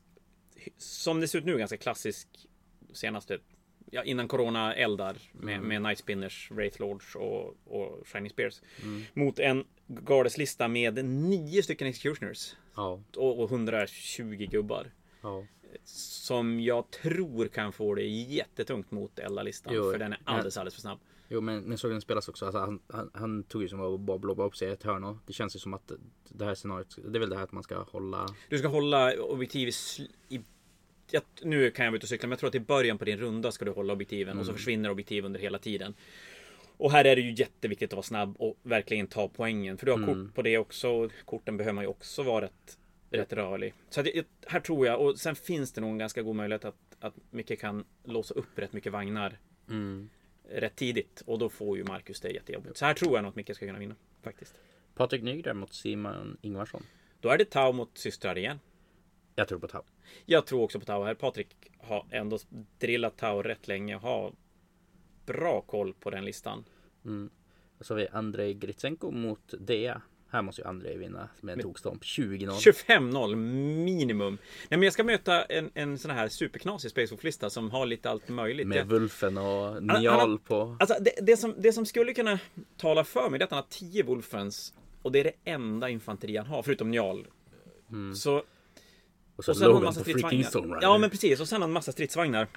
B: Som det ser ut nu, ganska klassisk. Senaste, ja, innan Corona eldar med, med Night Spinners, Wraith Lords och, och Shiny Spears. Mot en Gardes-lista med nio stycken Executioners
A: Ja,
B: och, och 120 gubbar.
A: ja.
B: Som jag tror kan få det jättetungt mot elda-listan.
A: Jo,
B: För den är
A: ja.
B: alldeles, alldeles för snabb.
A: Jo, men, men såg den spelas också. Alltså, han, han, han tog ju som att bara blobba upp sig i ett hörn. och Det känns ju som att det här scenariot, det är väl det här att man ska hålla.
B: Du ska hålla objektiv i... sl- i jag, nu kan jag vara ute och cykla, men jag tror att i början på din runda ska du hålla objektiven och så
A: Mm.
B: försvinner objektiv under hela tiden. Och här är det ju jätteviktigt att vara snabb och verkligen ta poängen. För du har
A: Mm.
B: kort på det också. och Korten behöver man ju också vara rätt, rätt rörlig. Så att, jag- här tror jag, och sen finns det nog en ganska god möjlighet att, att Micke kan låsa upp rätt mycket vagnar Mm. rätt tidigt. Och då får ju Marcus det jättejobbigt. Så här tror jag nog att Micke ska kunna vinna. Faktiskt.
A: Patrik Nygren mot Simon Ingvarsson.
B: Då är det Tau mot systrar igen.
A: Jag tror på Tau.
B: Jag tror också på Tau här. Patrik har ändå drillat Tau rätt länge och har bra koll på den listan.
A: Och så har vi Andrei Gritsenko mot Dea. Här måste ju Andrei vinna med en tokstomp. 20-0.
B: 25-0 minimum. Nej, men jag ska möta en, en sån här superknasig Space Wolf-lista som har lite allt möjligt.
A: Med
B: Jag-
A: Wulfen och
B: han-
A: Njal på.
B: Alltså, det, det, som, det som skulle kunna tala för mig det är att han har 10 Wolfens och det är det enda infanteri han har, förutom Njal. Så
A: Och så
B: Och sen har han
A: Alltså, Logan
B: massa
A: på freaking
B: stridsvagnar.
A: Stormrunner.
B: Ja men precis, och sen har han massa stridsvagnar.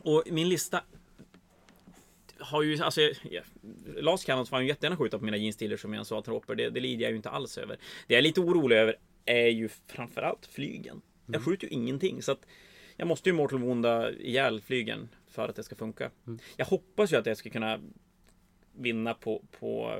B: Och min lista har ju, alltså, ja, Lars Cannons får han ju jättegärna skjuta på mina jeansstiller som jag sa troper. Det, det lider jag ju inte alls över. Det jag är lite orolig över är ju framförallt flygen.
A: Mm.
B: Jag skjuter ju ingenting så att jag måste ju Mortal Wounda ihjäl flygen för att det ska funka.
A: Mm.
B: Jag hoppas ju att jag ska kunna vinna på, på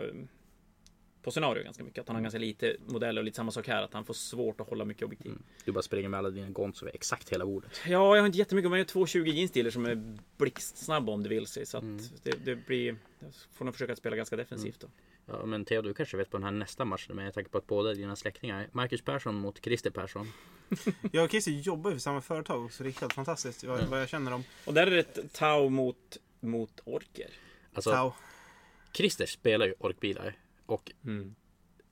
B: på scenario ganska mycket. Att
A: Mm.
B: han har ganska lite modeller och lite samma sak här. Att han får svårt att hålla mycket objektiv.
A: Du bara springer med alla dina Gonzo över exakt hela bordet.
B: Ja, jag har inte jättemycket, men jag har 2,20 jeansdealer som är blixtsnabba om det vill sig. Så att
A: Mm.
B: det, det blir... Jag får nog försöka spela ganska defensivt då.
A: Ja men Theo du kanske vet på den här nästa matchen med tanke på att båda är dina släktingar. Marcus Persson mot Christer Persson.
C: Jag och Christer jobbar ju för samma företag också. Det är helt fantastiskt vad,
B: Mm.
C: vad jag känner om
B: Och där är det ett Tau mot, mot Orker.
A: Alltså,
C: Tau.
A: Christer spelar ju orkbilar och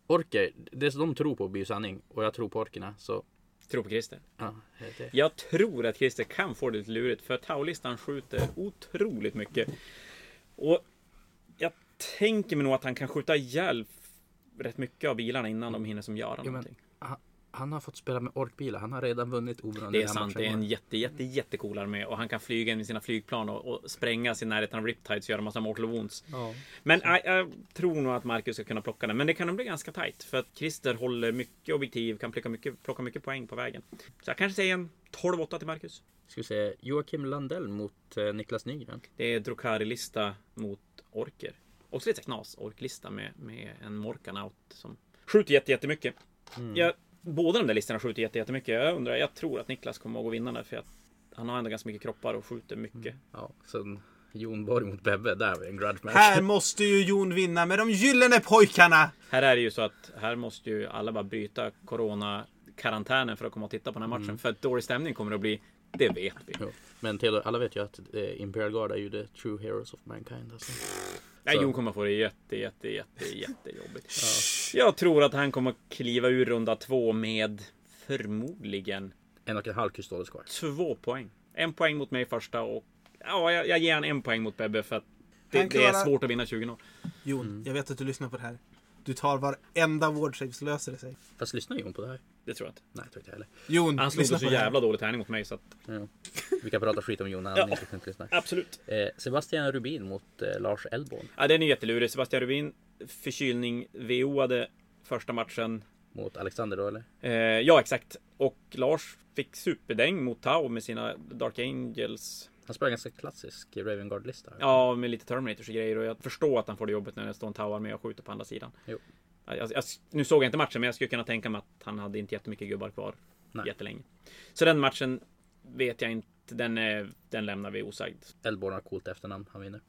A: orker, det som de tror på blir ju sanning och jag tror på orkerna så
B: Tror på Christer.
A: ja, det,
B: Jag tror att Christer kan få det lite lurigt för Tau-listan skjuter otroligt mycket. Och jag tänker mig nog att han kan skjuta ihjäl f- rätt mycket av bilarna innan de hinner som göra
A: men-
B: någonting.
A: han, han har fått spela med orkbilar, han har redan vunnit oberoende
B: Det är
A: den här
B: sant.
A: matchen.
B: Det är en jätte, jätte, jättecool armé och han kan flyga in i sina flygplan och, och spränga sig i närheten av Riptides och göra massa mortal wounds.
A: Ja.
B: Men jag, jag tror nog att Marcus ska kunna plocka den. Men det kan nog bli ganska tajt för att Christer håller mycket objektiv, kan plocka mycket, plocka mycket poäng på vägen. Så jag kanske säger en 12-8 till Marcus.
A: Ska vi se, Joakim Landell mot eh, Niklas Nygren.
B: Det är Drukari-lista mot Orker. Också lite knas orklista med, med en Morkanaut som skjuter jätte, jättemycket. Jag, båda de där listorna skjuter jätte, jättemycket. Jag undrar, jag tror att Niklas kommer att gå vinnande för att han har ändå ganska mycket kroppar och skjuter mycket.
A: Ja, sen Jon Borg mot Bebbe, där har vi en grudge match.
C: Här måste ju Jon vinna med de gyllene pojkarna!
B: Här är det ju så att här måste ju alla bara bryta corona-karantänen för att komma och titta på den här
C: Mm.
B: matchen. För att dålig stämning kommer det att bli, det vet vi.
A: Jo. Men Theodor, alla vet ju att eh, Imperial Guard är ju the true heroes of mankind. Alltså.
B: Nej,
A: Så.
B: Jon kommer få det jätte, jätte, jätte, jättejobbigt. Jag tror att han kommer kliva ur runda två med förmodligen
A: En och en halv kustodes kvar.
B: två poäng. En poäng mot mig första och ja, jag, jag ger han en poäng mot Bebbe för att det,
C: Han
B: det är
C: klarar-
B: svårt att vinna 20 år.
C: Jon,
D: Mm.
C: jag vet att du lyssnar på det här. Du tar varenda ward save så löser det sig.
A: Fast lyssnar Jon på det här?
B: Det tror jag inte.
A: Nej, tror inte jag heller.
C: Jon,
B: Han slog
C: lyssna
B: en
C: på
B: så
C: det här.
B: jävla dålig tärning mot mig så att
A: Ja. Vi kan prata skit om Jon när han
B: Ja.
A: inte lyssnar.
B: absolut.
A: Eh, Sebastian Rubin mot eh, Lars Elborn
B: Ja, den är jättelurig. Sebastian Rubin förkylning, VO-ade första matchen.
A: mot Alexander då eller?
B: Eh, ja, exakt. Och Lars fick superdäng mot Tau med sina Dark Angels.
A: Han spelar ganska klassisk Raven Guard-lista.
B: Ja, med lite Terminators och grejer. Och jag förstår att han får det jobbet när det står en Tau med och skjuter på andra sidan.
A: Jo.
B: Jag, jag, nu såg jag inte matchen, men jag skulle kunna tänka mig att han hade inte jättemycket gubbar kvar
A: Nej.
B: jättelänge. Så den matchen vet jag inte. Den, är, den lämnar vi osagd.
A: Elborn har coolt efternamn, han vinner.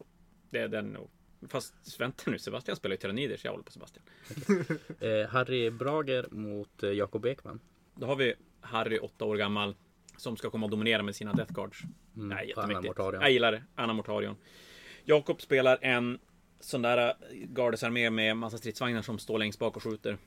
B: Det är den nog. Fast vänta nu, Sebastian spelar ju Tyranniders. Jag håller på Sebastian.
A: Eh, Harry Brager mot eh, Jakob Ekman.
B: Då har vi Harry, åtta år gammal. Som ska komma och dominera med sina Death Guards.
A: Mm,
B: Nej,
A: och Anna
B: jättemäktigt.
A: Mortarion.
B: Jag gillar det. Anna Mortarion. Jakob spelar en sån där eh, gardesarmé med massa stridsvagnar som står längst bak och skjuter.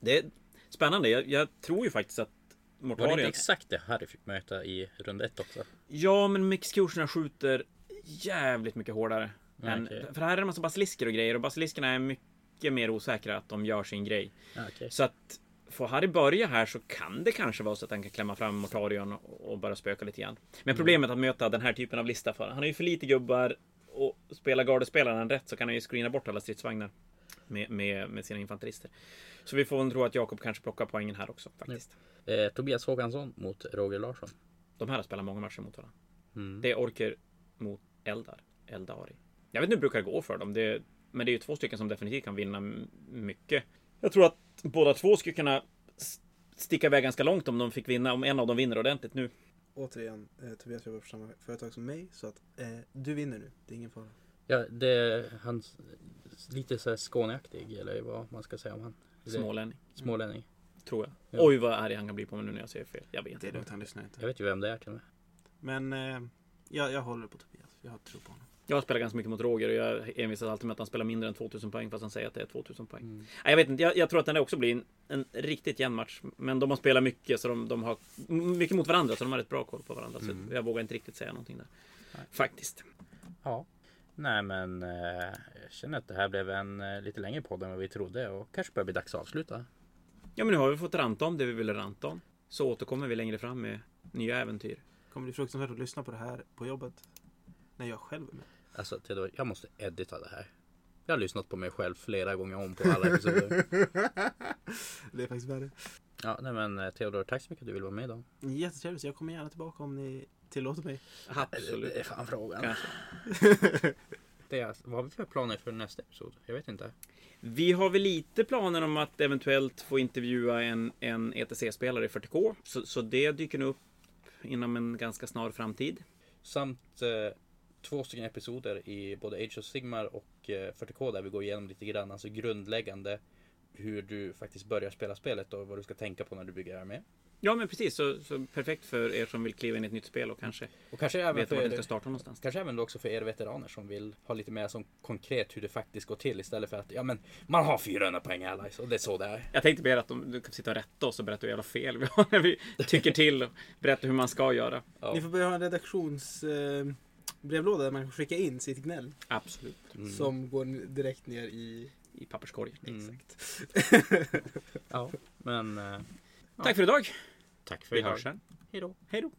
B: Det är spännande. Jag, jag tror ju faktiskt att
A: Var det inte
B: Mortarion...
A: exakt det Harry fick möta i runda ett också?
B: Ja, men Mixcutioner skjuter jävligt mycket hårdare.
A: Ja,
B: än,
A: okej.
B: För här är det massa basilisker och grejer och basiliskerna är mycket mer osäkra att de gör sin grej.
A: Ja, okej.
B: Så att får Harry börja här så kan det kanske vara så att han kan klämma fram Mortarion och bara spöka lite grann. Men problemet att möta den här typen av lista för, han har ju för lite gubbar och spelar gardespelaren rätt så kan han ju screena bort alla stridsvagnar med, med, med sina infanterister. Så vi får väl tro att Jakob kanske plockar poängen här också faktiskt.
A: Eh, Tobias Håkansson mot Roger Larsson.
B: De här har spelat många matcher mot varandra.
D: Mm.
B: Det är Orker mot Eldar. Eldari. Jag vet inte hur det brukar gå för dem. Det, men det är ju två stycken som definitivt kan vinna m- mycket. Jag tror att båda två skulle kunna s- sticka iväg ganska långt om de fick vinna. Om en av dem vinner ordentligt nu.
D: Återigen, eh, Tobias jobbar på samma företag som mig så att eh, du vinner nu. Det är ingen fara.
A: Ja, det är han lite så här Skåneaktig eller vad man ska säga om han. Det-
B: Smålänning,
A: Smålänning.
B: tror jag.
A: Ja.
B: Oj, vad arg han kan bli på mig nu när jag säger fel. Jag vet.
D: Det är lugnt, han lyssnar inte.
A: Jag vet ju vem det är till och med.
D: Men eh, jag, jag håller på Tobias. Jag tror på honom.
B: Jag har spelat ganska mycket mot Roger och jag envisas alltid med att han spelar mindre än 2000 poäng fast han säger att det är 2000 poäng. Nej, jag vet inte, jag, jag tror att den där också blir en, en riktigt jämn match. Men de har spelat mycket, så de, de har m- mycket mot varandra, så de har rätt bra koll på varandra. Så jag vågar inte riktigt säga någonting där. Faktiskt.
A: Ja. Nej men eh, jag känner att det här blev en eh, lite längre podd än vad vi trodde och kanske börjar bli dags att avsluta.
B: Ja, men nu har vi fått ranta om det vi ville ranta om. Så återkommer vi längre fram med nya äventyr.
D: Det kommer bli fruktansvärt att lyssna på det här på jobbet. När jag själv är med.
A: Alltså Theodor, jag måste edita det här. Jag har lyssnat på mig själv flera gånger om på alla episoder.
D: Det är faktiskt värre.
A: ja, nej men eh, Theodor, tack så mycket att du vill vara med idag.
D: Jättetrevligt. Jag kommer gärna tillbaka om ni tillåter mig.
B: Absolut.
A: Det är fan frågan. alltså.
B: Kanske.
A: det är, alltså, vad har vi för planer för nästa episod? Jag vet inte.
B: Vi har väl lite planer om att eventuellt få intervjua en, en ETC-spelare i 40K. Så, så det dyker nog upp inom en ganska snar framtid.
A: Samt eh, två stycken episoder i både Age of Sigmar och eh, 40K där vi går igenom lite grann, alltså grundläggande hur du faktiskt börjar spela spelet och vad du ska tänka på när du bygger armé.
B: Ja, men precis. Så, så perfekt för er som vill kliva in i ett nytt spel och kanske
A: Och kanske även,
B: vet var
A: för
B: ni ska
A: er,
B: starta någonstans.
A: kanske även då också för er veteraner som vill ha lite mer som konkret hur det faktiskt går till istället för att ja men man har 400 poäng i allies och det är så det är.
B: Jag tänkte be er att de du kan sitta och rätta oss och berätta hur jävla fel vi har när vi tycker till och berättar hur man ska göra.
A: Ja.
D: Ni får börja ha en redaktionsbrevlåda eh, brevlåda där man kan skicka in sitt gnäll.
B: Absolut.
A: Mm.
D: Som går n- direkt ner i...
B: I papperskorgen.
D: Exakt.
A: Ja, eh, men eh,
B: Tack för idag.
A: tack för
B: Vi
A: idag.
B: hörs sen.
A: Hej då.
B: Hej då.